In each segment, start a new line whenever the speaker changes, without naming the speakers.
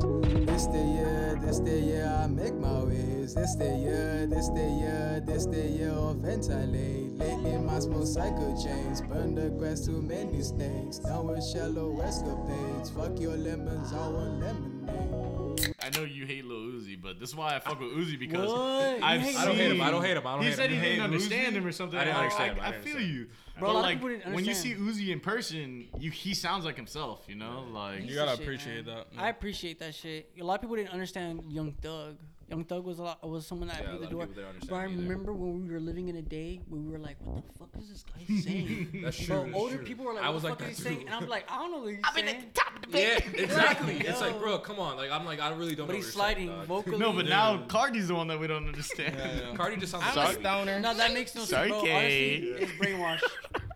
This the year, this the year I make my ways. This the year, this the year, this the year of ventilate. Lately my small cycle chains burn the grass too many snakes. Down with shallow escapades. Fuck your lemons, I want lemonade.
I know you hate Lil Uzi, but this is why I fuck with Uzi because
What? You
I've
hate
I don't hate him. I
seen-
don't hate him. I don't
he
hate
said
him.
he
You
didn't
hate
understand
Uzi?
him or something.
I didn't
Like,
understand him. I
I,
didn't
feel
understand
you.
Bro, a
But
lot of
like
people didn't
when you see
understand.
Uzi in person, you he sounds like himself. You know, like
You
Piece
gotta
of shit,
appreciate
man.
that, yeah.
I appreciate that shit. A lot of people didn't understand Young Thug. Young Thug was a lot, was someone that
Yeah,
blew the
a lot of
door.
people didn't
But I
understand either.
remember when we were living in a day, we were like, "What the fuck is this guy saying?"
That's true.
Bro,
that's
older
true.
people were like,
I
"What
was
the
like
fuck
that
is he saying?"
too.
And I'm like, "I don't know what he's saying."
top of the
Yeah, exactly.
Like,
it's like,
yo.
bro, come on. Like, I'm like, I really don't.
but
know
he's
what you're
sliding
saying, dog.
vocally.
No, but
Yeah.
now Cardi's the one that we don't understand.
Cardi just sounds.
I'm
like
a stoner.
no, that makes no sense. Bro.
Sorry,
Honestly,
Kay.
it's brainwashed.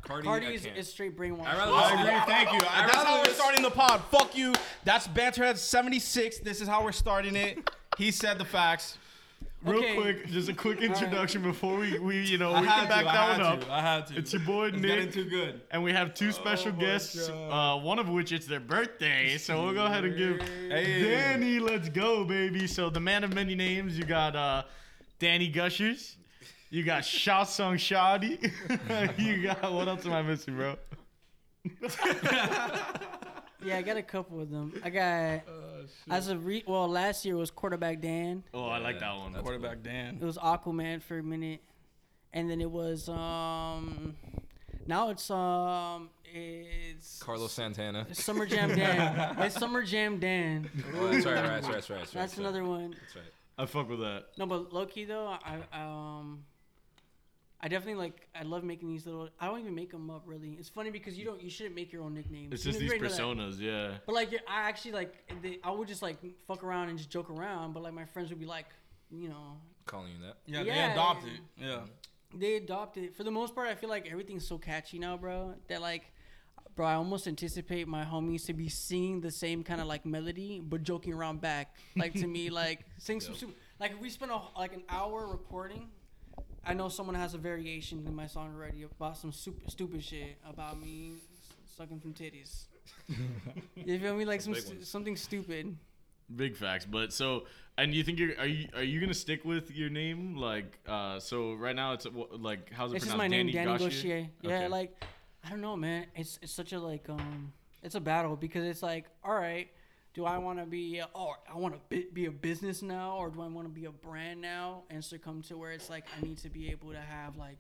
Cardi,
Cardi
I
is,
can't.
is straight brainwashed.
I'd rather
I
listen to-
agree. Thank you.
I'd
That's
rather
how we're
listen-
starting the pod. Fuck you. That's Banterhead 76. This is how we're starting it. He said the facts.
Real
Okay.
quick, just a quick introduction before we, we you know
I
we
had
can back
to, I
that
had
one
to,
up.
I had to.
It's your boy
It's
Nick,
getting too good.
and we have two special
Oh
my
guests. Uh,
God.
one of which it's their birthday, so we'll go ahead and give
Hey.
Danny. Let's go, baby. So the man of many names. You got uh, Danny Gushers. You got Shot Song Shoddy. you got what else am I missing, bro?
Yeah, I got a couple of them. I got as a re- well last year was quarterback Dan.
Oh, I like that one.
Quarterback
It
Dan.
was Aquaman for a minute, and then it was um. Now it's um. It's
Carlos Santana.
Summer Jam Dan. it's Summer Jam Dan.
Oh, that's right, right, that's right, that's right.
That's another one.
That's right.
I fuck with that.
No, but low key though, I um. I definitely like. I love making these little. I don't even make them up really. It's funny because you don't. You shouldn't make your own nicknames.
It's
You
just
know, you
these
already know that.
personas, yeah.
But like, I actually like. They, I would just like fuck around and just joke around. But like, my friends would be like, you know,
Calling you that.
Yeah,
Yeah.
they adopted. Yeah.
they adopt it for the most part. I feel like everything's so catchy now, bro. That like, bro, I almost anticipate my homies to be singing the same kind of like melody, but joking around back. Like to me, like sing some soup. Like if we spent a, like an hour recording, I know someone has a variation in my song already about some super, stupid shit about me sucking from titties. you feel me? Like some
big
stu-
ones.
something stupid.
Big facts, but so and you think you're are you are you gonna stick with your name like uh so right now it's uh, wha- like how's it
This is my
pronounced
name, Danny
Gauchier?
Gauthier. Yeah,
Okay.
like I don't know, man. It's it's such a like um, it's a battle because it's like, all right, do I want to be uh, oh I want to bi- be a business now or do I want to be a brand now and succumb to where it's like I need to be able to have like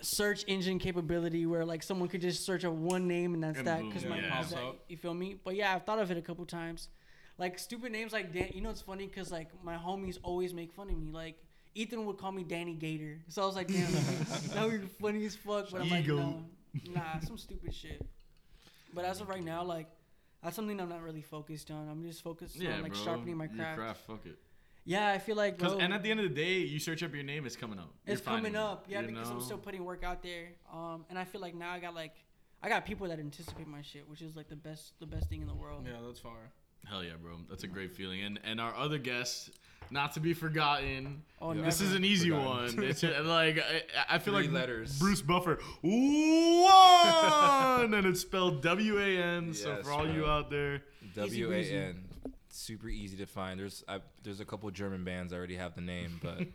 search engine capability where like someone could just search a one name and that's
And
that
boom,
because
yeah.
my
Yeah.
is that, you feel me? But yeah, I've thought of it a couple times. Like stupid names like Dan. You know it's funny because like my homies always make fun of me. Like Ethan would call me Danny Gator, so I was like, damn, like, now you're funny as fuck. But I'm like,
Ego.
no, nah, some stupid shit. But as of right now, like that's something I'm not really focused on. I'm just focused
yeah
on like
bro,
sharpening my
your
craft.
fuck it
Yeah, I feel like
'Cause-
bro,
and at the end of the day you search up your name it's coming up You're
it's coming
finding it,
up. Yeah,
you
because
know?
I'm still putting work out there. Um, and I feel like now I got like I got people that anticipate my shit, which is like the best the best thing in the world.
Yeah, that's fire.
hell yeah bro that's a great feeling and and our other guest not to be forgotten
Oh,
this
never.
is an easy
Forgotten.
one it's uh, like I, I feel
Three
like
letters.
Bruce Buffer one and it's spelled W A N so
Yes,
for all you
bro.
out there
Easy
W A
breezy.
N. Super easy to find. There's I, there's a couple German bands I already have the name, but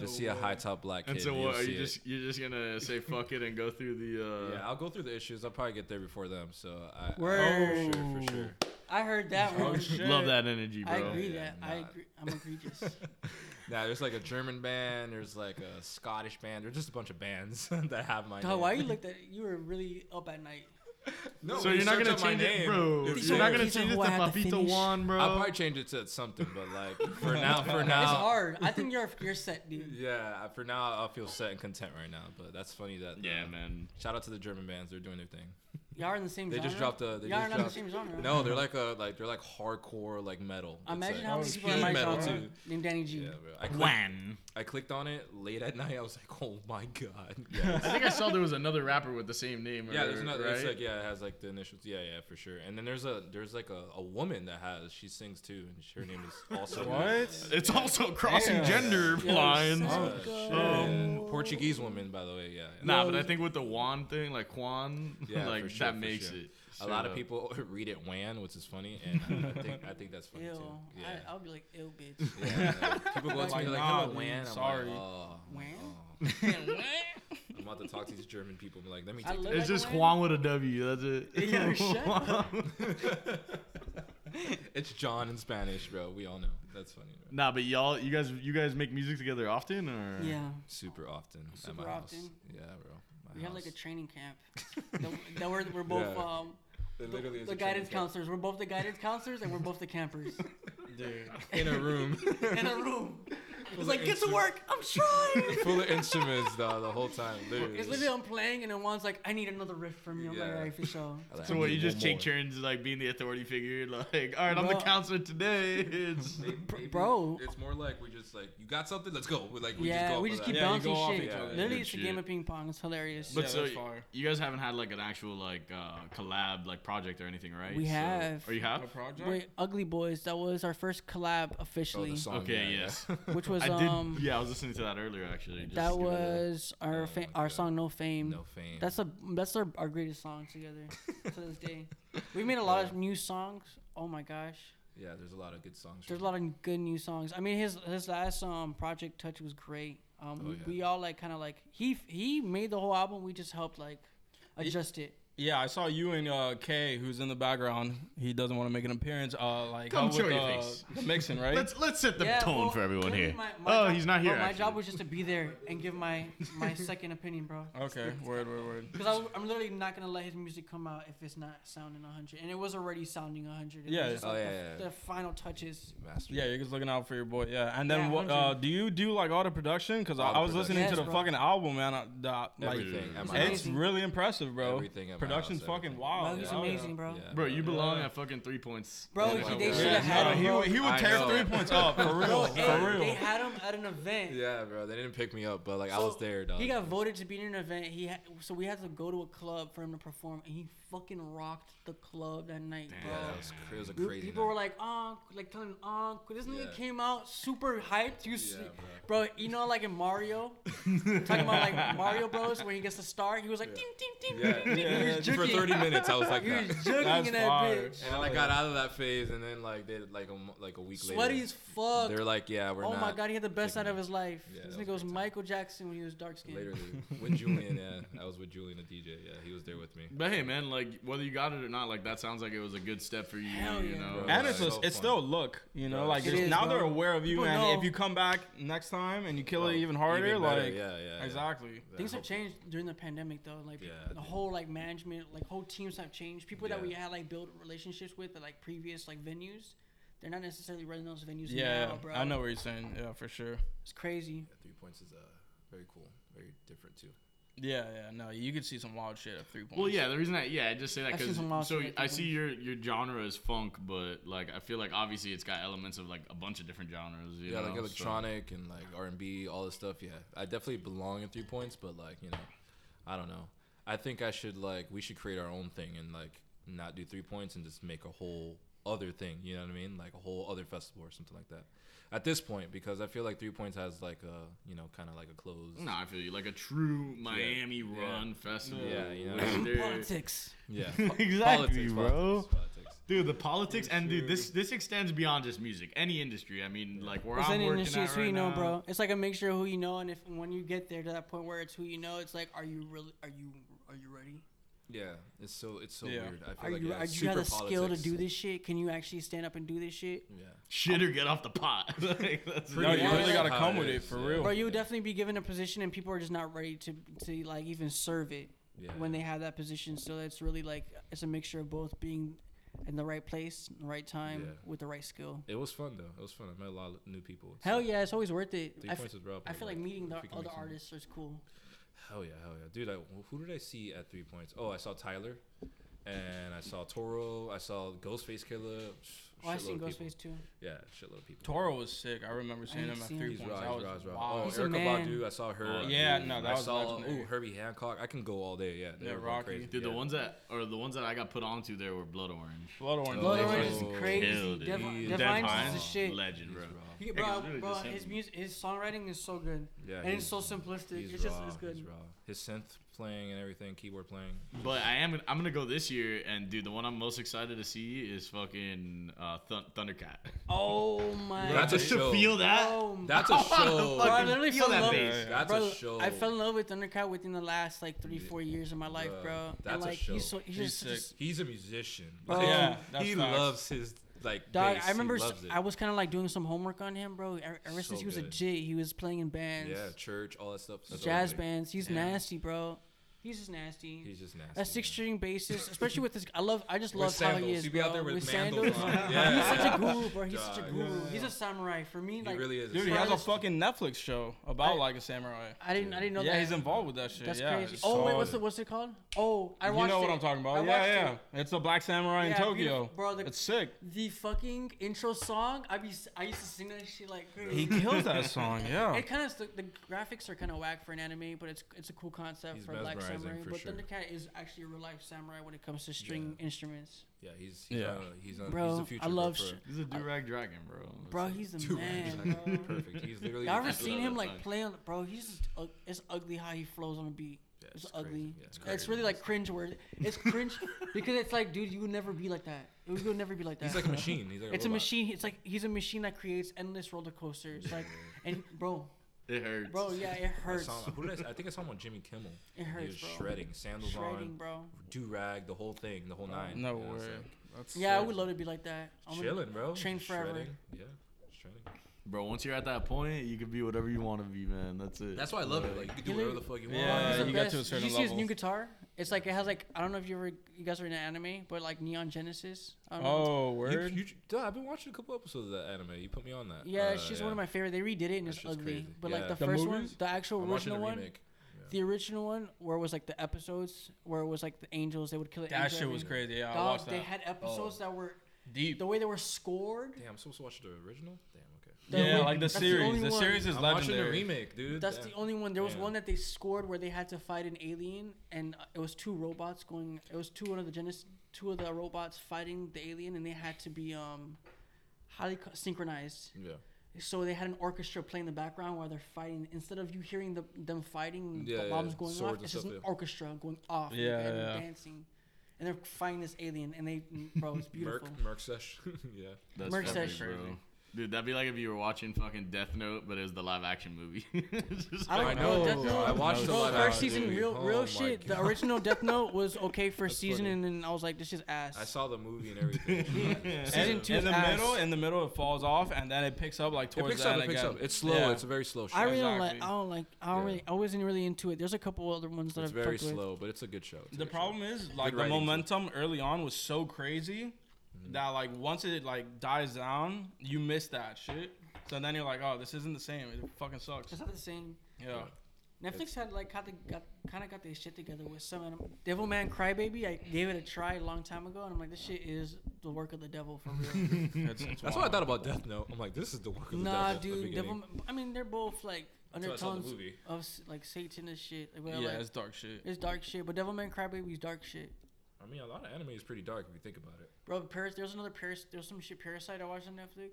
just see a high top black kid.
And so,
you'll
what, are
see
you
it.
just you're just gonna say fuck it and go through the? Uh,
Yeah, I'll go through the issues. I'll probably get there before them. So I.
Word. Oh.
I for sure, for sure.
I heard that one.
Oh, Love that energy, bro.
I agree
Yeah,
that I
nah.
agree. I'm egregious.
Nah, there's like a German band. There's like a Scottish band. There's just a bunch of bands that have my.
Dog,
name.
why you looked at? You were really up at night.
No,
So
when
you're not
search
gonna
up my
change it,
name,
bro.
it's
You're not
there.
gonna
These are
change it
who
to
I have to
Papito
finish.
Juan, bro.
I'll probably change it to something, but like for now, for
It's
now,
hard. I think you're you're set, dude.
yeah, for now, I feel set and content right now. But that's funny that.
yeah,
uh,
man.
Shout out to the German bands. They're doing their thing.
Y'all are in the same.
They
genre?
just dropped a. They
Y'all are
just
not in the
dropped,
same genre.
No, they're like a like they're like hardcore like metal. It's
Imagine
like-
how many
was
people are in
speed
my
metal,
genre.
too.
Named Danny G.
Yeah, bro. I clicked,
Juan.
I clicked on it late at night. I was like, oh my god. Yes.
I think I saw there was another rapper with the same name.
yeah,
or-
there's another.
Right?
It's like yeah, it has like the initials. Yeah, yeah, for sure. And then there's a there's like a, a woman that has she sings too, and her name is also
What?
It's also crossing
Yeah.
gender Um,
Yo,
lines.
son,
Uh,
go.
shit. Portuguese woman, by the way. Yeah. yeah.
Nah, but I think with the Juan thing, like Juan,
Yeah,
like
for sure,
that
for
makes
sure.
it.
A lot of
up.
people read it WAN, which is funny, and I think I think that's funny
Ew.
too. Yeah.
I, oh. I'll be like, ew, bitch.
Yeah, like, people go up to me like,
Like, nah,
"Hello,
dude,
Wan." I'm
sorry.
Like, oh,
Wan?
oh. I'm about to talk to these German people. I'm like, let me
I
take
look
that.
It's just
Like a
Juan with a W. That's it.
Yeah, shut
It's John in Spanish, bro. We all know. That's funny. Bro.
Nah, but y'all, you guys, you guys make music together often, or
yeah.
Super often at
Super
my house.
often.
Yeah, bro. My
We have like a
house.
training camp. that, that we're, we're both
Yeah.
um,
It literally is
the
a
guidance
training
counselors. We're both the guidance counselors and we're both the campers
camp. in a room
in a room. It's
of
like, get to
instruments.
work. I'm trying.
full of instruments though, the whole time. Literally.
It's literally I'm playing and then Juan's like, I need another riff from you. I'm like,
Yeah.
alright, for sure.
I like,
So
I
what?
need
You just
one
take
more.
turns like being the authority figure. Like, all right, I'm the
No.
counselor today. It's
Maybe-
Br-
maybe
bro.
It's more like we just like you got something. Let's go. We're like we just
yeah,
go
we
for
just
that.
keep
Yeah, you
bouncing
go off
shit.
each other.
Literally,
Good
it's a
shit.
game of ping pong. It's hilarious.
But
Yeah,
so
that's fire.
you guys haven't had like an actual like uh, collab like project or anything, right?
We
So-
have.
Or you
A
have?
project?
Wait, Ugly Boys. That was our first collab
Oh,
officially,
the song.
Okay,
yeah,
yes.
yeah.
which was
I did.
um,
yeah, I was listening to that earlier actually. Just
that
give it a-
was our fa-
my
our
God.
song No Fame.
no fame.
That's a that's our, our greatest song together to this day. We made a lot of new songs. Oh my gosh,
yeah. There's a lot of good songs.
there's a
from
lot of good new songs. I mean, his his last um project Touch was great. Um,
Oh, yeah.
we all like kind of like he he made the whole album. We just helped like adjust it.
Yeah, I saw you and uh, Kay, who's in the background. He doesn't want to make an appearance. Uh, like
Come
help
show
with,
your
uh,
face.
the mixing, right?
Let's let's set the tone
well,
for everyone
literally
here.
my- my
oh,
job-
he's not here.
bro, my
actually.
job was just to be there and give my my second opinion, bro.
okay, word, word, word.
Because I'm literally not gonna let his music come out if it's not sounding 100, and it was already sounding 100. It
Yeah.
was just
Oh,
like
yeah,
the,
yeah, yeah.
the final touches.
Master.
Yeah, you're just looking out for your boy. Yeah, and then
Yeah,
what?
100.
Uh, do you do like all the production? Because I,
All the
I was listening
production.
to the
Yes, bro.
fucking album, man. I, the, like,
Everything. at
It's
my house.
it's really impressive, bro.
Everything at my
Production's
house,
fucking
everything.
wild.
Bro, he's
yeah.
amazing, bro.
Oh, Yeah,
Bro, you belong
Yeah.
at fucking three points.
Bro,
Yeah.
he- they
Yeah.
should have had
Yeah,
him.
he,
bro.
would, he would
I
tear
know.
three points up for real.
Bro, hey,
for
They
real.
had him at an event.
Yeah, bro. They didn't pick me up, but like I
So,
was there, dog.
He got voted to be in an event. He ha- so we had to go to a club for him to perform, and he fucking rocked the club that night, bro.
Yeah, that was, cra- it was a
We-
crazy.
people
night.
were like, "Oh, like telling him, "Oh, this nigga
Yeah.
came out super hyped." You, s
Yeah,
bro. you know, like in Mario, talking about like Mario Bros. when he gets the star, he was like, "Ding, ding, ding, ding,
Yeah.
ding." He was
for
joking.
30 minutes, I was like
He was
that.
joking
That's
in that
fire.
bitch.
And then I got out of that phase, and then like they like a mo- like a week
Sweaty
later,
as fuck.
they're like, yeah, we're
oh
not.
my god, he had the best night
taking
of his life.
Yeah,
this
that was
nigga was
a great time.
Michael Jackson when he was dark skinned.
Literally, with Julian, yeah, I was with Julian, the DJ. Yeah, he was there with me.
But hey, man, like whether you got it or not, like that sounds like it was a good step for you.
Hell
you
yeah,
know,
bro.
And it's,
Right.
just,
So
it's
fun.
still a look, you know,
Right.
like
It
it's-
is,
now
bro.
they're aware of you,
People
and
know.
if you come back next time and you kill
Bro,
it even harder,
even better,
like
yeah, yeah, yeah.
exactly.
Yeah,
Things have
hopefully.
changed during the pandemic though. Like
Yeah,
the
dude.
whole like management, like whole teams have changed. People that
Yeah.
we had like built relationships with at like previous like venues, they're not necessarily running those venues
Yeah,
now, bro.
I know what you're saying. Yeah, for sure.
It's crazy.
Yeah, three points is uh very cool, very different too.
Yeah, yeah, no, you could see some wild shit at three points.
Well, yeah, the reason I yeah I just say that
I've seen
because
some wild
so
shit
I
like that
see
one.
your your genre is funk, but like I feel like obviously it's got elements of like a bunch of different genres. You
yeah,
know?
like
so-
electronic and like R and B, all this stuff. Yeah, I definitely belong in three points, but like you know, I don't know. I think I should like we should create our own thing and like not do three points and just make a whole other thing. You know what I mean? Like a whole other festival or something like that. At this point, because I feel like three points has like a you know kind of like a closed.
No, I feel you. Like a true Miami
Yeah.
run festival.
Yeah, you know.
with their-
Politics.
Yeah,
Exactly, bro.
Politics, politics.
Dude, the politics and dude, this this extends beyond just music. Any industry. I mean, like where
It's
I'm
an
working
industry,
at
it's
right
who you know,
now-
bro. It's like a mixture of who you know, and if when you get there to that point where it's who you know, it's like, are you really? Are you? Are you ready?
Yeah, it's so it's so
Yeah.
weird. I feel
Are
like
you?
yeah,
Are
it's
you have
super
the skill to
politics.
do this shit? Can you actually stand up and do this shit?
Yeah.
Shit or get off the pot. like, that's
no, you
Yeah,
really
yeah.
gotta
How
come
it
with it
is,
for
Oh, yeah.
real.
Bro, you would definitely be given a position, and people are just not ready to to like even serve it
Yeah.
when they have that position. So it's really like it's a mixture of both being in the right place, in the right time,
Yeah.
with the right skill.
It was fun though. It was fun. I met a lot of new people. It's
Hell
like-
yeah, it's always worth it.
Three
I, f-
points is rough.
I feel like meeting the other
artists.
artists is cool.
Hell yeah, hell yeah, dude! I, who did I see at three points? Oh, I saw Tyler, and I saw Toro. I saw Ghostface Killer. sh-
Oh, I
shitload
seen
of people.
Ghostface too.
Yeah, shitload of people.
Toro was sick. I remember seeing
ain't
him at
seen
three
He's
points.
raw,
That
he's raw,
was
he's raw.
wild. Uh,
Oh,
He's a
Erica
man.
Badu. I saw her.
Oh,
I
yeah,
believe.
no, that
I
was
saw.
legendary.
Ooh, Herbie Hancock. I can go all day. Yeah, they
Yeah,
were going
Rocky.
crazy.
Dude,
yeah.
the ones that or the ones that I got put onto there were Blood Orange.
Blood Orange.
Blood
Oh,
Orange is
oh,
crazy.
killed it.
Devi-
He's
Devine's
Devine.
is the shit.
legend, bro.
He's raw.
He,
Yeah, 'cause
bro,
it's really
bro,
just him.
his music, his songwriting is so good.
Yeah,
and it's
he's-
so simplistic.
He's
It's just
raw,
it's good.
He's raw. His synth playing and everything, keyboard playing.
But I am. I'm gonna go this year, and dude, the one I'm most excited to see is fucking uh, Thun Thundercat.
Oh my.
That's a
Just to
show.
feel that.
Oh my-
That's a
Bro,
show.
I literally
feel
fell in
that
love.
bass.
with-
That's
bro,
a show.
I fell in love with Thundercat within the last like three, four years of my life,
Bruh,
bro.
that's
and,
a
like,
show.
He's, so, he's,
He's
just such a
sick.
He's a musician.
Bro.
Like,
Yeah,
he
that's facts.
loves his like.
Oh. Dog,
bass.
I remember
He
s-
loves it.
I was kind of like doing some homework on him, bro. Ever, ever
So
since he was a
good.
J, he was playing in bands,
yeah, church, all that stuff. So
jazz
good.
bands. He's
Yeah.
nasty, bro. He's just nasty.
He's just nasty.
a six
man.
string bassist, especially with his. I love. I just
With
love how he
sandals.
is.
You be
bro.
out there with
sandals.
mandals on. Yeah.
He's such a guru, bro. He's such a
Dog.
guru. He's a samurai for me.
He
Like,
really is.
Dude, he
yeah.
has a
Artist-
fucking Netflix show about
I-
like a samurai.
I didn't. I didn't know
Yeah,
that.
he's involved with that shit.
That's
yeah,
crazy.
it's
Oh wait,
solid.
what's the what's it called? Oh, I
You
watched.
know what
it.
I'm talking
I
about?
watched
Yeah, yeah.
it.
It's the Black Samurai in
Yeah,
Tokyo.
beautiful. Bro, the-
it's sick.
The fucking intro song. I be I used to sing that shit like.
He kills that song.
Oh.
Yeah.
It kind of the, the graphics are kind of whack for an anime, but it's it's a cool concept
He's
for Black
mesmerizing
Samurai.
for
but
sure.
Thundercat is actually a real life samurai when it comes to string instruments.
Yeah, he's he's,
Yeah.
Uh, he's, on,
Bro,
he's the future.
I love
for-
sh-
He's a durag dragon, bro.
Bro, he's the
Dude,
man.
exactly.
Bro.
perfect. He's literally.
Y'all
the
ever
future.
seen him
that
like
song.
play on? Bro, he's just, uh, it's ugly how he flows on a beat.
Yeah,
It's,
it's crazy.
ugly.
Yeah,
It's,
it's crazy.
really like cringe word. It's cringe because it's like, dude, you would never be like that. You would never be like that.
He's like a machine. He's like.
it's a
robot.
machine. It's like he's a machine that creates endless roller coasters. Like, and bro,
It hurts.
bro, yeah, it
I,
hurts.
saw, who did I, I think I saw him on Jimmy Kimmel.
It
He
hurts,
was
bro.
shredding, sandals
Shredding,
on,
bro.
do rag, the whole thing, the whole nine.
No
you know,
way.
it's like,
That's
Yeah, I
sick.
would love to be like that. I would
chilling, bro.
Train
Just
forever.
Shredding. Yeah, shredding.
Bro, once you're at that point, you can be whatever you want to be, man. That's it.
That's why I love it. Like you can do
He
whatever the
lit-
fuck you want.
Yeah,
He's the
you got
best.
to a
Did
certain
you see his new
level.
guitar? It's like it has like I don't know if you ever you guys are into anime, but like Neon Genesis. I don't know.
Oh,
You,
word.
you, duh, I've been watching a couple episodes of that anime. You put me on that.
Yeah,
Uh,
she's one of my favorite. They redid it and
That
it's
shit's
ugly.
crazy.
But like
Yeah.
the,
The
first one,
movies?
the actual
I'm watching
original
the
one,
remake.
the original one where it was like the episodes where it was like the angels they would kill. an
That
angel
shit
every-
was crazy. Yeah, I
Dog,
watched
they
that. Oh.
had episodes that were
Deep.
the way they were scored.
Damn, I'm supposed to watch the original. Damn, okay.
the
yeah,
way-
like the
that's the only
series. The,
one.
series is
I'm watching the
legendary.
remake, dude.
That's
Damn.
the only one. There was
Yeah.
one that they scored where they had to fight an alien, and uh, it was two robots going. It was two of the genesis, two of the robots fighting the alien, and they had to be um, highly co- synchronized.
Yeah.
So they had an orchestra playing in the background while they're fighting. Instead of you hearing the, them fighting,
Yeah,
the
yeah,
bombs going
swords
off,
and
it's just
stuff,
an
yeah.
orchestra going off.
Yeah,
and
yeah, yeah.
dancing, and they're fighting this alien, and they, bro, it's beautiful.
Merc, Merc Sesh. yeah.
That's
Merc
fucking
session.
bro. Dude, that'd be like if you were watching fucking Death Note, but it was the live action movie. It's just
I
like-
don't know.
know.
Death Note.
I watched
a
bro,
lot of
first
that,
season,
dude.
real,
Oh
real
my
shit. The
God.
original Death Note was okay first
That's
season,
funny.
and then I was like, this is ass.
I saw the movie and everything.
Season
And
two
in the
ass.
middle, in the middle, it falls off, and then it picks up like
it
towards
picks
the
up.
end
It picks
again.
up. It's slow.
Yeah.
It's a very slow show.
I really don't like.
Exactly.
I don't like. I don't
Yeah.
really. I wasn't really into it. There's a couple other ones that
It's
I've
very
fucked with.
slow, but it's a good show. It's a
The
good show.
problem is like the
writing, too.
momentum early on was so crazy that like once it like dies down, you miss that shit. So then you're like, oh, this isn't the same. It fucking sucks.
It's not the same.
Yeah.
Netflix had like kind of got kind of got their shit together with some of them. Devilman Crybaby. I gave it a try a long time ago, and I'm like, this shit is the work of the devil for real.
It's, it's
That's what I
wild.
thought about Death Note. I'm like, this is the work of the
nah,
devil. at the
dude.
beginning.
Devil. I mean, they're both like
why I saw the
undertones
movie.
of s- like Satan and shit. Like, well,
Yeah,
like,
it's dark shit.
it's dark shit, but Devilman Crybaby is dark shit.
I mean, a lot of anime is pretty dark if you think about it.
Bro, Paras- there's another Paras- there's some shit Parasite I watched on Netflix.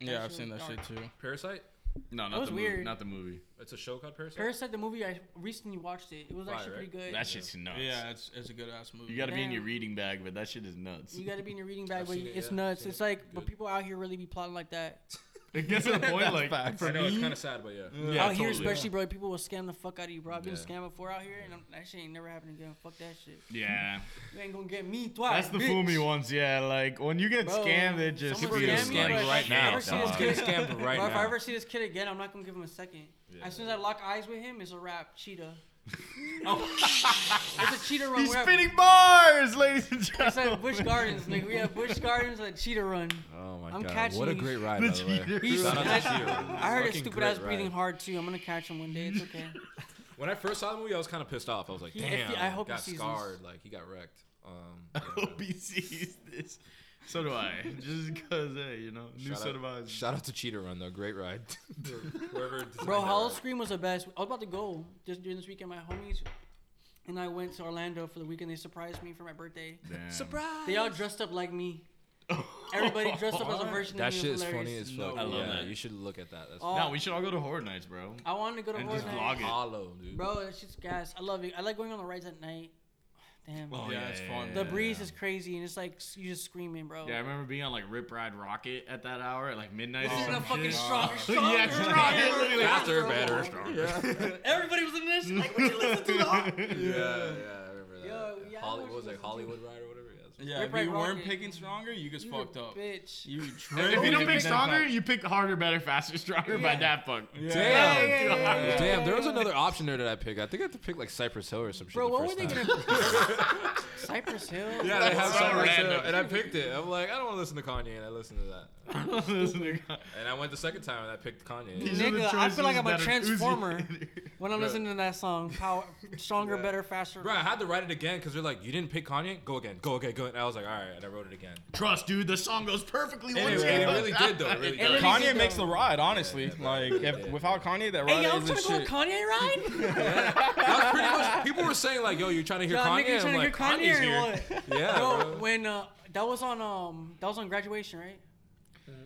Yeah, I've
shit
seen
was
that shit
dark.
too.
Parasite.
no,
That
not
was
the movie.
weird.
Not the movie.
It's a show called Parasite.
Parasite the movie I recently watched it. It was
Fire,
actually pretty
right?
good.
That shit's nuts.
Yeah, it's it's a good ass movie.
You gotta be in your
Damn.
reading bag, but that shit is nuts.
You gotta be in your reading bag.
I've
But
seen it,
it's
yeah, I've
nuts.
seen
It's
it.
like, but
Good.
people out here really be plotting like that.
It gets to the point like
facts.
for
I know it's
me-
kind of sad, but yeah.
Yeah,
out
totally.
here, especially, bro, people will scam the fuck out of you, bro. I've been
Yeah.
scammed before out here, and I'm, that shit ain't never happened again. Fuck that shit.
Yeah,
You ain't gonna get me
that's
twice.
the
bitch.
fool me ones. Yeah, like when you get
Bro,
scammed, it just
someone
People getting
feels
scam me,
like
scammed
bro,
right
if I
now,
ever see this
dog.
kid-
Getting scammed right
bro, If I
now.
ever see this kid again, I'm not gonna give him a second. As soon as I lock eyes with him, it's a wrap. Cheetah. Oh. it's a cheetah run.
He's
We're at-
spitting bars, ladies and
It's at
gentlemen.
Bush Gardens. Like we have Bush Gardens and a cheetah run.
Oh my
I'm
god!
catching
what a
these-
great ride,
The
by the way.
cheater.
Shout out to
I-
Cheater.
I heard his
Fucking
stupid
great
ass breathing
ride.
hard too. I'm gonna catch him one day. It's okay.
When I first saw the movie, I was kind of pissed off. I was like,
He- if
damn,
he- I hope he
got
sees this.
scarred. Like he got wrecked. Um, yeah.
Hope he sees this. So do I. Just because, hey, you know, new
shout,
set of
out,
eyes.
shout out to Cheater Run though, great ride.
Bro,
Whoever designed that
Hollow
ride.
Scream was the best. I was about to go just during this weekend. My homies and I went to Orlando for the weekend. They surprised me for my birthday.
Damn.
They all dressed up like me. Everybody dressed up as a version
That
of me.
shit is
was
funny
hilarious.
as fuck.
No way. I
yeah,
love
that.
You should look at that. That's
Oh,
Nah, we should all go to horror nights, bro.
I wanted to go to
And just
Fortnite.
vlog it.
hollow, dude.
Bro, that shit's gas. I love it. I like going on the rides at night. Damn.
Oh,
yeah,
yeah,
it's
yeah,
fun.
yeah,
the
yeah.
breeze is crazy, and it's like you just screaming, bro.
Yeah, I remember being on like Rip Ride Rocket at that hour at like midnight. or
This isn't
some
a fucking
shit.
stronger, stronger,
Yeah,
stronger,
stronger, literally.
Faster,
stronger.
better.
Everybody was in this. Like, would you listen to that?
Yeah, yeah, I remember that.
Yo, yeah, I
Holly,
know
what was
what
it?
you
Hollywood Ride or whatever. Yeah, that's-
Yeah, if
Rip Ride
you weren't
Rocket.
picking stronger, you just
You
fucked up.
bitch.
You
If you
tripped.
don't pick stronger, you pick harder, better, faster, stronger by
Yeah.
that Punk.
Yeah.
Damn.
yeah, yeah, yeah,
yeah.
Damn, there was another option there that I picked. I think I had to pick like Cypress Hill or some shit.
Bro,
the
what were
first
they
time.
gonna? Cypress Hill.
Yeah, they
That's
have
so
Cypress Hill,
random.
and I picked it. I'm like, I don't want to listen to Kanye, and I listened to that.
This nigga-
And I went the second time, and I picked Kanye.
These are the
Nigga, I feel like
choices
I'm a
that are oozing.
transformer. When I'm
Bro.
listening to that song, power, stronger, better, faster.
Bro, I had to write it again because they're like, you didn't pick Kanye? Go again, go again, go. And I was like, all right, and I wrote it again.
Trust, dude. The song goes perfectly.
And
once
it, and it
again.
really did though. It really
It really
did.
Kanye
did.
makes the ride, honestly.
Yeah, yeah,
like,
yeah,
if,
yeah.
without Kanye, that
Hey,
ride
yo, I'm trying
isn't
to go on
shit.
Kanye ride.
That's pretty much. People were saying like, yo, you're trying to hear
Nah,
Kanye.
nigga, you
I'm
trying to
like,
get Kanye
Kanye's
or
here.
what?
Yeah,
Bro,
bro.
when uh, that was on um, that was on graduation, right?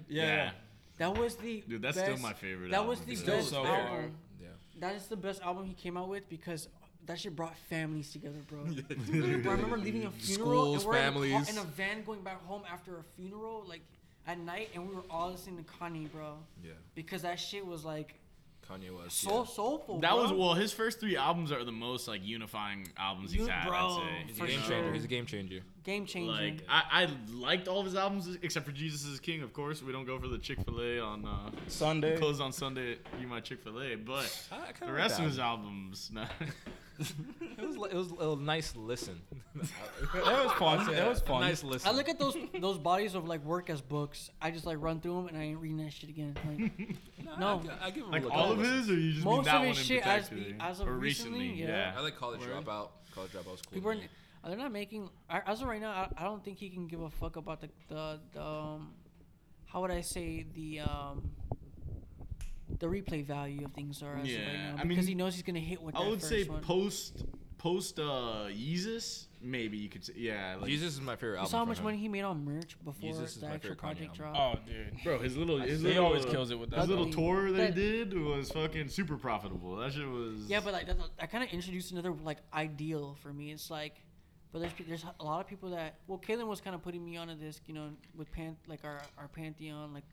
Yeah.
That was the
Dude, that's still
best,
my favorite
That
album,
was the
dude.
Still
best
so far.
album.
Yeah.
That is the best album he came out with because that shit brought families together, bro. Bro, I remember leaving a funeral
Schools,
and we're in a car-
families.
in, a van going back home after a funeral, like at night, and we were all listening to Kanye, bro,
Yeah.
because that shit was like
Kanye was.
so soulful.
That
bro.
was well. His first three albums are the most like unifying albums he's
You-
had.
bro,
I'd say.
for
yeah. He's a game
sure.
changer. He's a game changer.
game changer.
Like I, I liked all of his albums except for Jesus is King. Of course, we don't go for the Chick Fil A on uh,
Sunday.
closed on Sunday. You my Chick Fil A, but
I, I kinda
the
like
rest
that.
of his albums, nah.
It was, it was a nice listen.
That was fun. That was fun.
Nice listen.
I look at those those bodies of like work as books. I just like run through them and I ain't reading that shit again. Like, no.
I, give him
like
a look.
all
I
of
listen.
his, or you just mean
Most
that
of
one
his
in
shit as
particular?
be- as of
or
recently,
recently,
yeah.
yeah.
I like College
Word.
Dropout. College Dropout's cool.
People are, are they not making I- as of right now. I, I don't think he can give a fuck about the the, the um, how would I say the um, the replay value of things are as of right
Yeah,
now
I
because
mean,
he knows he's gonna hit with.
I
that
would
first
say
one.
post post uh Yeezus, maybe you could say yeah. Like,
Jesus is my favorite
You
album.
saw how
from
much
him.
money he made on merch before
Jesus is
the
my
actual
favorite Kanye
project
album.
dropped.
Oh, dude.
bro, his little his
He
little, uh,
always kills it with
His
that.
little
Ugly.
tour that
But-
he did was fucking super profitable. That shit was
Yeah, but like that, that kind of introduced another like ideal for me. It's like, but there's pe- there's a lot of people that well, Kaylin was kind of putting me onto this, you know, with pan like our our pantheon, like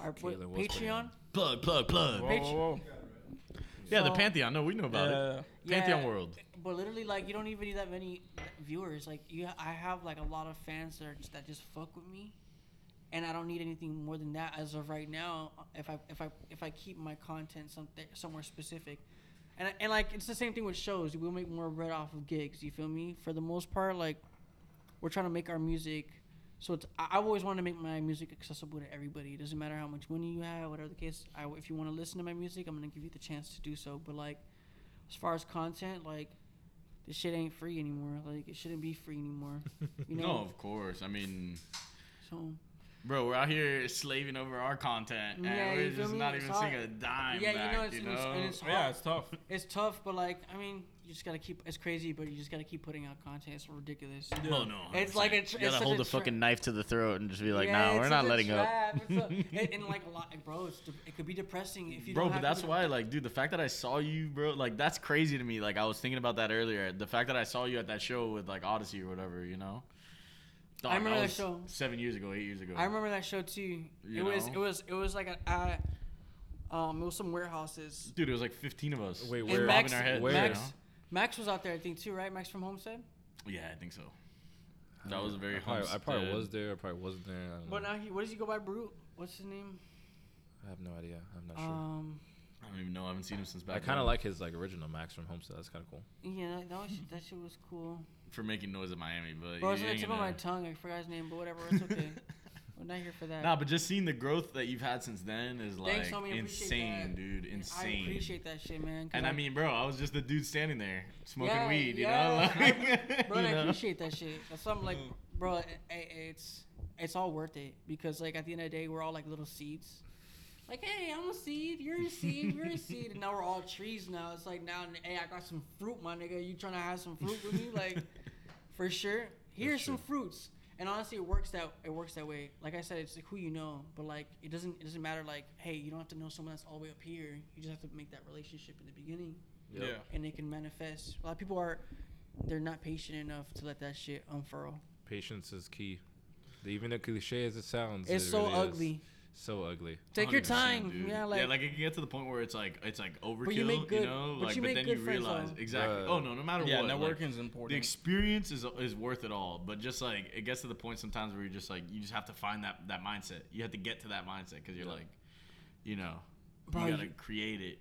our what,
Kaylin was putting
Patreon.
plug plug plug.
Whoa, whoa, whoa.
Yeah, the
So-
Pantheon. No, we know about it.
Yeah.
Pantheon World.
But literally, like you don't even need that many viewers. Like you, I have like a lot of fans that are just, that just fuck with me, and I don't need anything more than that as of right now. If I if I if I keep my content something somewhere specific, and and like it's the same thing with shows. We'll make more bread off of gigs. You feel me? For the most part, like we're trying to make our music. So it's, I- I've always wanted to make my music accessible to everybody. It doesn't matter how much money you have, whatever the case. I, if you want to listen to my music, I'm gonna give you the chance to do so. But like, as far as content, like this shit ain't free anymore. Like it shouldn't be free anymore. You know.
No, of course. I mean,
So
bro, we're out here slaving over our content, and
Yeah, you
we're
feel
just
me?
not
It's
even
hard.
seeing a dime.
yeah,
back,
you know, it's, and it's, and it's hard.
Yeah, it's tough.
it's tough, but like, I mean, you just gotta keep. It's crazy, but you just gotta keep putting out content. It's ridiculous.
Oh no!
It's like a tr-
you gotta
it's such
hold the
a tra-
fucking knife to the throat and just be like,
Yeah,
nah,
it's
we're not
such a
letting up.
trap. It's a- and, and like a lot, bro, it's de- it could be depressing if you.
Bro,
don't
but
have
that's
to-
why, like, dude, the fact that I saw you, bro, like, that's crazy to me. Like, I was thinking about that earlier. The fact that I saw you at that show with like Odyssey or whatever, you know. Dog,
remember that
was
show.
seven years ago, eight years ago.
I remember that show too.
You
it was
know?
it was it was like a, uh, um, it was some warehouses.
dude, it was like fifteen of us.
Wait,
just
where-
And
bobbing
Max,
our heads, Mm-hmm.
where?
you
Max,
know?
Max was out there, I think, too, right? Max from Homestead.
Yeah, I think so. That was a very.
I probably, I probably
homestead-
was there. I probably wasn't there. I, don't
But
know.
now he, what does he go by, Brute? What's his name?
I have no idea. I'm not sure.
Um,
I don't even know. I haven't seen him since back.
I kind
then.
of like his like original Max from Homestead. That's kind of cool.
yeah, that, that, was, that shit was cool.
for making noise in Miami, but
Bro, it's
you
on the
ain't
tip of
gonna-
my tongue. I forgot his name, but whatever, it's okay. We're not here for that.
Nah, but just seeing the growth that you've had since then is like
Thanks, homie. I appreciate
insane,
that.
dude.
And
Insane.
I appreciate that shit, man. 'cause
and I
I'm-
mean, bro, I was just the dude standing there smoking
Yeah,
weed, you
yeah.
know? Like,
bro, and
you
I
know?
appreciate that shit. That's something like,
Mm-hmm.
bro, i- i- it's it's all worth it because like at the end of the day, we're all like little seeds. Like, hey, I'm a seed. You're a seed. You're a seed. And now we're all trees. Now it's like now, hey, I got some fruit, my nigga. You trying to have some fruit with me? Like, for sure. Here's some fruits. And honestly, it works that it works that way. Like I said, it's like who you know, but like it doesn't it doesn't matter. Like hey, you don't have to know someone that's all the way up here. You just have to make that relationship in the beginning,
Yep.
Yeah.
and it can manifest. A lot of people are they're not patient enough to let that shit unfurl.
Patience is key. Even as cliche as it sounds,
It's
it
so
really is.
ugly.
So ugly.
Take your
100%,
time.
dude.
Yeah, like,
it can get to the point where it's like it's like overkill,
you
you,
make good-
know,
but
like
you
but
make
then
good
you
friends,
realize
though.
exactly.
Right.
oh no, no matter
Yeah,
what, like,
networking is
the
important.
experience is is worth it all. But just like it gets to the point sometimes where you're just like you just have to find that that mindset. You have to get to that mindset because you're
Yeah.
like, you know,
Bro,
you gotta
you-
create it.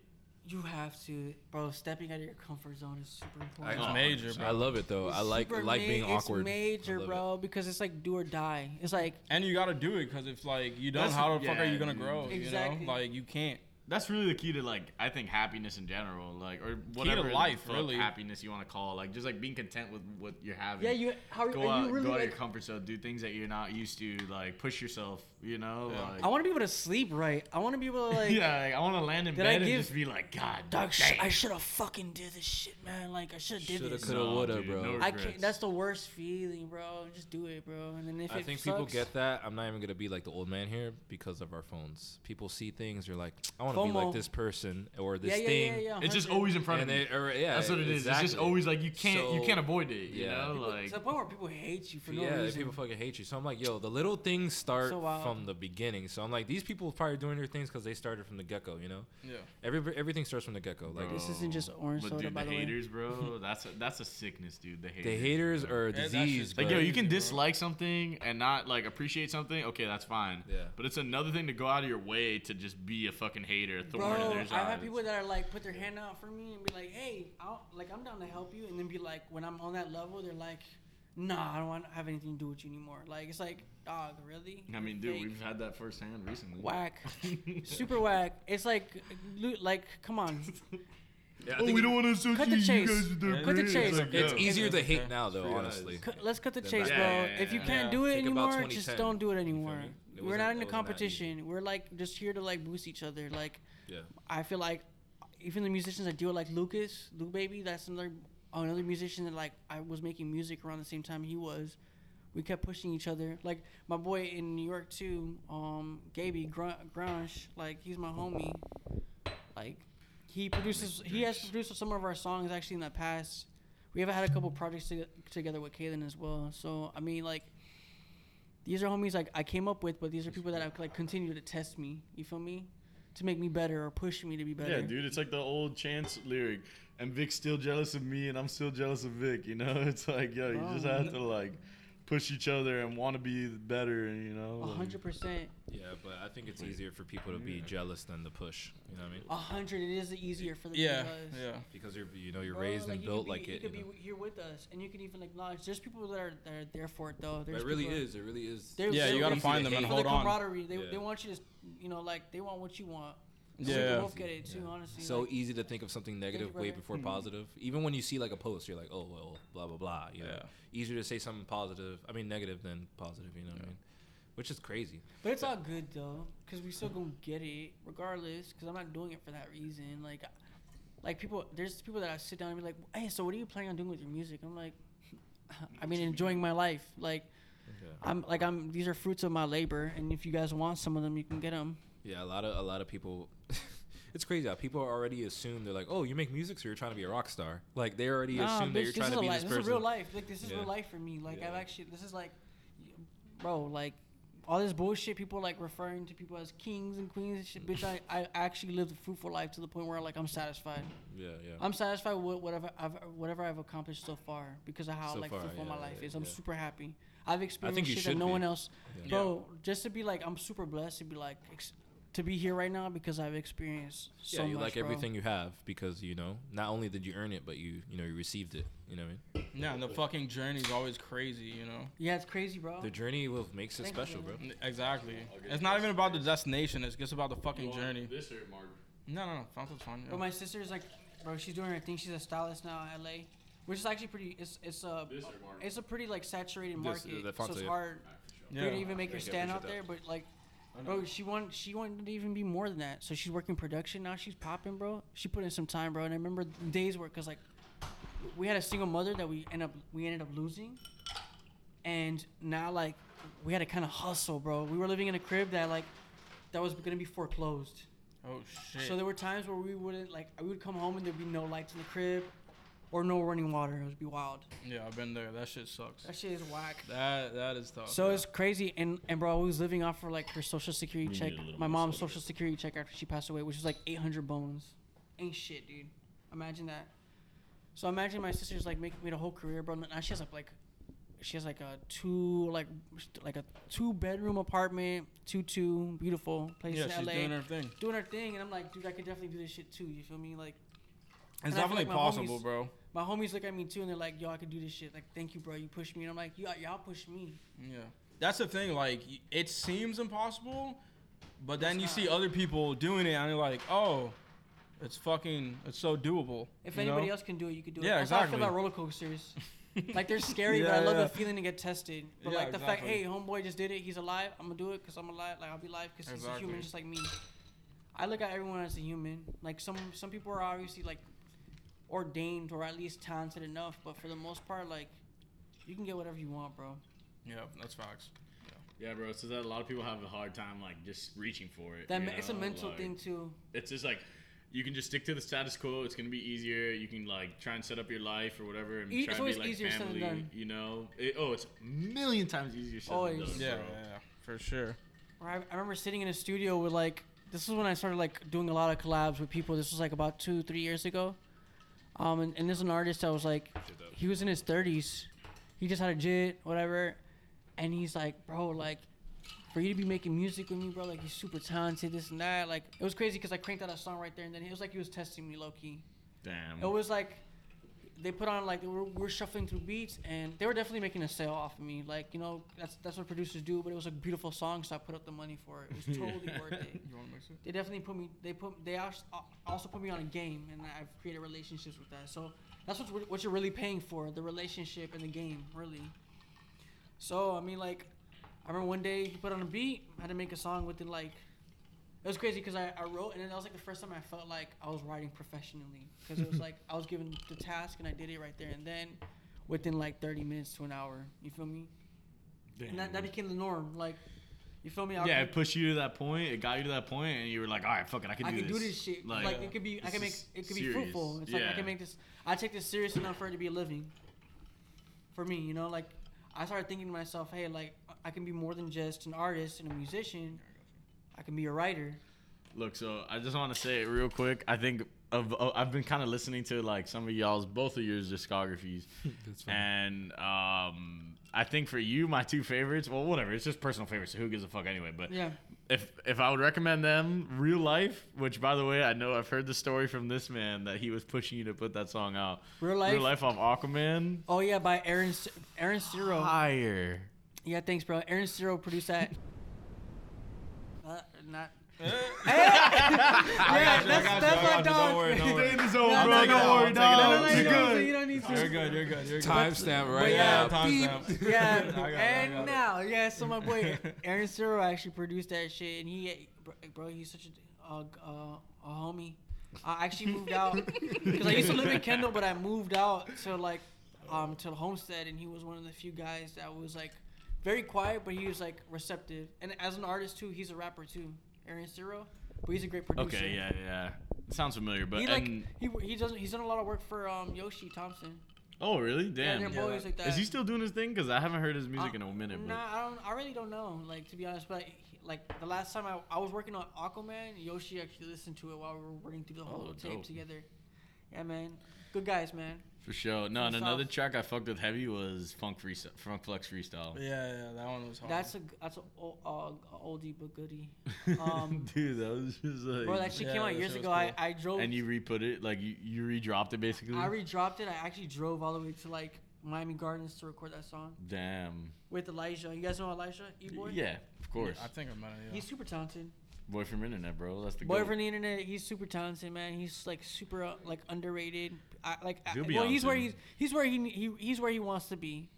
you have to, bro. Stepping out of your comfort zone is super important.
It's
Oh,
major,
I
bro.
love it though.
It's
I like
super
like being
ma-
awkward.
It's major,
I love
bro, because it's like do or die. It's like
And you gotta do it because if like you don't,
That's-
how the fuck
yeah,
are you gonna
dude.
grow?
Exactly.
You know, like you can't.
That's really the key to like I think happiness in general, like or whatever the
life,
fuck
really.
happiness you want to call, like just like being content with what you're having.
yeah, you how
go
are
out,
you really
go out of
like,
your comfort zone, do things that you're not used to, like push yourself. You know,
Yeah.
like
I want to be able to sleep right. I want to be able to like.
yeah, like, I want to land in
Did
bed
I
and
give-
just be like, God,
Dog, sh-
dang.
I should have fucking did this shit, man. Like I should have
it.
did
Shoulda,
this.
coulda,
No,
woulda,
dude,
bro.
no
I
regrets.
can't. That's the worst feeling, bro. Just do it, bro. And then if
I
it
think
sucks,
people get that. I'm not even gonna be like the old man here because of our phones. People see things. You're like, I want to be
FOMO.
like this person or this
yeah, yeah,
thing.
yeah, yeah,
it's just
100.
always in front
And
of me.
they, or, yeah,
That's what it is. It's just
exactly.
always like you can't you
So-
can't avoid it. You
yeah.
know,
People-
like
to the point where people hate you for
yeah,
no
they-
reason.
people fucking hate you. So I'm like, yo, the little things start
So wild.
from the beginning. So I'm like, these people are probably doing their things because they started from the get go. You know,
Yeah.
every everything starts from the get go. Like
Bro.
it's-
This isn't just orange
but
soda,
dude,
by
the
the way.
haters, bro. That's a, that's a sickness, dude. The haters.
the haters
bro.
are a
Yeah, that's
disease.
just-
Like
bro.
yo, you can
Crazy, bro.
dislike something and not like appreciate something. Okay, that's fine.
Yeah.
But it's another thing to go out of your way to just be a fucking hater, a thorn in
Bro,
their
I've
side.
had people that are like put their hand out for me and be like, "Hey, I'll, like I'm down to help you," and then be like, when I'm on that level, they're like, "Nah, I don't want to have anything to do with you anymore." Like it's like, dog, really?
I
You're
mean, dude,
fake."
we've had that firsthand recently.
whack, super whack. It's like, lu- like, come on,
Yeah, I
Oh,
think
we don't want to associate
Cut the chase.
you guys with their
Cut
the
brands.
chase.
Like,
it's
yo.
Yeah.
easier to
It's
hate
okay.
now though,
free
honestly.
eyes.
C- let's cut the
Then
chase,
back-
bro.
Yeah, yeah, yeah,
if you
yeah.
can't
Yeah.
do it
Think about
anymore, just
2010.
don't do it
feel
anymore.
me? It
We're
wasn't-
not in
it
a
wasn't that
competition. We're like just here to like boost each other. Like
Yeah,
I feel like even the musicians I deal with, like Lucas, Luke Baby, that's another another musician that like I was making music around the same time he was. We kept pushing each other. Like my boy in New York too, um, Gaby Grun- Grunge, like he's my homie. Like he produces, he has produced some of our songs actually in the past. We have had a couple projects to- together with Kaylin as well. So I mean, like these are homies like I came up with, but these are people that have like continued to test me. You feel me? To make me better or push me to be better.
Yeah, dude, it's like the old Chance lyric. And Vic's still jealous of me, and I'm still jealous of Vic. You know, it's like, yo, you just
Bro.
have to like push each other and want to be better. And you know,
A
like-
hundred percent.
yeah, but I think it's easier for people to be jealous than to push. You know what I mean?
A hundred. It is easier for the
Yeah.
because-
Yeah.
Because you're you know you're
Bro,
raised
like,
and
you could
built
be-
like
you
it.
could
you know?
be here with us, and you can even acknowledge. There's people that are that are there for it though. There's
But it really
people that-
is. It really is.
they're-
Yeah,
they're
you gotta
there
find
for
them and
the
hold on.
camaraderie. They,
Yeah.
they want you to, you know, like they want what you want.
Yeah.
We
Yeah.
both get it too, honestly.
so
like,
easy to think of something negative
brother.
way before positive. Even when you see like a post, you're like, oh well, blah blah blah. You know?
Yeah.
Easier to say something positive. I mean negative than positive. You know what I mean? Which is crazy.
But it's all good though, cause we still gonna get it regardless. Cause I'm not doing it for that reason. Like, like people, there's people that I sit down and be like, "Hey, so what are you planning on doing with your music?" I'm like, I mean, enjoying my life. Like, I'm like I'm. These are fruits of my labor, and if you guys want some of them, you can get them.
Yeah, a lot of a lot of people. it's crazy how people already assume they're like, oh, you make music, so you're trying to be a rock star. Like they already assume that you're
this
trying
is
to
a
be
life.
this
This
person.
is real life. Like this is
Yeah.
real life for me. Like I've
Yeah.
actually. This is like, bro. Like all this bullshit. People like referring to people as kings and queens and shit. Bitch, I, I actually lived a fruitful life to the point where like I'm satisfied.
Yeah, yeah.
I'm satisfied with whatever I've whatever I've accomplished so far because of how
So
like
far,
fruitful my
yeah,
life
yeah,
is. I'm
yeah.
super happy. I've experienced
you
shit that
should
no
be.
one else,
Yeah.
bro. Just to be like, I'm super blessed to be like ex- to be here right now because I've experienced
yeah,
so
you
much.
like
bro.
everything you have because you know not only did you earn it, but you you know you received it. You know what I mean?
Yeah. And the fucking journey is always crazy. You know.
Yeah, it's crazy, bro.
The journey will makes it
Thank you,
special, bro.
man.
N- Exactly. It's not even about the destination. It's just about the
You
fucking
want
journey.
This Oh or Margaret?
No, no, no. That's what's fun.
But my sister's like, bro, she's doing her thing. She's a stylist now in LA, which is actually pretty. It's it's a
This or Margaret?
it's a pretty like saturated
This, uh,
market,
the
so
Fonte,
it's
yeah.
hard
Yeah.
for you to even make her
Thank you, I
stand out there.
appreciate
But like, bro, she wanted she wanted to even be more than that. So she's working production now. She's popping, bro. She put in some time, bro. And I remember days where, cause like, we had a single mother that we end up we ended up losing. and now like we had to kind of hustle, bro. We were living in a crib that like that was gonna be foreclosed.
Oh shit.
So there were times where we wouldn't like we would come home and there'd be no lights in the crib or no running water. It would be wild.
yeah, I've been there. That shit sucks.
That shit is whack.
That that is tough.
So
bro.
it's crazy, and and bro, we was living off of like her social security
We
check,
need a little
my
more
mom's
soda.
social security check after she passed away, which was like 800 bones. Ain't shit, dude. Imagine that. So imagine my sister's like making made a whole career, bro. Now she has like, like she has like a two like like a two bedroom apartment, two two beautiful place
yeah,
in
she's
LA,
doing her thing.
doing her thing, and I'm like, dude, I could definitely do this shit too. You feel me? Like
It's
And I feel
definitely
like my
possible,
homies-
bro.
my homies look at me too, and they're like, yo, I could do this shit. Like, thank you, bro. You pushed me, and I'm like, y'all, y'all pushed me.
Yeah. That's the thing. Like, y- it seems impossible, but then
It's
you
not.
see other people doing it, and you're like, oh, it's fucking, it's so doable.
If
you
anybody
know?
else can do it, you could do it.
Yeah,
That's
exactly.
how I feel about roller coasters. like they're scary, but
Yeah,
I love
yeah.
the feeling to get tested. But
Yeah,
like the fact,
exactly.
hey, homeboy just did it. He's alive. I'm gonna do it because I'm alive. Like I'll be alive because he's a
Exactly.
human just like me. I look at everyone as a human. Like some some people are obviously like ordained or at least talented enough, but for the most part, like you can get whatever you want, bro.
Yeah, that's facts.
Yeah, bro. So that a lot of people have a hard time like just reaching for it.
That
you
me- it's a
know,
mental
like-
thing too.
It's just like you can just stick to the status quo. It's gonna be easier. You can like try and set up your life or whatever, and try
E- it's
and be
always
like
easier said than
family.
done.
You know? It- oh, it's a million times easier said than
Always.
done.
Yeah, yeah,
bro.
yeah, for sure.
Or I, I remember sitting in a studio with like this was when I started like doing a lot of collabs with people. This was like about two, three years ago. Um, and, and there's an artist that was like, he was in his 30s, he just had a jit, whatever, and he's like, bro, like, for you to be making music with me, bro, like you're super talented, this and that. Like it was crazy because I cranked out a song right there, and then it was like he was testing me, low key.
Damn.
It was like they put on like we were, we were shuffling through beats, and they were definitely making a sale off of me. Like you know, that's that's what producers do. But it was a beautiful song, so I put up the money for it. It was totally worth it.
You want to mix it?
They definitely put me. They put. They als- also put me on a game, and I've created relationships with that. So that's what's re- what you're really paying for: the relationship and the game, really. So I mean, like, I remember one day he put on a beat, I had to make a song within like. It was crazy because I, I wrote, and then that was like the first time I felt like I was writing professionally because it was like I was given the task and I did it right there and then, within like 30 minutes to an hour. You feel me? And that, that became the norm. Like, you feel me? I
Yeah,
could-
it pushed you to that point. It got you to that point, and you were like, "All right, fuck it, I can do
I can
this."
do this shit. Like, it could be, I
this
can make,
is
it could be
serious.
fruitful. It's like I
Yeah.
can make this. I take this serious enough for it to be a living. For me, you know, like I started thinking to myself, hey, like I can be more than just an artist and a musician. I can be a writer.
Look, so I just want to say it real quick. I think of oh, I've been kind of listening to like some of y'all's both of your discographies,
That's fine.
and um, I think for you, my two favorites. Well, whatever, it's just personal favorites. So who gives a fuck anyway? But
Yeah.
if if I would recommend them, Real Life, which by the way, I know I've heard the story from this man that he was pushing you to put that song out.
Real Life?
Real Life off Aquaman.
Oh yeah, by Aaron C- Aaron Ciro.
Ah.
Higher.
Yeah, thanks, bro. Aaron Ciro produced that. Uh, not. yeah, that's,
got
that's
you, I got
my
you. Don't
dog.
worry, don't worry.
It's
No, no, no,
Don't worry,
no,
dog.
no, no,
You're
you don't-
good.
you don't need to.
You're good, you're good, you're good.
Timestamp
But
right now.
yeah, timestamp. I got
yeah,
it, I got
and
it.
now, yeah, so my boy Aaron Ciro actually produced that shit, and he, bro, bro he's such a, uh, uh, a homie. I actually moved out because I used to live in Kendall, but I moved out to like, um, to Homestead, and he was one of the few guys that was like, very quiet, but he was like receptive. And as an artist too, he's a rapper too, Aaron Ciro, but he's a great producer.
Okay, yeah, yeah. It sounds familiar, but
He like
and-
he, he doesn't he's done a lot of work for um Yoshi Thompson.
oh really? Damn.
Yeah, they're
Yeah,
boys like that.
Is he still doing his thing? Because I haven't heard his music
Uh,
in a minute. But
Nah, I don't. I really don't know. Like to be honest, but he- like the last time I, I was working on Aquaman, Yoshi actually listened to it while we were working through the whole
Oh,
tape
dope.
together. Yeah, man. Good guys, man.
for sure. No, and
From
another
South.
track I fucked with heavy was Funk Freestyle, Funk Flex Freestyle.
Yeah, yeah, that one was hard.
That's a g- that's a ol- uh, oldie but goodie. Um,
Dude, that was just like.
bro, that shit
Yeah,
came out
that
years
shit was
ago. I,
cool.
I drove.
and you re-put it, like you you re-dropped it basically.
I redropped it. I actually drove all the way to like Miami Gardens to record that song
Damn.
with Elijah. You guys know Elijah, E boy.
Yeah, of course.
I think I might have. Yeah.
He's super talented.
Boy from internet, bro. That's the
Boy
goat.
from the internet, he's super talented, man. He's like super uh, like underrated. I, like, I,
He'll be
well,
on
he's where
soon.
he's he's where he, he he's where he wants to be.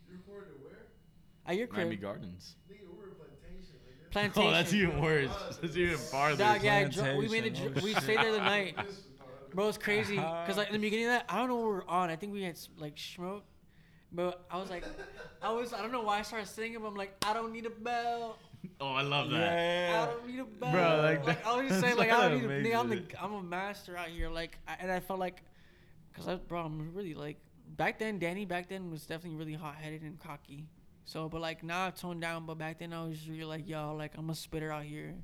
At your crib,
Miami Gardens.
plantation.
Oh, that's even worse. That's even farther.
Dog, yeah, I dro- we made a
Plantation,
dr-
oh
we stayed there the night. Bro, it's crazy because like in the beginning of that, I don't know what we were on. I think we had s- like smoke. But I was like, I was, I don't know why I started singing, but I'm like, I don't need a bell.
Oh, I love that.
I
Yeah.
don't need a bell.
Bro, like
like,
that-
I was just saying,
that's
like, I
what
don't need a nigga, I'm, the,
amazes
I'm a master out here. Like, I, and I felt like, because I, bro, I'm really like, back then, Danny back then was definitely really hot headed and cocky. So, but like, now I've toned down, but back then I was really like, yo, like, I'm a spitter out here.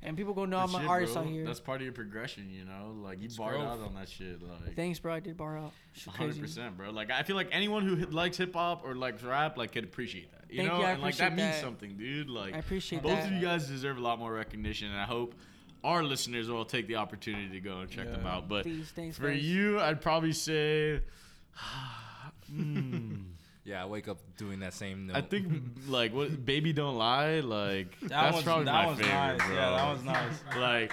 And people gonna know
Good
I'm an
shit,
artist
bro.
out here.
That's part of your progression, you know. Like you barred
growth.
out on that shit, like
Thanks, bro. I did bar out. Shit
hundred
crazy.
percent, bro. Like I feel like anyone who hit- likes hip hop or likes rap, like could appreciate that. You
Thank
know,
you, I
and like that
appreciate
means
that.
something, dude. Like
I appreciate
both
that.
of you guys deserve a lot more recognition, and I hope our listeners will take the opportunity to go and check them
Yeah.
out. But
Please, thanks,
for
guys.
you, I'd probably say.
Yeah, I wake up doing that same note.
I think like what "Baby Don't Lie" like
That
that's
one's,
probably
that
my
one's
favorite,
nice.
bro.
Yeah, that one's nice.
like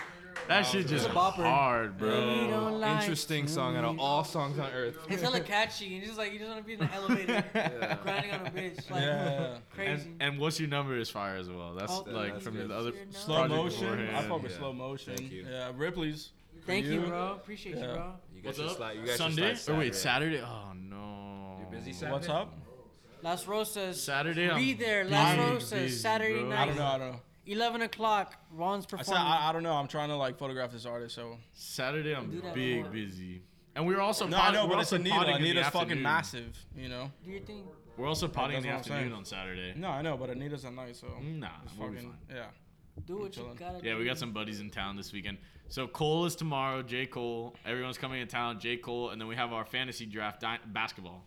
that shit just
a bopper.
hard,
Baby,
bro.
don't lie
Interesting
to
song out of
me.
all songs on earth.
It's hella catchy. You just like you just want to be in an elevator, grinding on a bitch, like
Yeah.
crazy.
And, and what's your number is fire as well. That's
Oh,
like
that's
from
good.
the other
Your number.
Slow
project
motion. I
beforehand.
fuck with
Yeah.
slow motion.
Thank you.
Yeah, Ripley's.
Thank you,
you.
bro. Appreciate you,
Yeah.
bro.
You guys
What's
should
up?
slide- you guys should
Sunday?
slide
Or wait, Saturday? Oh no.
You busy Saturday?
What's up?
Las Rosas.
Saturday?
Be
I'm
there, Las
busy,
Rosas,
busy,
Saturday
bro.
night.
I don't know. I don't know.
Eleven o'clock. Ron's
I said
performing.
I, I don't know. I'm trying to like photograph this artist. So
Saturday I'm
Do that
big
more.
busy. And we were also
no,
pod-
I know,
we're
but it's
also
Anita.
potting in the
Anita's fucking
afternoon.
massive. You know.
Do your thing.
We're also potting in the
That's what I'm
afternoon
saying.
on Saturday.
No, I know, but Anita's at night, so
Mm, Nah,
it's
we'll be
fucking
fine.
yeah.
Do what you
chilling.
gotta do.
Yeah, we got some buddies in town this weekend. So Cole is tomorrow. J Cole, everyone's coming in town. J Cole, and then we have our fantasy draft di- basketball,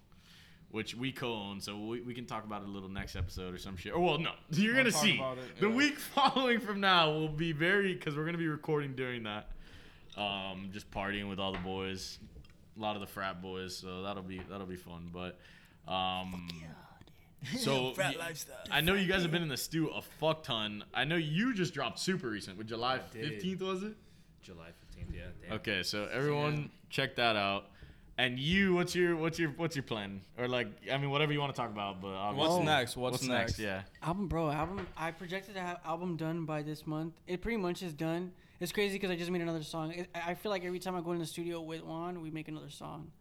which we co-own. So we, we can talk about it a little next episode or some shit. Or well, no, you're
We'll
gonna
talk
see
about it,
the
yeah.
week following from now will be very because we're gonna be recording during that. Um, just partying with all the boys, a lot of the frat boys. So that'll be that'll be fun. But um, so frat lifestyle. I know you guys have been in the stew a fuck ton. I know you just dropped super recent with July
did.
fifteenth, was it?
July 15th, yeah. Damn.
Okay, so everyone check that out. And you, what's your what's your what's your plan? Or like, I mean, whatever you want to talk about. But
What's
Oh.
obviously-
next? What's, next?
Yeah.
Album, bro. Album. I projected to have album done by this month. It pretty much is done. It's crazy because I just made another song. It, I I feel like every time I go in the studio with Juan, we make another song,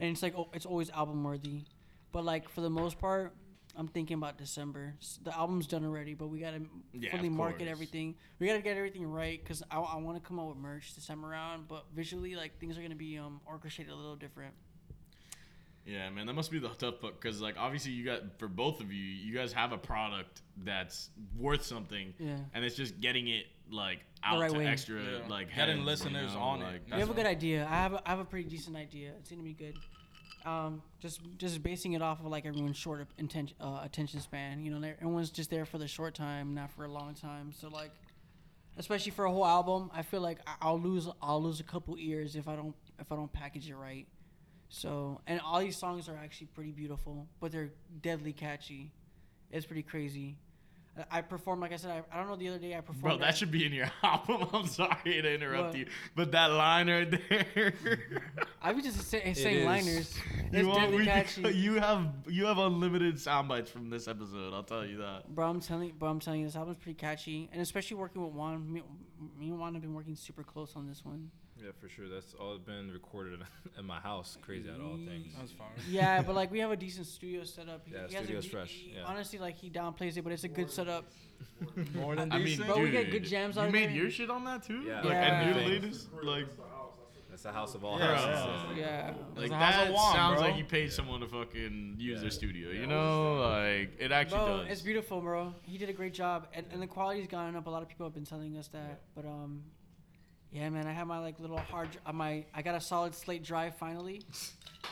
and it's like oh, it's always album worthy. But like for the most part, I'm thinking about December. S- The album's done already, but we gotta
Yeah,
fully
of
market
course.
everything. We gotta get everything right because I, I want to come out with merch this time around. But visually, like things are gonna be um orchestrated a little different.
Yeah, man, that must be the tough part because, like, obviously, you got for both of you, you guys have a product that's worth something,
Yeah.
and it's just getting it like out
right
to
way.
extra
Yeah.
like
Getting
heads, you
listeners
know,
on it.
like,
We
We
That's
have a good idea. I have a, I have a pretty decent idea. It's gonna be good. Um, just just basing it off of like everyone's short attention uh, attention span. You know, they're- everyone's just there for the short time, not for a long time. So like, especially for a whole album, I feel like I- I'll lose I'll lose a couple ears if I don't if I don't package it right. So and all these songs are actually pretty beautiful, but they're deadly catchy. It's pretty crazy. I, I performed like I said. I, I don't know the other day I performed.
Bro, that
at-
should be in your album. I'm sorry to interrupt
What?
you, but that line right there.
I was just say, saying
is.
liners. That's
you, want,
deadly
we could-
catchy.
you have you have unlimited sound bites from this episode. I'll tell you that.
Bro, I'm telling, bro, I'm telling you, this album's pretty catchy, and especially working with Juan. Me, me and Juan have been working super close on this one.
Yeah, for sure. That's all been recorded in my house. Crazy at all things.
That's fine.
Yeah, but like we have a decent studio setup.
Yeah,
has a
studio's
de-
fresh,
he-
yeah.
Honestly, like he downplays it, but it's a good setup.
More than
I mean,
decent.
Bro,
dude,
we got good jams
You
out
made
there.
your shit on that too.
Yeah.
Like, and
Yeah.
your latest, like,
That's the house of all
Yeah.
houses.
Yeah.
yeah.
Yeah,
like
a house of
that
Juan,
sounds
bro.
like you paid someone to fucking use
Yeah.
their studio. You know, like it actually
bro,
does.
it's beautiful, bro. He did a great job, and, and the quality's gone up. A lot of people have been telling us that, but um, yeah, man, I have my like little hard, dr- uh, my I got a solid slate drive finally.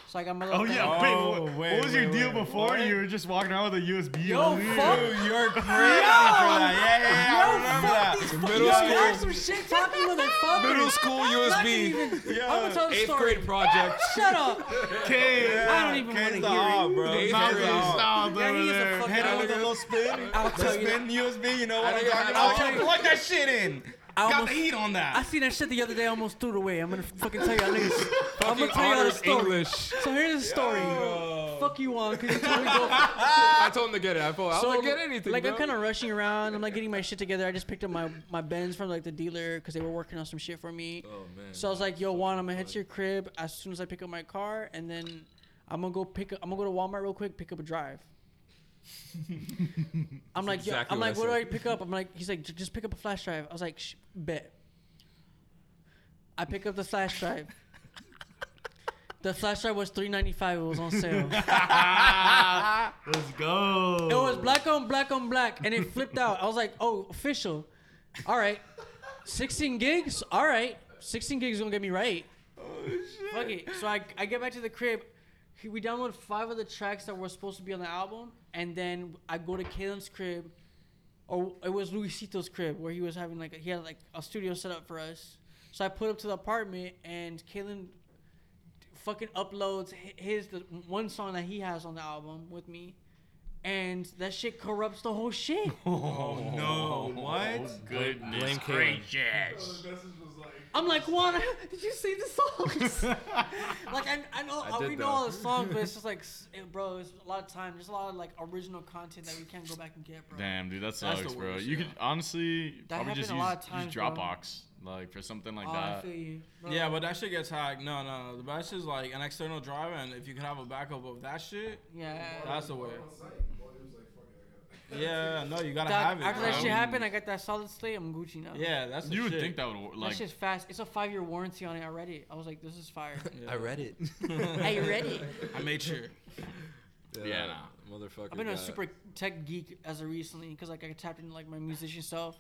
So I got my little.
Oh yeah,
Oh,
wait, what- what,
wait,
was your
wait,
deal
wait,
before?
what?
You were just walking around with a USB.
Yo,
on you.
fuck.
Dude, you're crazy for that. Yeah, yeah, yeah. I remember that.
Yo,
Middle
fuck some
school,
shit talking motherfucker.
middle school USB.
I'm gonna tell the
Eighth
story.
grade project.
Shut up.
Okay.
I don't even want to
Case
hear
the hog,
it.
bro.
Eighth
Case
grade.
the hog.
Sound
Yeah,
over
he is a
there.
fucking-
Hit it with a little spin.
I'll
The
tell you.
spin USB, you know what
I
I'm
think I
talking
had
about?
all-
Plug that shit in.
I,
Got
almost,
the heat on
I
that.
seen that shit the other day. I almost threw it away. I'm gonna fucking tell y'all niggas. I'm gonna
Fucking
tell y'all the
honors
story.
English.
So here's the story.
Yo.
Fuck you on, cause you told me to go.
I told him to get it. I thought I was like, get anything.
Like
bro.
I'm kind of rushing around. I'm like getting my shit together. I just picked up my my bends from like the dealer because they were working on some shit for me.
Oh man.
So I was like, yo, Juan, I'm gonna head to your crib as soon as I pick up my car, and then I'm gonna go pick. Up, I'm gonna go to Walmart real quick, pick up a drive. I'm like, yo,
exactly
I'm
what I
like, what do I
said.
pick up? I'm like, he's like, "J- just pick up a flash drive. I was like, Sh- bet. I pick up the flash drive. the flash drive was 3.95. It was on sale.
Let's go.
It was black on black on black, and it flipped out. I was like, oh, official. All right. 16 gigs? All right. 16 gigs is going to get me right. Oh, shit. Fuck it. So I, I get back to the crib. He- We download five of the tracks that were supposed to be on the album, and then I go to Kalen's crib, or it was Luisito's crib where he was having like he had like a studio set up for us. So I put up to the apartment, and Kalen fucking uploads hi- his the one song that he has on the album with me, and that shit corrupts the whole shit.
No, what?
Goodness
Blame Kalen.
gracious.
I'm like, what? Did you see the songs? like, I, I know
I
I we
did,
know
though.
all the songs, but it's just like, s- eh, bro, it's a lot of time. There's a lot of like original content that we can't go back and get, bro.
Damn, dude, that sucks,
the
bro.
worst,
You
yeah.
could honestly probably just use,
happened a lot of times,
use
bro.
Dropbox, like for something like
Oh, I
that.
feel you. Bro.
Yeah, but that shit gets hacked. No, no, no. The best is like an external drive, and if you can have a backup of that shit,
yeah.
that's the way. Yeah, no, you gotta
Doc,
have it.
after that
bro.
shit happened, I got that solid slate. I'm Gucci now.
Yeah, that's the
You would
shit.
think that would wor-
That
like
shit's fast. It's a five year warranty on it. I read it. I was like, this is fire.
I
read it.
I read it.
I made sure.
Yeah, nah.
motherfucker.
I've been a
got-
super tech geek as of recently because like I tapped into like my musician self.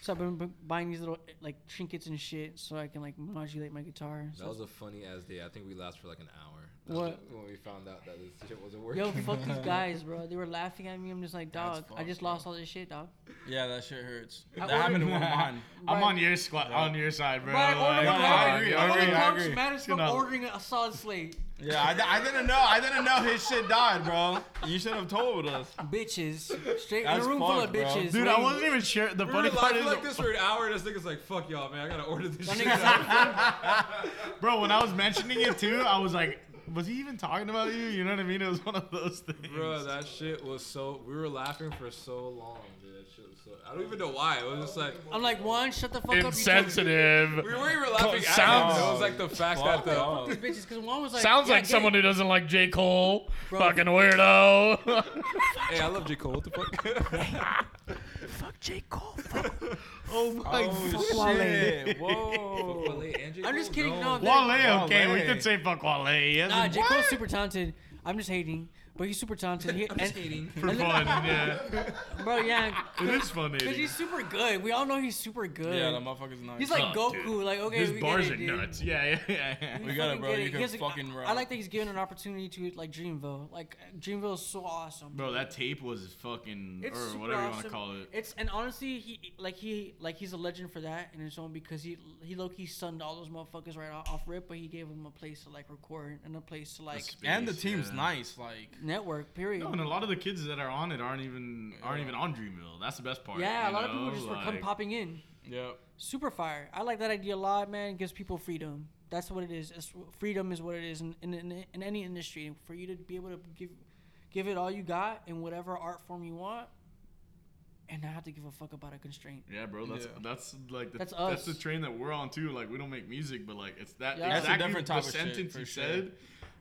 So I've been bu- buying these little eh, like trinkets and shit so I can like modulate my guitar. So
That was a funny ass day. I think we lasted for like an hour. That
What?
was When we found out that this shit wasn't working.
Yo, fuck these guys, bro. They were laughing at me. I'm just like,
That's
dog, I
fucked,
just
bro.
lost all this shit, dog.
Yeah, that shit hurts.
I
That happened to
ordered-
one mine.
I'm
Right.
on your squad, on your side, bro.
Bro, I ordered
Like,
one
come
mine.
on,
agree,
bro.
I
Only
agree, I
comes
agree.
matters from
Shouldn't-
ordering a solid slate.
Yeah, I, di- I didn't know. I didn't know his shit died, bro. You should have told us.
bitches. Straight in a
That's
room full of
fucked, bro.
bitches.
Dude, I
waiting-
wasn't even sure. The
We
funny
were
part
live
is,
like this for an hour, and this nigga's like, "Fuck y'all, man! I gotta order this
That
shit."
nigga's
out."
bro, when I was mentioning it too, I was like, was he even talking about you? You know what I mean? It was one of those things.
Bro, that shit was so. We were laughing for so long, dude. That shit was so. I don't even know why. It was just like
I'm like, one, shut the fuck up. You told me
insensitive.
we were, we were laughing.
sounds-
at him. It was like the fact that uh,
Fuck
the.
off.
these bitches, because one was like,
Sounds
yeah,
like
get
someone
it.
who doesn't like J. Cole.
Bro.
Fucking weirdo.
Hey, I love J Cole. What the fuck?
fuck J Cole. Fuck.
oh my
Oh shit!
Fuck
Whoa.
Wale and J.
I'm just
Cole?
kidding, no,
Wale, okay,
Wale.
we could say fuck Wale. He hasn't-
Nah, J Cole's super talented. I'm just hating, but he's super talented. He,
I'm just
and-
kidding.
for fun, yeah.
bro. Yeah,
It is funny.
because he's super good. We all know he's super good.
Yeah, the motherfucker's not.
he's like
Oh,
Goku.
dude.
Like, okay,
His
we
bars
get
are
it, dude.
nuts. Yeah, yeah, yeah.
We got
fucking
it, bro.
get
You
He
can
has a-
fucking
I-
rap.
I like that he's given an opportunity to like Dreamville. Like Dreamville is so awesome.
Bro, that tape was fucking,
It's
or
super
whatever
awesome.
you want to call it.
It's and honestly, he like he like he's a legend for that in his own because he he low key sunned all those motherfuckers right off, off rip, but he gave them a place to like record and a place to like
and the
Space,
team's
yeah.
nice. Like,
network. Period.
No, and a lot of the kids that are on it aren't even aren't even on Dreamville. That's the best part.
yeah, a
you
lot of
know?
people just were come
Like,
popping in.
yep.
Super fire. I like that idea a lot, man. It gives people freedom. That's what it is. It's, freedom is what it is in, in, in, in any industry. For you to be able to give give it all you got in whatever art form you want, and not have to give a fuck about a constraint.
Yeah, bro, that's
Yeah.
that's like the,
That's
that's,
us.
the train that we're on too. Like we don't make music, but like it's that
Yeah. That's a
exactly
different
the
type of shit,
sentence
for
you
sure.
said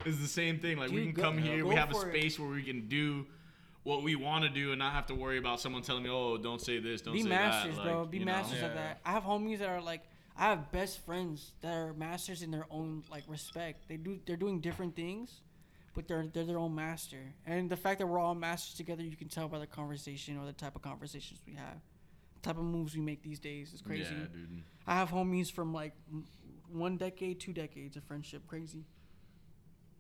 is the same thing. Like we
Dude,
can
go-
come
yeah,
here,
go
we have a
for it.
space where we can do what we want to do and not have to worry about someone telling me, "Oh, don't say this, don't
be
say
masters,
that."
bro.
like,
Be
you know?
masters
Yeah.
of that. I have homies that are like, I have best friends that are masters in their own like respect. They do, they're doing different things, but they're they're their own master. And the fact that we're all masters together, you can tell by the conversation or the type of conversations we have, the type of moves we make these days is crazy.
Yeah, dude.
I have homies from like m- one decade, two decades of friendship. Crazy.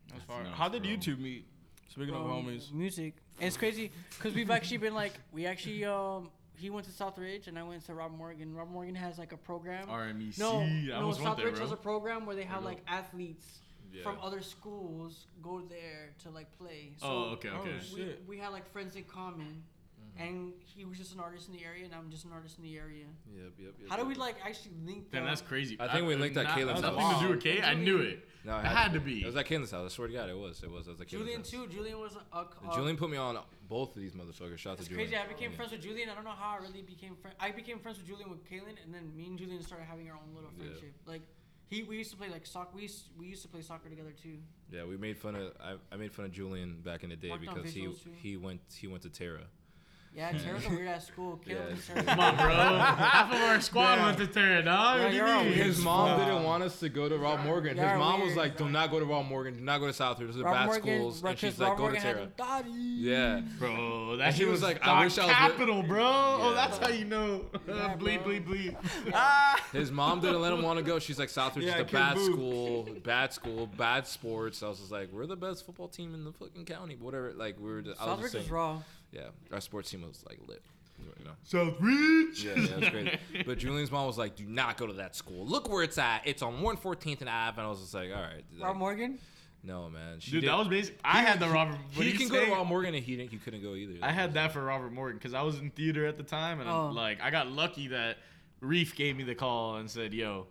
That's
That's
far.
nuts,
How did
bro.
you two meet? Speaking of
from
homies.
Music. And it's crazy because we've actually been like, we actually, um, he went to Southridge and I went to Rob Morgan. Rob Morgan has like a program.
RMEC.
No,
I
no
almost went there,
Southridge
bro.
has a program where they have
know.
like athletes
Yeah.
from other schools go there to like play. So
oh, okay, okay.
shit.
We, we had like friends in common,
Mm-hmm.
and he was just an artist in the area, and I'm just an artist in the area.
Yep, yep, yep.
How do
yep.
we like actually link?
Damn,
them?
that's crazy.
I think we linked at
not-
Caitlin's
Nothing
house.
to do with Kate. I knew it.
No,
it had to be.
It was at Caitlin's house. I swear to God, it was. It was. It was at Caitlin's
Julian
house.
too. Julian was a. a
And Julian put me on both of these motherfuckers. Shout out to
It's
Julian. Oh,
crazy. I became
Yeah.
friends with Julian. I don't know how I really became friends. I became friends with Julian with Kaylin, and then me and Julian started having our own little
Yeah.
friendship. Like He we used to play like soccer. We used, we used to play soccer together too.
Yeah, we made fun of I, I made fun of Julian back in the day
Worked on
because he
visuals, too.
he went he went to Terra.
Yeah, Tara's a weird ass school. Caleb
Yeah,
and
it's
Tara-
weird.
Come on, bro. Half of our squad went to Terra, dog.
Yeah,
What do you
you're all
mean?
weird.
His mom didn't want us to go to Rob Morgan. His
Yeah,
mom was
weird.
like, "Do not go to Rob Morgan. Do not go to Southwood. Those are
Rob
bad
Morgan-
schools."
Rob-
And she's
'cause
like,
Rob
"Go to
Morgan had
Terra."
them dotties.
Yeah,
Bro, that
he
shit
was
was
like,
like,
I
I
wish I was with-
capital, bro. Oh,
Yeah.
that's how you know.
Yeah,
bleep,
bro.
bleep, bleep.
his mom didn't let him want to go. She's like, "Southwood is
Yeah,
just a
kid
bad
boob."
school, bad school, bad sports." I was just like, "We're the best football team in the fucking county." but Whatever. Like we were. Just, I was
Southwick
just
was
saying,
raw.
yeah, our sports team was like lit. You know.
South Ridge.
Yeah, yeah, that's great. But Julian's mom was like, "Do not go to that school. Look where it's at. It's on 114th and Ave." And I was just like, "All right,
Rob Morgan.
no, man." She
Dude,
did-
that was basic. I had the Robert. what
He
he's
can go to
saying-
Rob Morgan, and he didn't. He couldn't go either.
I had that for Robert Morgan because I was in theater at the time, and
Oh.
like I got lucky that Reef gave me the call and said, "Yo,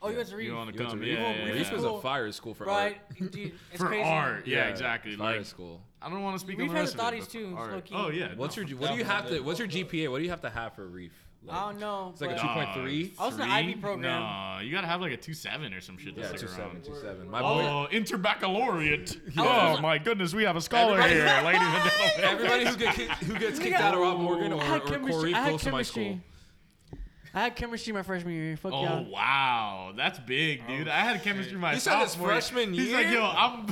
Oh, you guys are
you want to
You went
come?"
to
Yeah,
Reef?
yeah,
Reef
yeah.
Reef was a
Cool.
fire school for
Right,
art.
dude. It's
for
crazy.
art. Yeah, exactly.
Fire
Like
school.
I don't want to speak.
Reef
on the
had
rest
the
of it,
thoughties
but
too,
for
it's
art.
low-key.
Oh yeah.
What's
no.
your What do you have to? What's your GPA? What do you have to have for Reef? Like,
I don't know.
It's like a
but-
two point three.
I was in the IB program.
No, you gotta have like a two seven or some shit. to
Yeah,
stick
two
around.
seven, two seven. My
Oh,
boy.
interbaccalaureate.
I
Oh
was-
my goodness, we have a scholar here, ladies and gentlemen.
Everybody who, get, kicked- who gets kicked out of Rob Morgan or,
I had
or
chemistry-
Corey
I had
close to my school.
chemistry. I had chemistry my freshman year. Fuck
Oh
y'all.
wow, that's
Oh,
big, dude. I had chemistry my
You said this
sophomore year.
freshman
He's like,
year?
yo, I'm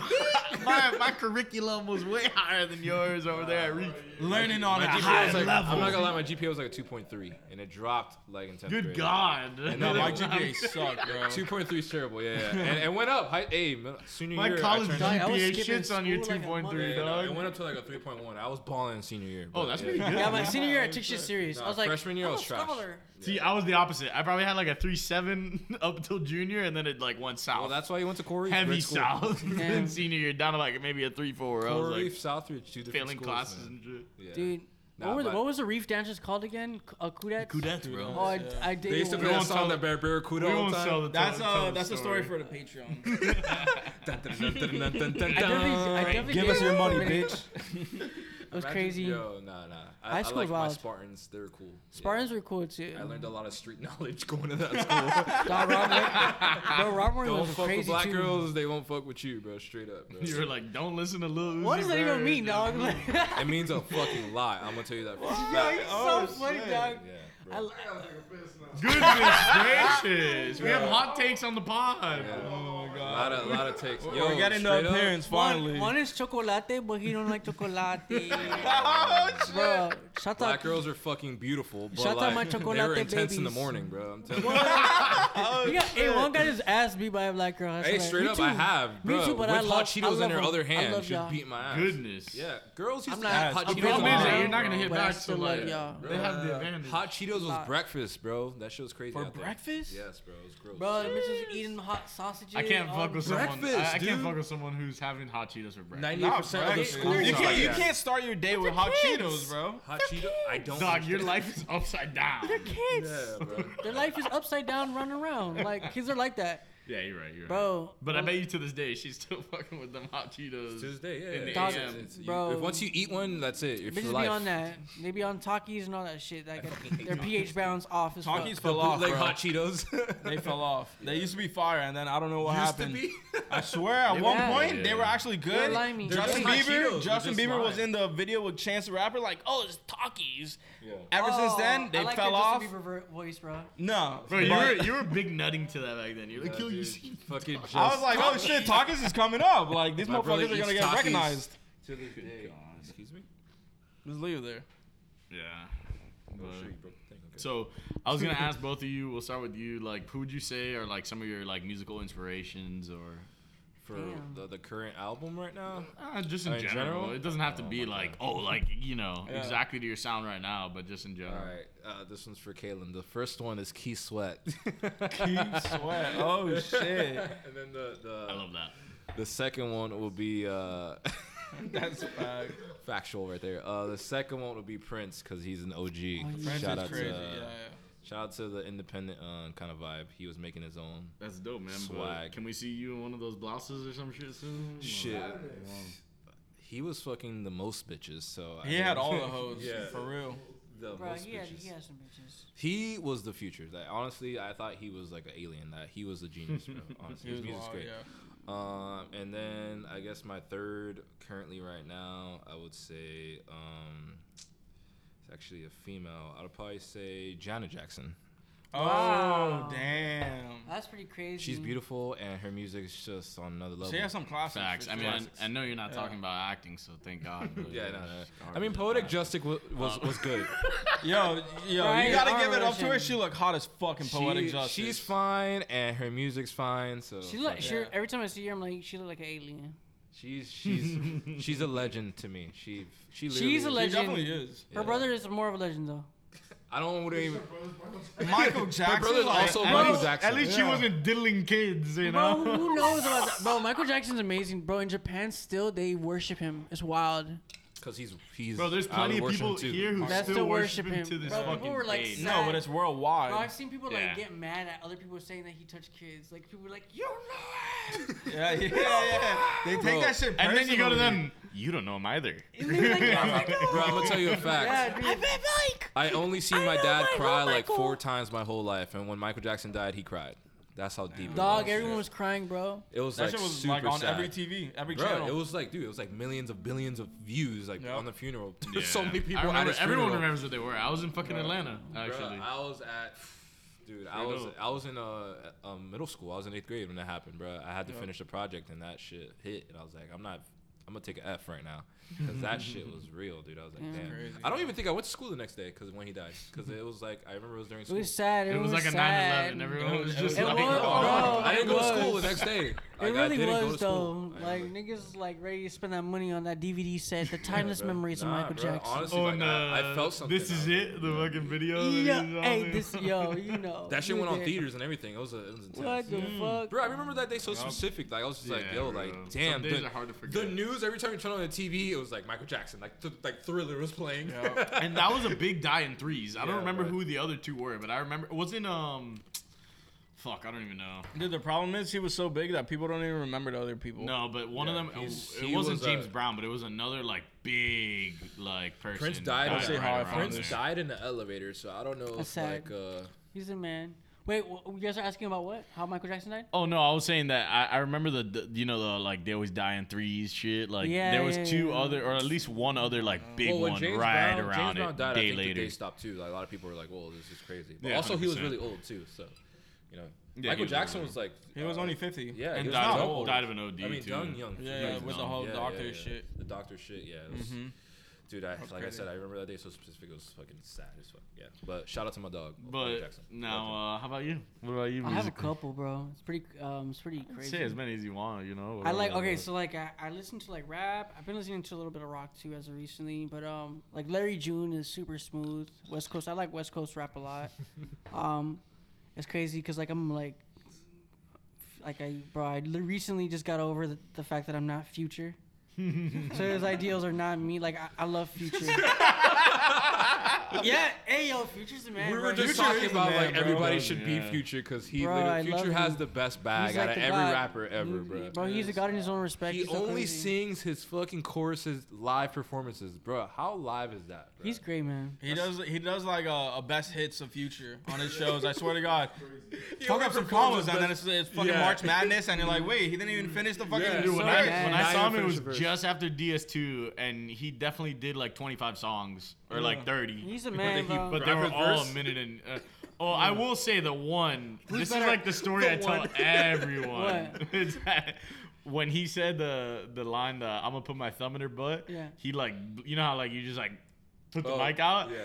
my, my curriculum was way higher than yours over there
Oh,
at Reef.
Learning on a
My
high
GPA was like,
level.
I'm not gonna lie, my GPA was like a 2.3, and it dropped like in 10th
Good
grade.
God.
No,
No,
my
my GPA sucked, bro.
2.3 is terrible, yeah. yeah. And it went up. Hi, hey, middle- senior
My
year, I
college
turned-
I was
GPA
skipping
shits on your
school like a
2.3,
Yeah, no,
dog.
it went up to like a 3.1. I was balling senior year.
oh,
but
that's
yeah.
pretty good.
Yeah, my senior year I took shit serious.
Nah,
I was like,
freshman year I
I'm
was
a
trash.
scholar.
See, I was the opposite. I probably had like a three seven up till junior, and then it like went south.
Well, that's why you went to Corey.
Heavy
Red school.
south.
Damn.
then senior year down to like maybe a three four. I was
Corey,
like
Southridge, two different
failing
schools,
classes
man.
and shit.
Yeah.
Dude,
Nah,
what, were the,
but-
what was the reef dancers called again? K- Uh, Kudets?
Kudets, bro.
Oh, I, I did.
They used to play
We
that
won't
song,
tell-
that Bar- Barracuda
We
all
won't
the
sell the
time.
That's
tell- tell
uh, that's a story for the Patreon.
Dun, dun, dun, dun, dun, dun, dun,
I definitely, I
dun.
definitely
Give
did.
us your money, bitch.
It was
Imagine-
crazy.
Yo, nah, nah. I, I
High school
like my
wild.
Spartans. They were cool. Yeah.
Spartans were cool too.
I learned a lot of street knowledge going to that school.
Dog, Rob Morgan- bro, Rob Morgan
Don't
was
fuck with
crazy
black
too.
girls. They won't fuck with you, bro. Straight up, bro.
You were like, don't listen to Lil Uzi.
What does that even
Vert.
mean, dog? Like,
it means a fucking lie. I'm gonna tell you that. For a
yo,
fact.
he's so funny, dog.
Yeah,
I,
bro.
Goodness gracious. We have hot takes on the pod.
Oh my
A
god.
lot of, lot of takes. Yo,
We're getting the
straight up,
appearance
one,
finally.
one is chocolate, but he don't like chocolate. bro, shut
Black
up.
girls are fucking beautiful, but
Shout out
like,
my
they were
chocolate
intense in the
babies.
morning, bro. I'm telling you.
You got, hey, one guy just asked me by a black girl. I
Hey,
swear.
straight
Me
up, I
too.
have, bro.
too, but
with
I
hot
love- I
Cheetos in
love
her
them.
other
I
hand,
love
she
y'all.
was beating my ass.
Goodness.
Yeah, girls used
I'm
to
not-
have hot
I'm
Cheetos.
proud
on
Problem
Wow.
is that
hand,
you're not gonna
bro.
hit
But I
back, so
still love
like
y'all.
they have the advantage.
Hot Cheetos was
Lot.
breakfast, bro. That shit was crazy.
For
out there.
breakfast?
Yes, bro. It was gross.
Bro, the bitch was eating hot sausages.
I can't
all
fuck with someone. I,
breakfast,
I can't
dude.
fuck with someone who's having hot Cheetos for breakfast.
98% of the
Right?
schools.
You
are
can't,
like
you
that.
can't start your day with hot Cheetos, bro.
Hot Cheeto. I don't.
Dog, your life is upside down.
kids.
Yeah, bro.
Their life is upside down, running around. Like kids are like that,
Yeah, you're right. You're right.
bro.
But I
Well,
bet you to this day she's still fucking with them hot Cheetos.
Tuesday, yeah.
In the
yeah.
AM.
It's- it's- you-
Bro.
if once you eat one, that's it. You're for
bitches
life.
be on that. They be on talkies and all that shit. Like their pH balance off as fuck.
Talkies
The
fell off,
bootleg
bro.
hot Cheetos.
They fell off. They used to be fire, and then I don't know what
used to
happened.
be.
I swear, at one
were-
point
Yeah.
they were actually
They're
good.
limey. They're
Justin
just hot
Bieber,
Cheetos, they're
Justin
just
Bieber was
lime.
in the video with Chance the Rapper, like, oh, it's Talkies.
Yeah.
Ever
Oh,
since then, they
I like
fell
their
off.
Justin Bieber ver- voice, bro.
No,
Bro, you were
but
you were big nutting to that back then. You're like,
Yeah,
yo, you
dude.
see?
Fucking just.
I was like, oh shit, Talkies is coming up. Like these
My brother
motherfuckers are
eats
gonna get
Takis.
recognized.
To this day. Excuse me.
Just leave it there.
Yeah.
Oh,
But-
sure, you broke the thing. Okay.
So I was gonna ask both of you. We'll start with you. Like, who would you say are like some of your like musical inspirations, or
For
Damn.
the, the current album right now,
uh, just in,
Uh, in
general.
general?
It doesn't have to
Oh
be
my
like,
God.
oh, like you know,
Yeah.
exactly to your sound right now, but just in
All
general.
right, uh, this one's for Kalen. The first one is Key Sweat.
Keep sweat. Oh shit.
And then the the,
I love that.
the second one will be uh,
That's fact.
factual right there. Uh, the second one will be Prince because he's an OG.
Prince
shout
is
out
crazy.
to uh,
yeah, yeah.
shout out to the independent um, kind of vibe. He was making his own
That's dope, man. but
Swag.
can we see you in one of those blouses or some shit soon?
shit. He was fucking the most bitches, so I
He
mean-
had all the hoes.
Yeah.
For real.
The
Bro,
most
he had,
bitches.
he had some bitches.
He was the future. That honestly, I thought he was like an alien. That he was a genius. Bro. Honestly, his music's
wild,
great.
yeah.
Um, and then I guess my third currently right now, I would say um, it's actually a female. I'd probably say Janet Jackson.
Oh
Wow.
damn.
That's pretty crazy.
She's beautiful and her music's just on another level.
She has some classics.
Facts.
for
I mean,
sure.
I, I know you're not
Yeah.
talking about acting, so thank God. but
Yeah, no,
it's
no.
garbage
I mean,
at
Poetic
that.
Justice was was, was good.
yo, yo,
Right,
you gotta give it up
Russian.
to her. She look hot as fucking poetic
She-
justice.
She's fine and her music's fine. So
She look,
fuck it.
she,
Yeah.
Every time I see her, I'm like, she look like an alien.
she's she's she's a legend to me. She she
She's
literally
a
is-
she
legend.
definitely is.
Her
Yeah.
brother is more of a legend, though.
I don't wanna even.
Michael Jackson.
brother's
like,
also
and-
Michael
least-
Jackson.
At least she
Yeah.
wasn't diddling kids, you
Bro,
know.
who knows about that? Bro, Michael Jackson's amazing. Bro, in Japan, still they worship him. It's wild.
Cause he's he's.
Bro, there's
I
plenty
would
of
worship
people
him, too.
here who
That's
still
to
worship
worship him.
him to this
Bro, people
fucking
were, like,
day.
sad.
No, but it's worldwide.
Bro, I've seen people
Yeah.
like get mad at other people saying that he touched kids. Like people were like, "You know him,"
Yeah, yeah, yeah. They
Bro,
take that shit
And
personally.
then you go to them. You don't know him either.
and they were like, "Oh my God."
Bro, I'm gonna tell you a fact.
Yeah, dude.
I only seen my
know
dad
Michael,
cry like
Michael.
four times my whole life, and when Michael Jackson died, he cried. That's how deep.
Dog,
it was.
everyone was crying, bro.
It was
That
like
shit was
super
like on
sad.
every TV, every
Bro,
channel.
it was like, dude, it was like millions of billions of views, like
Yeah.
on the funeral. There's so
Yeah.
many people
I
at
remember,
his
everyone
funeral.
remembers what they were. I was in fucking Atlanta, actually.
Bro, I was at, dude, I
Straight
was
up.
I was in uh, um, middle school. I was in eighth grade when that happened, bro. I had to finish a project, and that shit hit, and I was like, I'm not. I'm gonna take an F right now, cause that shit was real, dude. I was like, damn.
Crazy.
I don't even think I went to school the next day, cause when he died, cause it was like I remember it was during
It
school.
was sad. It,
it was like a 9
sad.
11. Everyone was
It
just
was-
It
like,
was,
oh.
bro.
I didn't
it
go to school the
was.
next day.
It
Like, I
really
didn't go
was
to school.
though.
I
Like
remember-
niggas like ready to spend that money on that DVD set, the timeless
bro.
memories
Nah,
of Michael
bro,
Jackson.
Honestly,
Oh,
like, I, I
no.
felt something.
This
I
is
was
it. The fucking video. that
yeah,
is on
hey,
there.
this yo, you know
That
you
shit went on
there.
theaters and everything. It was, a, it was intense.
What the fuck?
Bro, I remember that day so specific. Like I was just like,
Yeah,
yo,
bro.
like,
Some
damn.
days
the,
are hard to
the
forget.
news every time you turn on the TV, it was like Michael Jackson, like th- like Thriller was playing.
and that was a big die in threes. I don't
Yeah,
remember
but-
who the other two were, but I remember it wasn't um. Fuck, I don't even know.
Dude, the problem is he was so big that people don't even remember the other people.
No, but one
Yeah,
of them, it,
he's-
it
he
wasn't
was, uh,
James Brown, but it was another like big like person.
Prince died.
Don't
in
say
the-
how I
around
found
Prince
this.
there.
died in the elevator, so I don't know
That's
if like
sad.
uh,
He's a man. Wait, wh- you guys are asking about what? How Michael Jackson died?
Oh no, I was saying that I, I remember the, the you know the like they always die in threes shit. Like
Yeah,
there was
yeah,
two
yeah.
other or at least one other like big
well,
one
when James
right
Brown,
around
James Brown
it.
died, I
day
think the
later.
day stopped too. Like a lot of people were like, "Whoa, this is crazy." But
Yeah,
also, he was
100%.
really old too. So, you know,
Yeah, he
Michael
was
Jackson
really
was like
He was
uh,
only 50.
Yeah,
And
he was
died
not
of-
old.
died of an OD,
I mean,
too.
young, young.
Yeah,
young,
yeah, with the
young.
whole
yeah,
doctor
yeah, yeah.
shit. Mm-hmm.
The doctor shit, yeah. it
Mm-hmm.
was- Dude, I, like I
crazy.
said, I remember that day so specific. It was fucking sad as fuck. Yeah, but shout out to my dog. Michael
But
Jackson. Legend.
now, uh, how about you? What about you?
I have a
musically?
couple, bro. It's pretty, um, it's pretty crazy.
Say as many as you want, you know.
I like
whatever.
okay, so like I, I listen to like rap. I've been listening to a little bit of rock too as of recently, but um like Larry June is super smooth. West Coast, I like West Coast rap a lot. um, it's crazy because like I'm like like I bro, I li- recently just got over the, the fact that I'm not future. so his ideals are not me. Like I, I love future. yeah, hey yo, future's the man.
we
bro.
were just
Future
talking
is the
about
man,
like
bro.
everybody should
Yeah.
be Future because he
Bro, I
literally,
love
Future has
him.
the best
is-
bag
he's
out
like
of
the
every
god.
rapper ever,
He-
bro.
Bro, he's a god in his own respect.
He
He's so
only
crazy.
sings his fucking choruses live performances, bro. How live is that? Bro?
He's great, man.
He does. He does like a, a best hits of future on his shows. I swear to God.
He
Fuck
only
up some
performs his
commas and then
best-
it's, it's fucking
Yeah.
March Madness and you're like, wait, he didn't even finish the fucking.
Yeah,
Dude, when
song.
I,
yeah.
when
Now
I
you
saw him, it
finish
was
the verse.
just after DS2, and he definitely did like 25 songs or
Yeah.
like 30.
He's a man,
he-
bro.
but they were
Rapper's
all a
verse?
minute and. Uh, oh, I will say the one. this
better-
is like the story I tell everyone.
What?
Is that when he said the the line, the, "I'm gonna put my thumb in her butt."
Yeah.
He like, you know how like you just like put the
Oh,
mic out.
Yeah.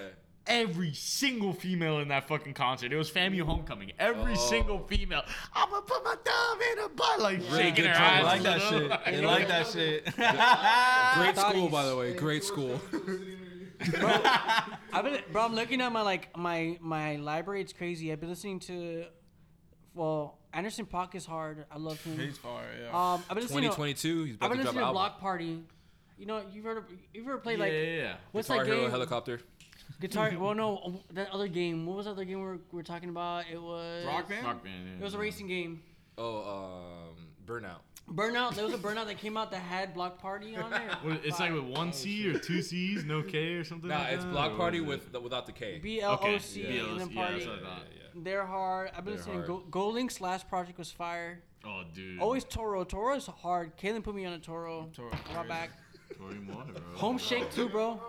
Every single female in that fucking concert. It was Family Homecoming. Every
Oh.
single female. I'm gonna put my thumb in her butt, like
Really
shaking
good
her
job.
I
ass.
like
you
that
know?
shit. I
Like,
like that shit.
Great
thought
school,
he's-
by the way. Great school.
I've been, bro. I'm looking at my like my my library. It's crazy. I've been listening to, well, Anderson Pock is hard. I love him.
He's far, yeah.
Um, I've been listening. To,
2022. He's
I've
about
been
to drop
listening
an
to
album.
Block Party. You know, you've heard of, you've ever played like
yeah, yeah, yeah.
what's
Guitar
that
Hero
game?
Helicopter.
Guitar. Well, no, that other game. What was that other game we were, we were talking about? It was
Rock Band.
Rock band, yeah.
It was a racing game.
Oh, um, Burnout.
Burnout. There was a burnout that came out that had Block Party on there.
What- It's like with one C or two C's, no K or something.
Nah,
like
it's
that,
block
or
party
is it-
with without the K.
B L
Okay,
O C
yeah,
and then
yeah, that's
Party.
what I thought.
They're hard. I've been
They're
listening.
hard.
Go, Go Link's last project was fire.
Oh, dude.
Always Toro. Toro is hard. Kaylin put me on a Toro.
Toro,
A while back.
Tory Moore, bro.
Home Shake too, bro.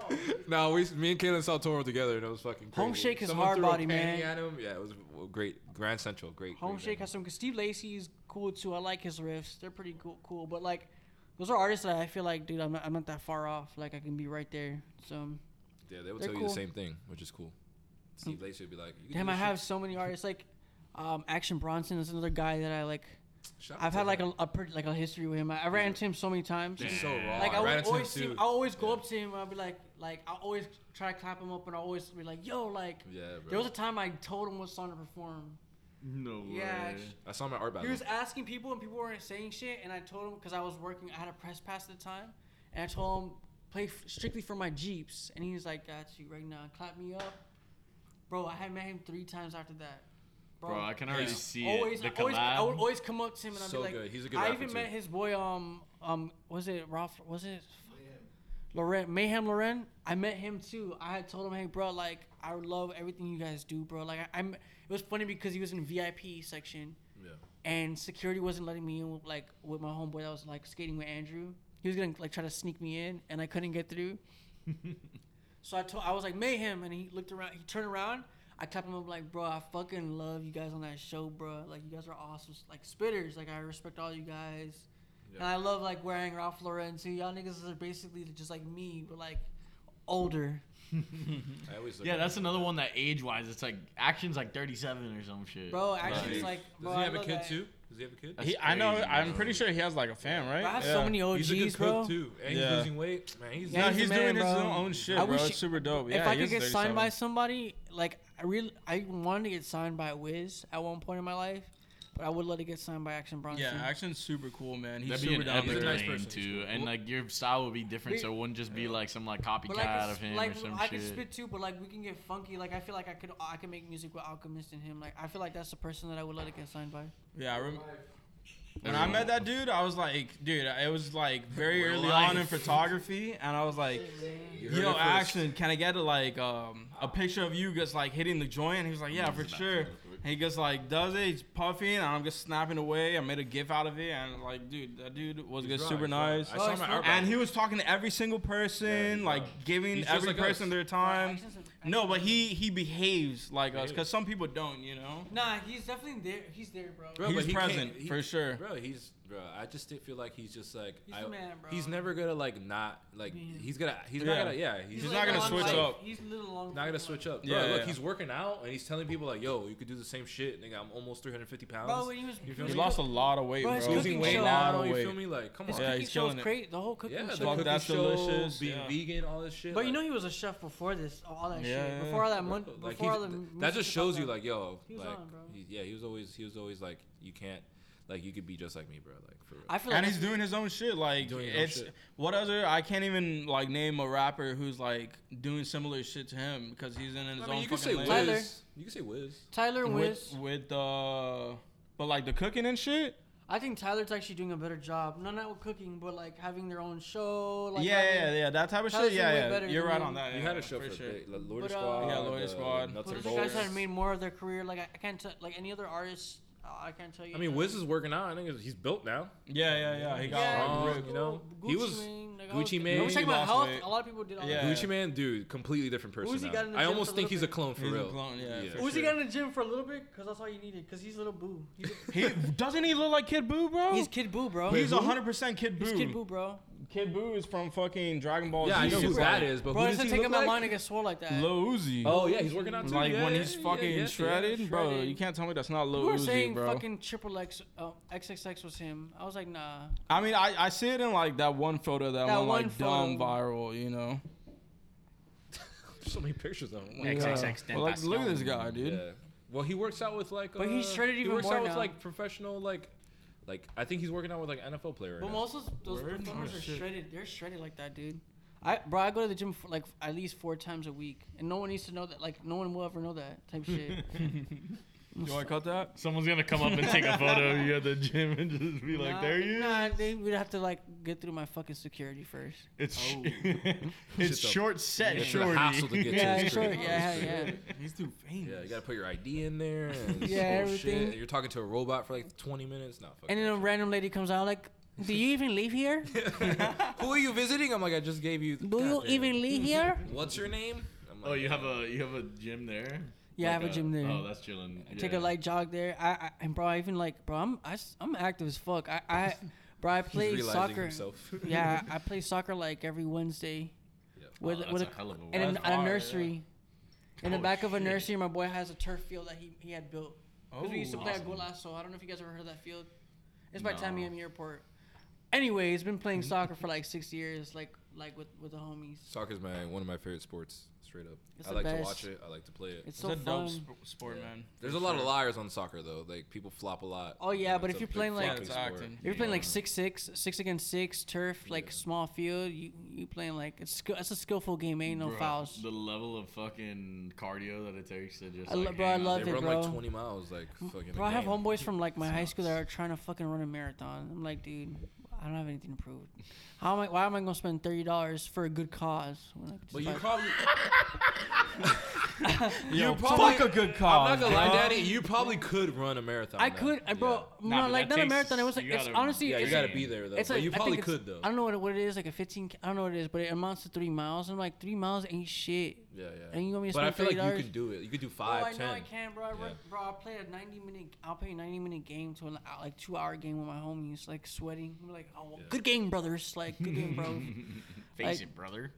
No, we, me and Kaylin saw Toro together, and it was fucking. Crazy.
Home Shake is
Someone
hard
threw a
body,
panty
man.
At him. Yeah, it was well, great. Grand Central, great.
Home
great
Shake
venue.
has some. Steve Lacy's cool too. I like his riffs. They're pretty cool. Cool, but like, those are artists that I feel like, dude, I'm not, I'm not that far off. Like I can be right there. So
Yeah, they would
They're
tell you
cool.
the same thing, which is cool. Steve Lacey would be like, you can
damn,
do
I
this
have so many artists. Like, um, Action Bronson is another guy that I like.
shit." Shout out
I've
to
had like
him.
a, a pretty, like a history with him. I, I ran into him so many times.
He's so raw.
Like I would
ran into him
always see,
too.
him- I always go up to him. I'll be like, like I always try to clap him up, and I always be like, "Yo, like."
Yeah, bro.
There was a time I told him what song to perform.
No way.
Yeah,
I saw my art
he
battle.
was asking people, and people weren't saying shit. And I told him because I was working, I had a press pass at the time, and I told him play f- strictly for my jeeps. And he was like, "Got you right now, clap me up, bro." I had met him three times after that.
Bro, I can already
Yeah.
see
always,
it.
I
The
always, I would
collab.
always come up to him and I'd
So
be like,
good. He's a good
I
rapper,
even
too.
met his boy, um, um, was it Ralph? Was it Loren? Mayhem Loren? I met him too. I had told him, hey, bro, like, I love everything you guys do, bro. Like, I, am It was funny because he was in VIP section
Yeah.
and security wasn't letting me in. With, like with my homeboy that was like skating with Andrew. He was gonna like try to sneak me in, and I couldn't get through. so I told I was like mayhem, and he looked around. He turned around. I clapped him up like, bro, I fucking love you guys on that show, bro. Like you guys are awesome, like spitters. Like I respect all you guys, and I love like wearing Ralph Lauren too. Y'all niggas are basically just like me, but like older.
I always look
Yeah,
at
that's
him.
another one that age-wise, it's like action's like 37 or some shit.
Bro, actually, it's
Nice.
like, bro,
Does he
I
have a
love
kid
that.
too? Does he have a kid?
That's
He, I know.
crazy,
I'm
bro.
pretty sure he has like a fan, right?
Bro, I have so many OGs,
he's a good
bro.
cook too, and
Yeah.
he's losing weight. Man, he's
Yeah,
No,
he's
he's
the
doing
man,
his
bro.
own shit,
I
bro.
wish-
It's super dope. Yeah,
if I
he
could
is
get signed by
37.
somebody, like I really, I wanted to get signed by Wiz at one point in my life, but I would let it get signed by Action Bronson.
yeah, Action's super cool, man. He's
That'd be
super
an
down
epic
there.
nice
name
person.
too, and like your style would be different, so it wouldn't just be like some like copycat
but like,
out
it's-
of him
like
or some
I
shit.
could spit too, but like we can get funky. Like I feel like I could, I could make music with Alchemist and him. Like I feel like that's the person that I would let it get signed by.
Yeah, I remember. When I met that dude, I was like, dude, it was like very
Real
early on in
life.
photography, and I was like,
You heard
yo,
it first.
Action, can I get a, like um, a picture of you just like hitting the joint? He was like, yeah, for sure. And he just like does it, he's puffing, and I'm just snapping away. I made a gif out of it, and like, dude, that dude was
He's
just
raw,
super
he's raw.
nice.
I saw
it's
my
not-
art
And
battle.
he was talking to every single
Yeah,
person,
he's
like
raw.
giving
He's just
every
like us.
person their time.
Action's a-
No, but he he behaves like us
Behaves.
because some people don't, you know.
Nah, he's definitely there. He's there, bro.
Bro,
He's
but he can't-
present, for sure.
Bro, he's bro. I just did feel like he's just like
He's
I,
the man, bro.
He's never gonna like not like
Man.
he's gonna he's
Yeah.
not gonna yeah he's,
not
little
gonna
on
switch
life.
up.
He's little long.
not gonna
life.
switch up. Bro,
Yeah,
look,
yeah.
he's working out and he's telling people like, "Yo, you could do the same shit." Nigga, I'm almost 350 pounds.
Bro, when he was,
You
he
feel
was
He
me?
lost a lot of weight,
Bro,
bro.
his
losing
cooking
weight
show.
Lot
now.
of
You
weight.
feel me? Like, come
His
on.
Yeah,
cooking
he's
show
killing
was
it.
great. The whole cooking
Yeah, the
show.
cooking
that's
show,
delicious,
being
yeah.
vegan, all this shit.
But you
like-
know he was a chef before this, all that
Yeah.
shit. Before all that, mon-
Bro,
before all the
he's-
m-
that just
music
shows you
stuff.
like yo
He was
like
on, bro.
he- yeah he was always he was always like you can't like you could be just like me bro like for real
I feel
and
like
he's doing his own shit. Like
Doing his own
it's
shit.
what other I can't even like name a rapper who's like doing similar shit to him because he's in his
I
own.
mean, you could say
fucking
Wiz
lane.
Tyler.
you could say Wiz
Tyler Wiz.
with with uh, but like the cooking and shit.
I think Tyler's actually doing a better job. No, not with cooking, but like having their own show. Like
yeah,
having-
yeah, yeah, that type of
Tyler's
shit. Yeah,
doing way
yeah,
better
you're
than
right
him.
on that.
you
yeah,
had a
for
show for a
sure.
bit like Lord
But, uh,
Squad
Yeah, Lord
uh,
Squad.
Nuts
Well,
and
those guys
Bolts.
had made more of their career. Like I, I can't tell, like any other artist, uh, I can't tell you.
I mean Wiz is working out I think he's built now
Yeah, yeah, yeah. He got
Yeah,
like,
Strong,
ripped.
you know
Gucci
he was
Mane, like, all those-
Gucci
When
Mane
we're talking about
lost
health,
weight.
a lot of people did all
Yeah.
that.
Gucci Man dude completely different person
Uzi
now.
got in the
I
gym
almost
for a
think he's
little
a
bit.
clone for
He's a
real
clone, yeah, for
Uzi
sure.
got in the gym for a little bit because that's all you needed. Because he's little boo. He's,
He doesn't he look like Kid Boo, bro?
he's Kid Boo, bro.
He's 100 percent Kid Boo.
He's Kid Boo, bro.
Kid Boo is from fucking Dragon Ball
yeah I
Z.
know who
He's
that
like
is but
Bro,
who
doesn't
does he
take
look
out my line
like
to get swole like that.
Lil Uzi.
oh yeah he's working out too
Like
yeah,
when
yeah,
he's
yeah,
fucking
yeah, yeah.
shredded, bro.
Shredded.
You can't tell me that's not Lil
We were
Uzi,
saying
bro.
fucking triple X, oh, XXX was him. I was like, nah.
I mean, I, I see it in like that one photo that,
That
went
one
like dumb
photo.
viral, you know.
There's so many pictures of him
Yeah. Well, like, look at this guy, dude.
Yeah. Well, he works out with like.
But he
uh,
shredded
he
even
works
more
out with
now.
like professional like, like I think he's working out with like NFL player. Right
But
now.
most of those
Word?
performers
Oh,
are
shit.
shredded. They're shredded like that, dude. I bro, I go to the gym for, like at least four times a week, and no one needs to know that. Like no one will ever know that type shit.
You want to cut that?
Someone's gonna come up and take a photo of you at the gym and just be like,
Nah,
"There you."
Nah, they would have to like get through my fucking security first.
It's sh-
Oh.
it's
Shit's a-
short set
It's a
shorty.
hassle to get
Yeah,
to. his
sure.
crib.
Yeah, yeah.
He's too famous.
Yeah, you gotta put your ID in there. And
Yeah,
yeah,
everything.
Shit. You're talking to a robot for like 20 minutes. Not fucking.
And then a random lady comes out like, "Do you even live here?
Who are you visiting? I'm like, I just gave you.
Do you
Goddamn.
even live here?"
What's your name? I'm like,
Oh, you have a you have a gym there.
Yeah, I
Like
have a gym there.
Oh, that's chilling.
I take
Yeah.
a light jog there. I, I and bro, I even like, bro, I'm I, am active as fuck. I, I bro, I
He's
play
realizing
soccer.
himself.
Yeah, I play soccer like every Wednesday. With,
Oh, that's
with
a hell of a
and
That's
in, at a
hard, yeah.
nursery. In the
Oh,
back of a
shit.
nursery, my boy has a turf field that he, he had built. Because we used to
Oh,
play at Golazo. I don't know if you guys ever heard of that field. It's by Tamiami Airport. Anyway, he's been playing soccer for like six years, like like with, with the homies.
Soccer's my one of my favorite sports. Straight up.
It's
I
the
like to
best.
watch it. I like to play it.
It's
It's
so
a
fun.
dope sp- sport, man.
There's a lot of liars on soccer though. Like people flop a lot.
Oh, yeah, but if
it's a
you're
big
playing, like-
flopping
Yeah, it's
sport.
acting.
If you're playing like
Yeah.
six six, six against six, turf, like
Yeah.
small field, you you playing like it's skill it's a skillful game, ain't no
Bro,
fouls.
The level of fucking cardio that it takes to just.
I
like,
lo- bro, I
hang out
love
they
it,
run
bro.
like 20 miles, like fucking.
Bro,
a
I have
game.
homeboys from like my high school that are trying to fucking run a marathon. I'm like, dude, I don't have anything to prove. How am I? Why am I gonna spend thirty dollars for a good cause? When I could
But
just
you
buy-
probably,
Yo,
probably-
fuck a good cause.
I'm not gonna lie,
bro.
Daddy, you probably could run a marathon.
I
though.
could, I- bro.
Nah,
no,
but that
like not a
takes-
marathon. It was. Like,
you
it's
gotta-
honestly.
Yeah, yeah you
it's,
gotta be there though.
It's
but
like,
you
I think
probably
it's-
could though.
I don't know what, what it is. Like a fifteen. I don't know what it is, but it amounts to three miles. I'm like, three miles ain't shit.
Yeah, yeah.
And you want me to
But I
spend
feel like
$30?
you could do it. You could do
oh, I
five, ten.
know I can, bro. I run,
Yeah.
bro, I played a ninety minute. I'll play a ninety minute game to an uh, like two hour game with my homies, like sweating. I'm like, oh, well, good game, brothers. Like, good game, bro.
Face
like-
it, brother.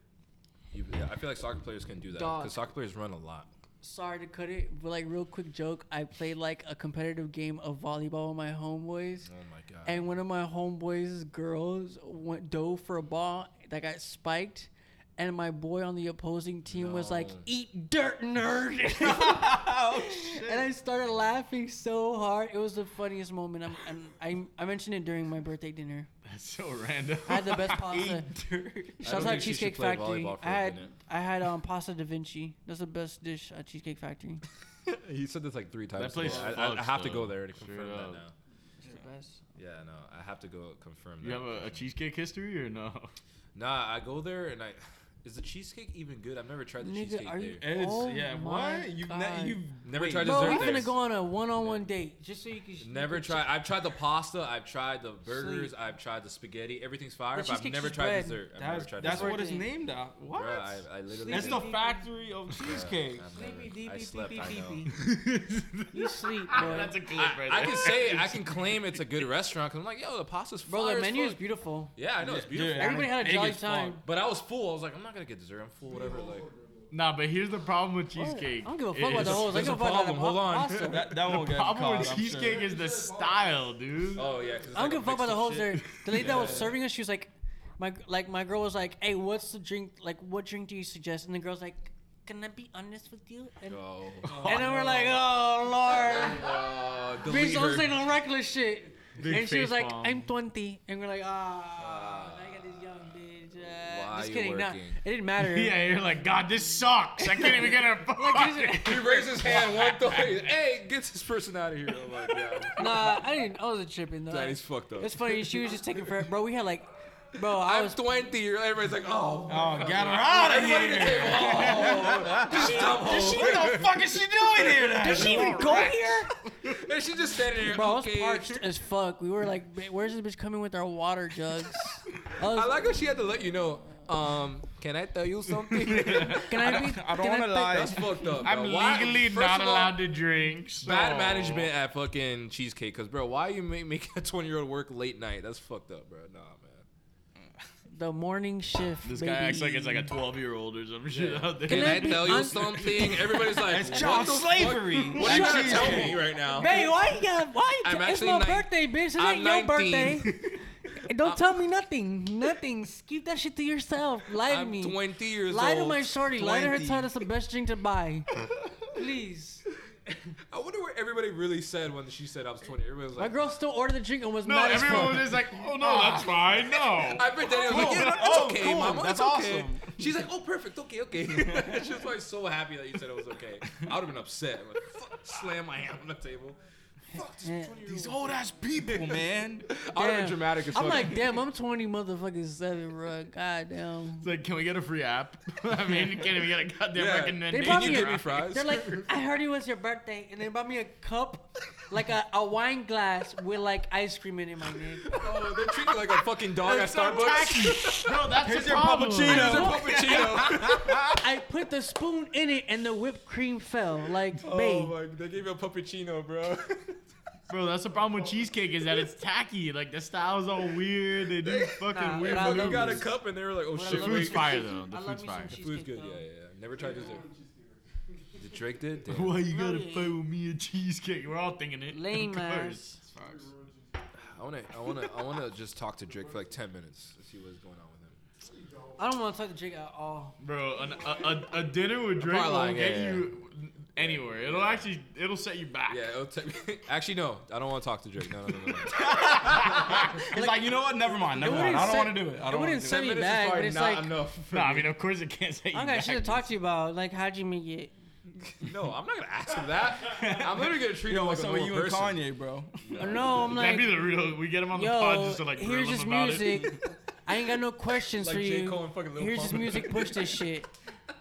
You- yeah, I feel like soccer players can do that
Dog.
because soccer players run a lot.
Sorry to cut it, but like real quick joke. I played like a competitive game of volleyball with my homeboys.
Oh my god.
and one of my homeboys' girls went dove for a ball that got spiked, and my boy on the opposing team was like,
No. Oh,
"Eat dirt, nerd!" And I started laughing so hard. It was the funniest moment. I'm, I'm, I'm I mentioned it during my birthday dinner.
That's so random.
I had the best pasta. Shout
don't
out
think she should
Cheesecake
play
Factory.
volleyball for
I
a
had
minute.
I had um pasta da Vinci. That's the best dish at Cheesecake Factory.
he said this like three times.
That place
today. I, I, I
fucks,
have to
though.
go there to
Straight
confirm that
up.
now.
It's the best.
Yeah, no, I have to go confirm
You
that.
have a, a cheesecake history or no?
nah, I go there and I. Is the cheesecake even good? I've never tried the
Nigga,
cheesecake
are
there.
you-
It's,
Oh
yeah,
my
what? You've,
God.
ne- you've
Never
wait,
tried
Bro,
dessert
we're
there.
finna go on a one-on-one date just so you can. you
Never
can
tried. I've tried the pasta. I've tried the burgers. I've tried the spaghetti. Everything's fire.
The
But I've
cheesecake's
never
just
tried
bread.
dessert. I've never
That's,
tried
that's
dessert.
what it's
Everything.
named after. What?
Bruh, I, I literally.
It's the
didn't-
factory of cheesecake.
I've
Sleepy,
never- I
deepy,
slept. I
deepy,
know.
deepy. You sleep, bro.
That's a clip
I,
right
I
there.
can say I can claim it's a good restaurant because I'm like, yo, the pasta's
Bro,
fire
the
as
menu is
fuck.
beautiful.
Yeah, I know it's
Dude,
beautiful.
I'm
Everybody had a
big
jolly
as fuck.
time.
But I was full. I was like, I'm not gonna get dessert. I'm full. Whatever. Like,
Nah, but here's the problem with cheesecake.
Oh, I don't give a fuck about
is-
the hoes. I
there's
give a
a
fuck about the
problem. Hold on.
pasta.
That, that won't get
problem
caught,
with
I'm
cheesecake
sure.
is the style, dude.
oh yeah. 'cause it's
I don't
like a
give a fuck
mix
about the
of
hoes
shit.
there. The lady that was serving us, she was like, my like my girl was like, hey, what's the drink? Like, what drink do you suggest? And the girl's like, can I be honest with you? And,
Oh.
and then we're like, oh lord,
Uh,
bitch,
delete
don't say
her.
no reckless shit.
Big
and she was
face
like,
palm.
I'm 20, and we're like, ah, I got this young bitch. Uh,
Why
just
you
kidding, nah,
working?
it didn't matter.
Yeah, you're like, God, this sucks. I can't even get a
Like,
He raised his hand one time. Hey, gets this person out of here. I'm like, yeah.
nah, I didn't. I wasn't tripping though.
Daddy's fucked up.
It's funny. She was just taking forever, bro. We had like, bro. I
I'm
was
20. Everybody's like, oh.
Oh, get her out of
Everybody at the
here.
table, oh. Just dump
She, what the fuck is she doing here? Did she even
go here,
her. And she's just standing there.
bro. I was
okay.
parched as fuck. We were like, "Man, where's this bitch coming with our water jugs? I was,
I like how she had to let you know. Um, can I tell you something?
can I be?
I don't
can
wanna
pick-
lie.
That's fucked up.
I'm
bro. Why-
legally
first
not
of all,
allowed to drink. So.
Bad management at fucking Cheesecake, cause bro, why you make, making a twenty year old work late night? That's fucked up, bro. Nah, man.
The morning shift.
This guy acts like it's like a
baby.
12 year old or some shit out there.
Can
I
I
be
tell you
honest?
something? Everybody's like,
It's
what
child
the
slavery.
Fuck? What are you trying to tell me right now?
Hey, why you got? Why? You
I'm
it's
actually
my
nine-
birthday, bitch. It
I'm Uh,
ain't your
19.
birthday. And don't tell me nothing. Nothing. Keep that shit to yourself. Lie to
I'm
me.
20 years
Lie
old.
to my shorty. Lie to her.
20.
Tell us the best drink to buy. Please.
I wonder what everybody really said when she said I was 20. Everybody was
My
like,
girl still ordered the drink and was
No,
mad as
everyone
fuck.
was just like, oh no, that's fine. No.
I bet Danny was like, yeah, no, it's
Oh,
okay,
cool.
mama, it's
That's
okay.
awesome.
She's like, oh, perfect, okay, okay. she was probably so happy that you said it was okay. I would have been upset. I'm like, fuck, slam my hand on the table. Fuck this
Yeah.
20 year
These
old.
old ass people, man.
I would have
Damn.
been dramatic as fuck.
I'm like, damn, I'm 20 motherfucking seven, bro. God damn.
It's like, can we get a free app? I mean, you can't even get a goddamn
Yeah.
recommendation.
They brought
Can
me
you
a-
give me fries?
They're like, I heard it was your birthday, and they bought me a cup, like a, a wine glass with like ice cream in it, my nigga.
oh, they're treating me like a fucking dog at
It's so
Starbucks.
tacky. no, that's
Here's
the
your
problem.
puppuccino.
It's a puppuccino.
I put the spoon in it, and the whipped cream fell. Like,
oh
babe.
my, they gave you a puppuccino, bro.
Bro, that's the problem with cheesecake is that it's tacky. Like the style's all weird. They do fucking
Nah,
weird.
I love
you got a
maneuvers.
cup and they were like, oh
The
shit,
food's
wait.
fire though. The
I love
food's
me some
fire.
cheese.
Food's
Cheesecake,
good, yeah,
though.
yeah. yeah. Never tried dessert. Did Drake did? Damn.
Why you gotta
yeah.
play with me a cheesecake? We're all thinking it.
Lame
of
ass.
course.
I wanna, I wanna, I wanna just talk to Drake for like 10 minutes to see what's going on with him.
I don't want to talk to Jake at all.
Bro, an, a, a, a dinner with Drake
Probably
will
like,
get
yeah,
you anywhere. It'll actually it'll set you back.
Yeah, it'll take me. Actually, no, I don't want to talk to Drake. No, no, no, no.
It's like, you know what? Never mind. Never mind.
wouldn't
I don't
set-
want to do it.
it
I don't want to
wouldn't
do
set
it.
me back, but it's like,
enough.
No, I mean of course it can't set you
I
back.
got shit to talk to you about. Like, how'd you make it?
No, I'm not gonna ask him that. I'm literally gonna treat him like
So
a normal
you and
person.
Kanye, bro.
Oh, no, I'm
That'd
like,
be the real. We get him on the pod
yo,
just to like grill
here's
him
this
about it.
music. I ain't got no questions
Like
for
J.
you.
Cole and fucking Lil
here's this
Pump.
music. Push this shit.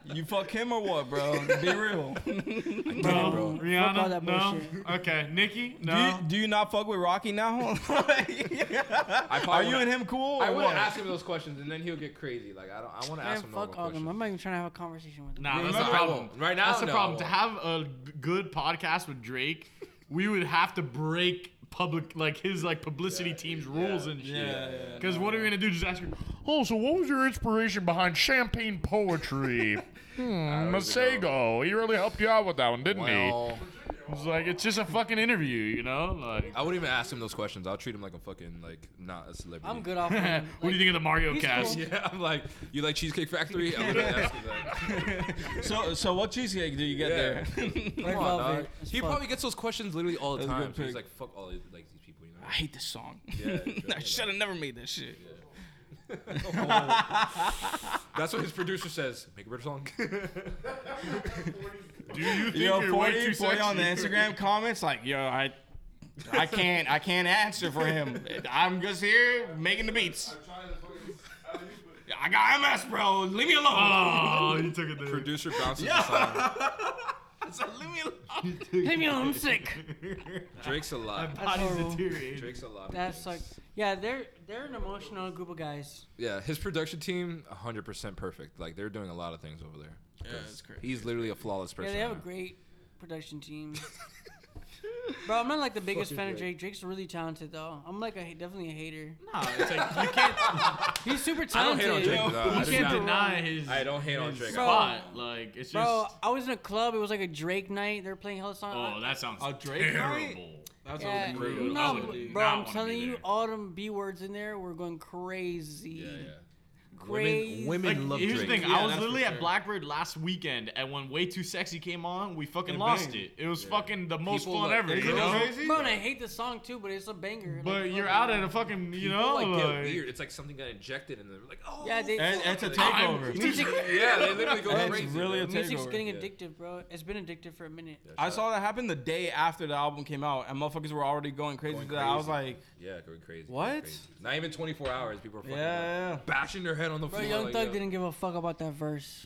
You fuck him or what, bro? Be real.
Yeah,
No,
bro.
Rihanna,
Fuck all that
no.
bullshit.
Okay, Nikki, no.
Do, you, do you not fuck with Rocky now?
I probably
Are you
wanna-
and him cool?
I
or
want
what?
to ask him those questions, and then he'll get crazy. Like I don't. I want to
Man,
ask him normal
fuck all them.
questions.
I'm not even trying to have a conversation with them.
Nah, that's
Remember-
the problem.
I won't. Right now,
that's the
no, I
problem. To
won't.
have a g- good podcast with Drake, we would have to break public like his like publicity team's rules and
Yeah,
shit.
yeah, yeah.
Because what are we gonna do? Just ask him. Oh, so what was your inspiration behind champagne poetry? hmm,
don't even
Masego. He really helped you out with that one, didn't
Well,
he? It's like it's just a fucking interview, you know? Like,
I wouldn't even ask him those questions. I'll treat him like a fucking like not a celebrity.
I'm good off. of them.
what do you think of the Mario
he's
cast?
cool.
Yeah, I'm like you like Cheesecake Factory. I would ask him that.
So, so what cheesecake do you get
Yeah.
there?
I
Come on,
love
dog.
it. It's
He
fun.
probably gets those questions literally all the
That's a
time.
good
So he's
pick.
like, fuck all these, like these people, you know.
I hate this song.
Yeah,
I should have never made this shit.
That's what his producer says. Make a better song.
Do you think
Yo,
you're way
40,
too
40
sexy?
on the Instagram comments like, yo, I, I can't, I can't answer for him. I'm just here making the beats. I got MS, bro. Leave me alone.
Oh, you took it there.
producer bounces the song.
So leave me alone.
Leave me alone. I'm sick.
Drake's a lot.
Body's
horrible.
deteriorating.
Drake's a lot.
That sucks. Yeah, they're they're an emotional group of guys.
Yeah, his production team, 100% perfect. Like they're doing a lot of things over there.
Yeah, that's crazy.
He's literally a flawless
Yeah,
person.
they have a
right now.
great production team. Bro, I'm not like the biggest fan of Drake. Drake's really talented though. I'm like a definitely a hater.
Nah, it's like you can't
He's super
I don't
talented.
hate on Drake.
Yo,
though. I
you
do
can't
not.
do wrong.
deny his
I don't hate on
his
Drake.
Bro.
spot. Like it's just
Bro, I was in a club. It was like a Drake night. They were playing hella song.
oh, that sounds
A Drake night?
terrible.
That's
yeah,
brutal.
no,
I would
bro,
not
bro, I'm
wanna be
telling you,
there.
all them B words in there were going crazy.
Yeah, yeah.
Crazy.
Women, women
Like,
love
here's the
Drake.
thing.
Yeah,
I was
that's for
literally
sure.
at Blackbird last weekend, and when Way Too Sexy came on, we fucking
It
lost
banged.
it. It was fucking the most
People
fun
like-
ever,
Isn't
you
it
know.
crazy?
Bro, and I hate the song too, but it's a banger. Like,
But you're
fuck
out
it.
at a fucking, you
People,
know,
like, get
like-
weird. It's like something got injected and they're like, oh.
Yeah, they-
And it's a
fuck.
I'm-
takeover.
Music,
Yeah, they literally go
It's
crazy.
really
bro.
a
music's
takeover.
getting
yeah.
addictive, bro. It's been addictive for a minute.
I saw that happen the day after the album came out, and motherfuckers were already going crazy.
Going
to that. I was
crazy.
like,
Yeah, going crazy. going
What?
crazy. Not even 24 hours. People are fucking like,
yeah,
bashing their head on the
Bro,
floor.
Young
like,
Thug
yo.
didn't give a fuck about that verse.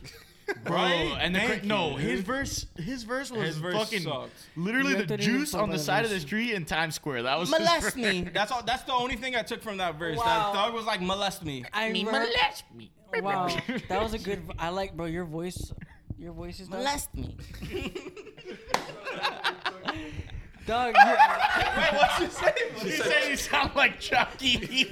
bro. And the
Thank
cra- no,
you, dude.
his verse, his verse was
His verse
fucking
sucked.
literally
You have
the
to do
juice
fuck
on the
others.
side of the street in Times Square. That was his verse.
molest me. That's all. That's the only thing I took from that verse.
Wow.
That thug was like, molest me.
Oh,
I
Me
re-
molest me.
Wow, that was a good. I like, bro, your voice, your voice is dog.
Molest me.
Dog, you're-
What's you say?
He said he sounded like Chucky.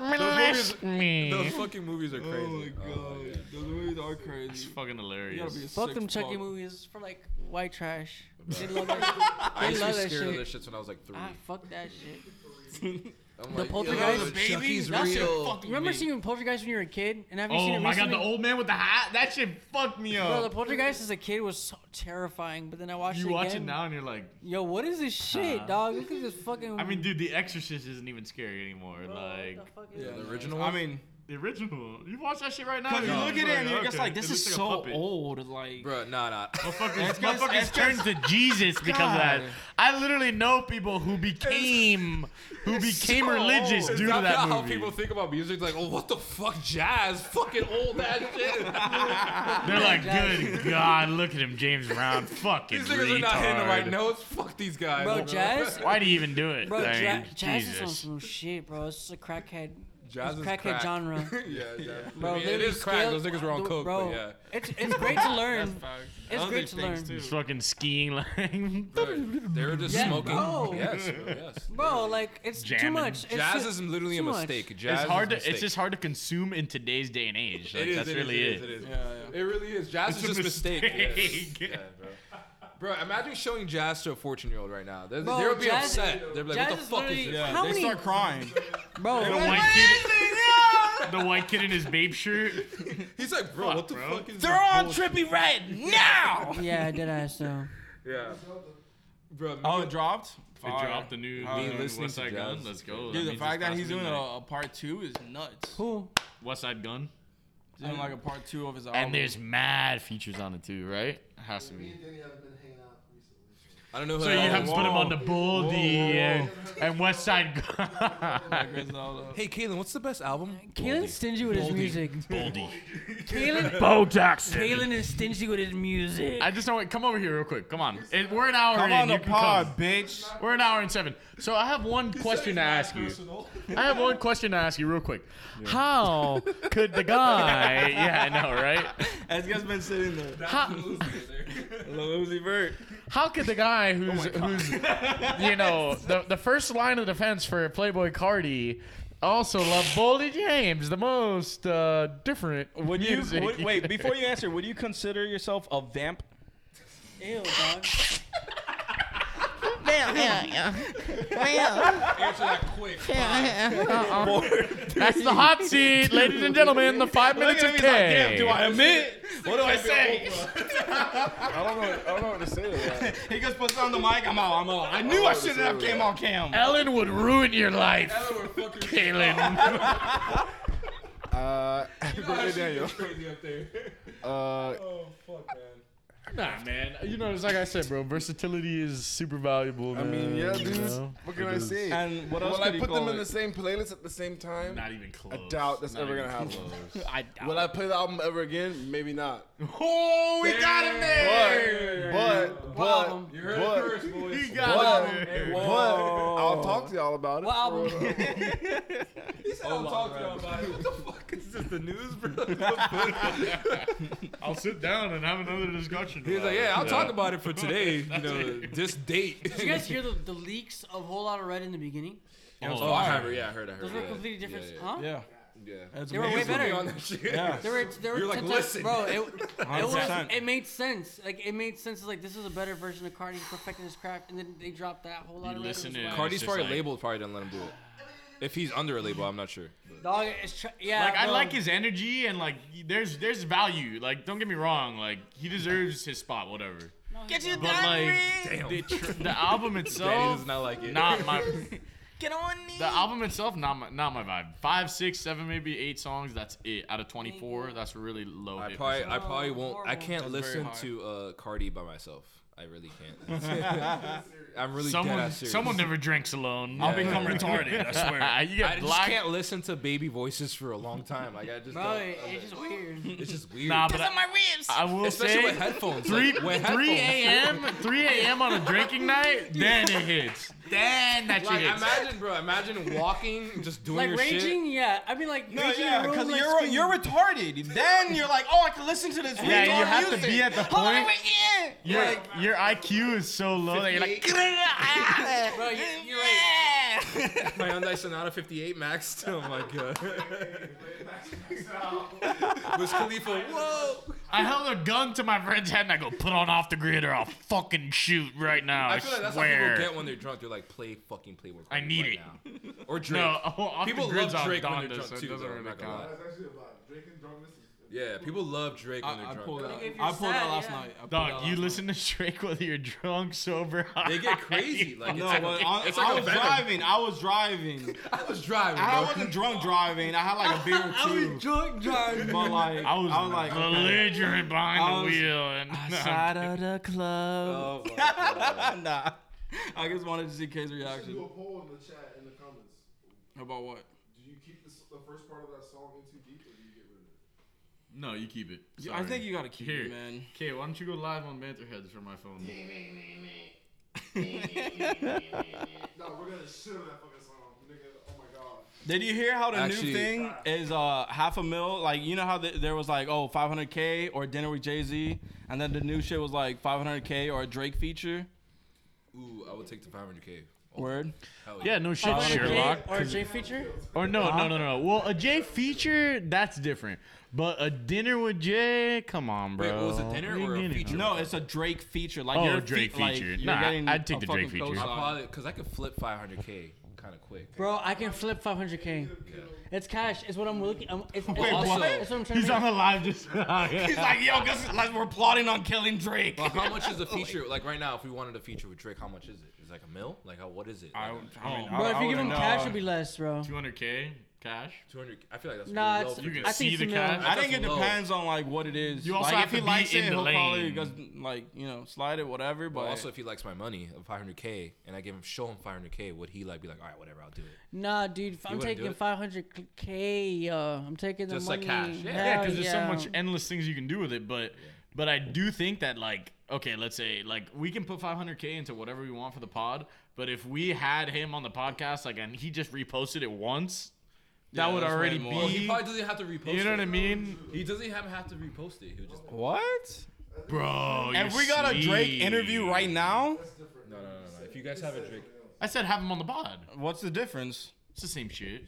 Molest me.
Those fucking movies are crazy. Uh,
Oh my god, those movies are crazy.
fucking
You gotta be a
hilarious.
sick
fuck them Chucky
fuck.
movies for like white trash. They love that shit. Ah,
I used to be
love that
scared of
shit.
those shits when I was like three.
Ah, fuck that shit.
I'm
The
like,
Poltergeist?
yo,
Baby,
Chucky's
that shit
real.
fucking
Remember
me.
seeing Poltergeist when you were a kid, and have you seen
Oh
it
my
recently?
god, the old man with the hat? That shit fucked me
Bro, the
up.
Poltergeist as a kid was so terrifying, but then I watched
You
it
watch it
again.
now and you're like,
Yo, what is this shit, dog? Look at this fucking.
I mean, dude, The Exorcist isn't even scary anymore.
Mm-hmm. Bro, what
like
the fuck is
Yeah,
this?
the original
I
one.
mean,
the original. You watch that shit right now.
because you
you're
look at
just
it and you're
okay,
just like, this
it
is
looks
so
like a puppet.
old. Like,
Bro, nah, nah.
Motherfuckers,
It's 'cause-
motherfuckers
it's 'cause-
turned to Jesus because of that.
God.
I literally know people who became who became
so
religious
old.
due to
That's
that
how
movie.
people think about music. Like, oh, what the fuck, jazz? Fucking old ass shit.
They're like, good God, look at him, James Brown, fucking
These niggas are not hitting the right
retard.
notes. Fuck these guys.
Bro, jazz.
Why do you even do it?
Bro,
Like,
ja- jazz is on
Jesus.
some shit, bro. It's just a crackhead.
Jazz
it's
is
crackhead
crack.
genre.
yeah, yeah.
Bro,
I mean, it
literally
is crack.
scale-
Those niggas were on
the-
coke,
Bro,
but yeah.
it's it's great to learn. It's
Other
great to
things,
learn.
too.
Just fucking skiing like.
Bro, they were just
Yeah,
smoking.
bro.
Yes, bro, yes.
Bro, like it's too
Jamming.
much. It's
Jazz
ju-
is literally a
too much.
mistake. Jazz
It's hard to.
is a
It's
mistake.
just hard to consume in today's day and age. Like,
It is,
that's
it is,
really
it. Is, it is.
Yeah, yeah.
It really is. Jazz
It's
is
a
just mistake.
mistake.
Yeah. Yeah, bro. bro, imagine showing jazz to a 14 year old right now. They,
Bro,
they would be
jazz-
upset. They'd be like,
jazz
what the
is
fuck is
literally-
this?
Yeah,
How
they
many-
start crying.
bro.
The
like,
white kid. the white kid in his babe shirt.
He's like, bro,
Fuck,
what the
bro.
fuck is
They're
this
on
bullshit?"
Trippy Red now.
yeah, dead ass though.
Yeah. Bro, me,
Oh, it dropped.
They dropped the new.
Me
the new
listening
West
to
Side Gun.
jazz.
Let's go.
Dude, the
means
fact
it's
that
past
he's doing
midnight.
a, a part two is nuts.
Cool.
West Side Gun.
He's doing like a part two of his album.
And there's mad features on it too, right? Has to be.
I don't know who
So
that
you
is.
have to put him on the Bull D
whoa, whoa.
and, and West Side Gun.
Griselda.
Hey, Kaylin, what's the best album?
Kalen's stingy with his
Baldy.
music.
Boldy.
Kalen,
Bo Jackson.
Kalen is stingy with his music.
I just don't want. Come over here real quick. Come on. It- we're an hour
Come
in.
on
you
the
can
pod, bitch.
come. We're an hour and seven. So I have one question to ask you. I have one question to ask you real quick. How could the guy? Yeah, I know, right?
As guys been sitting there.
How,
Lil Uzi Vert.
how could the guy
Oh
who's who's you know the the first line of defense for Playboy Cardi also love Boldy James the most uh, different?
Would you
music.
would, wait before you answer? Would you consider yourself a vamp?
Ew, dog.
Answer that quick.
That's the hot seat, ladies and gentlemen. The five minutes of K.
admit?
What do I say?
He just puts on the mic. I'm out. I'm out. I knew I shouldn't have came on cam.
Ellen would ruin your life. Kaylin.
Uh, happy birthday, Daniel.
Crazy up there.
Uh,
Oh fuck, man.
nah, man. You know, it's like I said, bro. Versatility is super valuable.
I mean,
man,
yeah,
you
dude.
know?
What can
It
I
is.
say?
And what else
Will I
could he
put them
call
in the
it?
same playlist at the same time?
Not even close.
I doubt that's
Not
ever
even
gonna happen.
close.
I,
Will I play the album ever again? Maybe not.
oh, we got him there.
But, but,
album?
You heard it
but,
first, boys.
He
but,
got him there.
but, I'll talk to y'all about it.
What album?
I'll talk to y'all about it.
I'll sit down and have another discussion.
He's like, yeah, I'll talk about it for today. You know, this date.
Did you guys hear the, the leaks of Whole Lot of Red in the beginning?
Oh, I heard. Yeah, I heard. I heard.
Those were
yeah.
completely
Yeah,
different.
yeah,
Huh?
Yeah.
Yeah.
That's
They were way
amazing.
better.
On that shit.
Oh, Yeah.
There were there were
You're like,
ten times-
"Listen."
bro. It, it was
100%.
it made sense. Like it made sense. Like this is a better version of Cardi perfecting his craft, and then they dropped that whole lot of Red, it
listen
was
to
wild.
Cardi's
just
probably
like-
labeled probably didn't let him do it. If he's under a label, I'm not sure.
Dog, it's tr- yeah.
Like I
bro.
like his energy and like there's there's value. Like don't get me wrong, like he deserves his spot, whatever.
Get your
But like
Damn.
the, tr- the album
Daddy
itself,
does not like it.
not my.
Get on
The album itself, not my, not my vibe. Five, six, seven, maybe eight songs. That's it. Out of twenty four, that's really low.
I
hit
probably,
percent.
I probably won't. I
horrible.
can't
That's very
listen
hard.
to uh, Cardi by myself. I really can't. I'm really dead
someone,
ass serious.
someone never drinks alone. I'll
become
retarded. I swear. you
I
get
just
black.
can't listen to baby voices for a long time. Like I just,
Bro,
don't-
it- it's just weird.
it's just weird.
Nah, but I, I will
Especially
say
with headphones.
three
like, with
three
headphones.
a.m. three a.m. on a drinking night. Then it hits. Then that shit
Like
hits.
imagine, bro. Imagine walking, just doing
Like
your shit.
raging, yeah. I mean, like
No,
raging
yeah,
in a room,
because
like,
you're
screaming.
you're retarded. Then you're like, oh, I can listen to this.
Yeah,
retard
you have to
music.
be at the
Hold on,
point-
wait, yeah.
Your, your IQ is so low that you're like,
bro, you, you're right.
my Hyundai Sonata 58 maxed. Oh my god. Was Khalifa? Whoa!
I held a gun to my friend's head and I go, put on off the grid or I'll fucking shoot right now. I,
I feel like that's
swear.
how people get when they're drunk. They're like, play fucking play work.
I need
right Now. Or Drake.
No, off
people
the grid's
love
off
Drake when
Donda,
they're drunk
so it
too.
doesn't
though, I'm
really
not gonna
count.
lie.
That's actually a lot. Drake and drunkenness is.
Yeah, people love Drake when
I, I
they're
pulled
drunk.
out.
Like, if you're
I pulled
sad,
out last
yeah.
night. I pulled out
Dog,
last
you
night.
listen to Drake whether you're drunk, sober, high.
They get crazy. Like,
No,
it's like,
well,
a-
I,
it's like
I
a
was
venom.
driving. I was driving.
I was driving.
I
bro.
wasn't drunk driving. I had like a beer or two.
drunk driving.
But like,
I was,
like, okay.
belligerent behind
I was-
the wheel. And
Outside of the club.
Oh my God.
nah. I just wanted to see K's reaction.
Do a poll in the chat in the comments.
About what?
Do you keep this, the first part of that song in too deep, or do you get rid of it?
No, you keep it.
I think you gotta keep
Here.
it, man.
Okay, why don't you go live on Banterheads for my phone?
No, we're gonna shit on that fucking song, nigga. Oh my god.
Did you hear how the
Actually-
new thing is uh half a mil? Like you know how th- there was like oh 500k or dinner with Jay Z, and then the new shit was like 500k or a Drake feature.
Ooh, I would take the 500k.
Word.
Hell
Yeah, no
Oh,
shit, Sherlock.
J, or J feature?
Or no, no, no, no. Well, a Jay feature, that's different. But a dinner with Jay, come on,
Wait,
bro.
was it dinner
What are you
or a
getting
feature?
at?
No, it's a Drake feature. Like
Oh,
you're
a Drake
fe- like,
feature.
you're
Nah,
getting
I'd take
a
the Drake
fucking
feature.
I
cosign.
probably because I could flip 500k kind of quick.
Bro, I can flip 500k. It's cash. It's what I'm looking. I'm, it's, it's,
also-
also, it's what I'm trying
He's
to
on
make.
the live just.
He's like, yo, guess, like, we're plotting on killing Drake.
But how much is a feature? Like right now, if we wanted a feature with Drake, how much is it? Is it like a mil? Like how, what is it? Like,
Bro, if you give him cash, it'll be less, bro.
200K cash.
200. I feel like that's
Nah,
really
it's,
low for
You can
I
Drake.
see
think it's
the
a mil.
cash.
I think it
That's low.
depends on like what it is.
You also
like,
have
if he
to be
likes
in
it,
the
he'll probably
lane.
goes, like you know slide it, whatever. But
But also, if he likes my money of 500k, and I give him show him 500k, would he like be like, all right, whatever, I'll do it?
Nah, dude, if I'm
wouldn't do
taking
it?
500k. Uh, I'm taking the
Just
money.
like cash. Yeah,
Yeah,
Hell
because there's so
Oh, yeah.
much endless things you can do with it. But but I do think that like okay, let's say like we can put 500k into whatever we want for the pod. But if we had him on the podcast, like and he just reposted it once, that
Yeah,
would
that's way
already
more.
be.
Well,
he probably doesn't have to repost.
you know
it.
what I mean,
He doesn't have have to repost it. He would just
what?
bro?
And
you're
we got a Drake
sleep.
interview right now.
no, no, no, no. If you guys have a Drake,
I said have him on the pod.
What's the difference?
It's the same shit.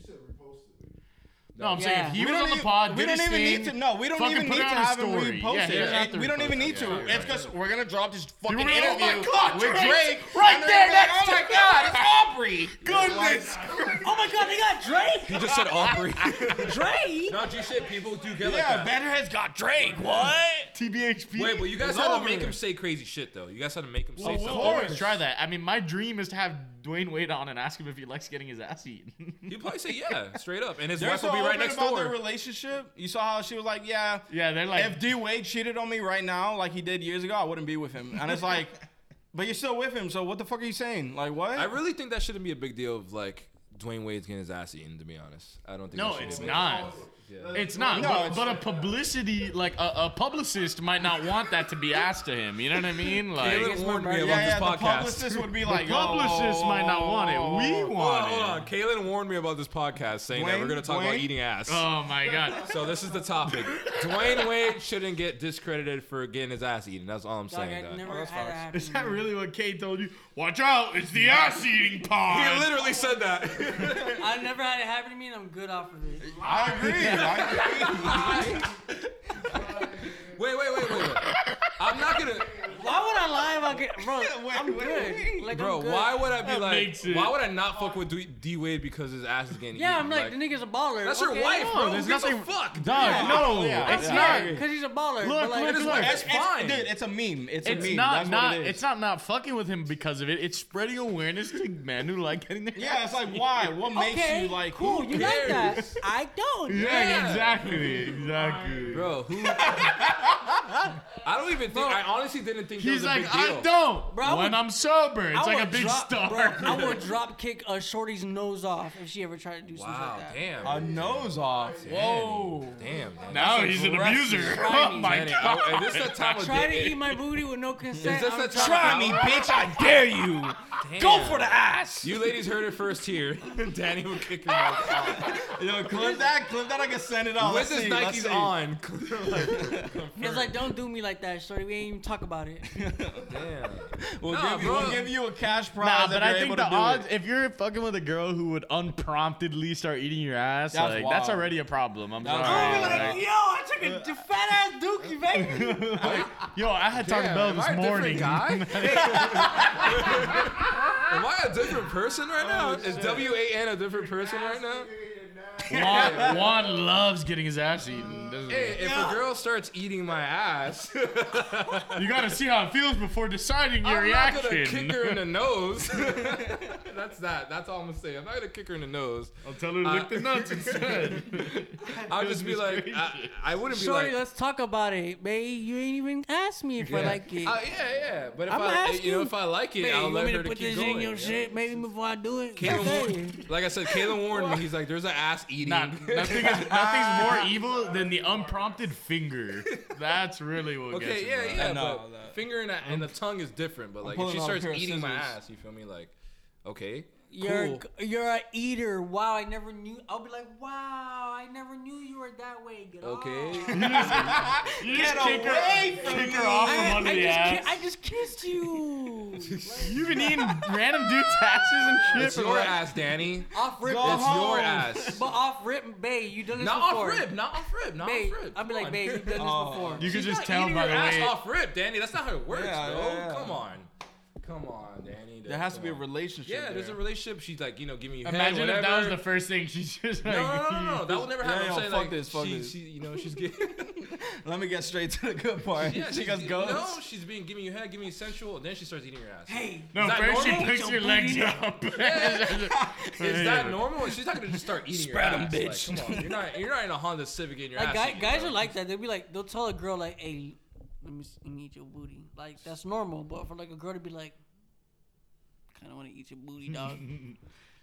No, I'm
Yeah.
saying if he
We
was
don't
on the
even-
pod,
we
did
don't
his
even
thing,
need to. No, we don't
fucking
even
put
need
it
to
on his
have him
story.
repost
Yeah,
it.
he doesn't have to
we don't even
repost it.
need to.
Yeah, you're
it's
right.
because we're gonna drop this fucking
gonna- oh
interview
my God,
with
Drake!
Drake.
Right
and
there
they're gonna be
next
like,
to
Oh my God, it's Aubrey.
Goodness.
Oh my god, they got Drake.
he just said Aubrey.
Drake.
no, G shit. People do get like
Yeah,
that.
Bannerhead's got Drake. What?
TBHP.
Wait, but you guys
It's
had to
over.
make him say crazy shit though. You guys had to make him say
Of
something.
course.
Try that. I mean, my dream is to have Dwayne Wade on and ask him if he likes getting his ass eaten.
He'd probably say yeah, straight up, and his
They're
wife will
so
be
open
right next
about their
door.
relationship. You saw how she was like, yeah.
yeah, they're like,
if D Wade cheated on me right now, like he did years ago, I wouldn't be with him. And it's like, but you're still with him, so what the fuck are you saying? Like what?
I really think that shouldn't be a big deal of like Dwayne Wade's getting his ass eaten. To be honest, I don't think.
no,
that should
it's
be-
not. It's not.
No,
but,
it's-
but a publicity, like a, a publicist, might not want that to be asked to him. You know what I mean? Like,
Caleb warned me
Yeah,
about
yeah, yeah.
this podcast.
The publicist would be like,
publicists
oh,
might not want it. We
Hold on,
want
hold
it.
on. Kalen warned me about this podcast saying that we're
Dwayne-
going to talk about
Dwayne?
eating ass.
Oh my god.
so this is the topic. Dwayne Wade shouldn't get discredited for getting his ass eaten. That's all I'm
Dog,
saying.
I
dog.
never had that happen.
Oh, Is that really what Kate told you? Watch out! It's the ass eating pod.
He literally said that.
I never had it happen to me, and I'm good off of it.
Oh. I agree. I agree.
wait, wait, wait, wait, wait. I'm not gonna,
Why would I lie about get, bro? I'm good. Like,
bro.
I'm good.
Why would I be like?
makes it-
Why would I not fuck with D- D Wade because his ass is getting
Yeah, I'm
eaten?
like, the nigga's a baller.
that's
okay.
your wife, bro.
there's
Who gives a
nothing-
fuck?
Dog, no,
Yeah,
it's
yeah.
not.
I agree.
Because he's a baller.
Look,
but like,
look,
It's,
look.
like,
It's,
it's fine.
dude. It's a meme. It's, a
It's
meme.
not
That's
not
What it is.
it's not not fucking with him because of it. It's spreading awareness to men who like getting their
Yeah, it's like why? What makes
okay,
you like?
cool.
who
You like that? I don't.
Yeah,
Yeah.
exactly, exactly.
Bro, who? I don't even think. I honestly didn't think.
He's
that was
like,
a
I
big deal.
don't.
Bro, I
when
would-
I'm sober, it's
I
like a
would
big
drop,
star.
Bro, I would drop kick a shorty's nose off if she ever tried to do something
Wow,
like that.
damn.
A nose off. Whoa.
Damn. man.
now he's an
aggressive.
abuser.
Try
Oh
me.
my
Danny,
god.
I- is this the time of
Try
day?
to eat my booty with no consent.
this
I'm
a
trying-
try-
Try me, bitch. I dare you. Go for the ass.
You ladies heard it first here. Danny would kick your ass off.
Yo, clip that. Clip that. I can send it out.
With
Let's
his
see, let's
Nikes
see.
on.
It's like don't do me like that, shorty. We ain't even talk about it.
Damn.
We'll,
Nah,
give you, we'll
bro.
give you a cash prize.
Nah,
if
but I
you're
think
able
the
to do it.
odds, if you're fucking with a girl who would unpromptedly start eating your ass,
That's
like, that's
wild.
already a problem. I'm
That's
sorry.
wild.
Like,
Yo, I took a d- fat ass dookie, baby.
yo, I had Taco
Damn,
Bell
am I a
this
different
morning.
guy?
Am I a different person right
Oh,
now? Is W A N a different person right now?
Juan, Juan loves getting his ass eaten. doesn't he?
Hey, if a girl starts eating my ass,
You gotta see how it feels before deciding your
I'm not
reaction.
gonna kick her in the nose. That's that. That's all I'm gonna say. I'm not gonna kick her in the nose.
I'll tell her to lick the nuts instead.
Uh, I'll just be like, uh, I, I wouldn't be
Shorty,
like,
let's talk about it, babe. You ain't even asked me if I like it.
oh yeah, yeah. But if
I'ma
i
ask
you know,
you.
if I like it,
Babe,
I'll
you want
let
me
her
to put
keep
this
going.
in your
yeah.
shit, maybe before I do it?
Caleb
Hey.
warned, like I said, Caleb warned me. He's like, there's an ass eating.
Nah, nothing is, nothing's more evil than the unprompted finger. That's really what gets
okay,
you,
yeah,
bro.
yeah.
I know
but
that.
finger and, a, and the tongue is different. But like, if
pulling
she
out a
starts
pair of
eating my
scissors.
ass, you feel me? Like, okay,
You're
cool.
a- you're a eater. Wow, I never knew. I'll be like, wow, I never knew you were that way. Get
Okay.
off.
You just kick her, kick her off
I,
from under
I
the
just ki-
ass.
I just kissed you.
You've been eating random dudes' asses and shit.
It's
for
your
like-
ass, Danny.
off rip,
It's your ass.
but off rip, babe. You done this
Not
before.
off rib, not off rib, not
babe.
off rib.
I'll be
Come
like,
on.
babe, you've done
Oh.
this before.
You could
She's
just
not
tell
eating
by the
your ass
way.
off rip, Danny. That's not how it works,
Yeah,
bro.
yeah, yeah.
Come on, come on, Danny.
There has to be a
Come on.
relationship.
Yeah, there's a
there.
relationship. She's like, you know, giving you. head,
Imagine if that was
whatever.
the first thing she just like.
No, no, no, no, no, that will never
Yeah,
happen.
yo,
I'm saying
fuck
like,
this, fuck
she,
this.
she, you know, she's getting.
Let me get straight to the good part.
Yeah,
she
she's
just goes.
No, she's being giving you head, giving you sensual, and then she starts eating your ass.
Hey,
No,
Is that
first she
normal?
picks your legs up.
Is that normal? She's not gonna just start eating
Spread
your
'em,
ass.
bitch.
Like, come on, you're not you're not in a Honda Civic in your
like
ass.
guy,
eating,
guys
bro.
are like that. They'll be like, they'll tell a girl like, hey, let me s- let me eat your booty. Like that's normal, but for like a girl to be like, kind of want to eat your booty, dog.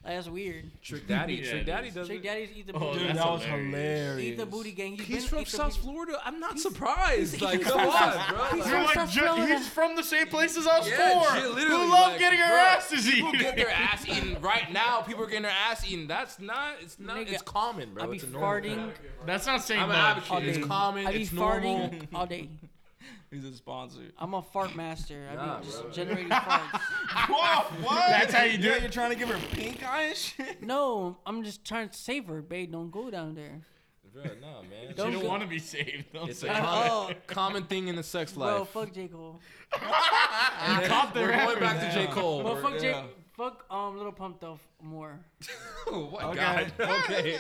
like that's weird.
Trick Daddy.
Yeah,
Trick
it
Daddy
is.
does
Trick
it.
daddies eat the
Oh,
booty.
that's
that was
hilarious.
Eat the booty gang. He's,
He's
been-
from
eat the
South
booty-
Florida. I'm not surprised. Like, come on, bro. Like,
You're like, "Ju- he's from the same place as us
Yeah,
four.
shit, literally,
Who love
like,
getting our
bro,
asses
people
eaten?
get their ass eaten right now. People are getting their ass eaten. That's not. It's not.
Nigga,
it's common, bro.
I'll be
it's a normal thing.
farting
That's not saying
I'm an
much.
advocate. It's
Okay.
common.
I be
It's normal.
farting all day.
He's a sponsor.
I'm a fart master. I
Nah,
be just
bro.
generating farts.
Whoa, what?
That's how you do
yeah,
it?
You're trying to give her pink eye and shit.
No, I'm just trying to save her, babe. Don't go down there.
Bro, no, man.
Don't
You don't
go-
want to be saved. Don't
It's
say
a
that.
common, common thing in the sex life.
Bro, fuck J Cole.
And
Cop the
we're
rapper.
going back to J.
Yeah.
Cole.
Well,
We're-
fuck J.
yeah.
Fuck um, Little Pump though f- more.
oh my
Okay.
god. Okay.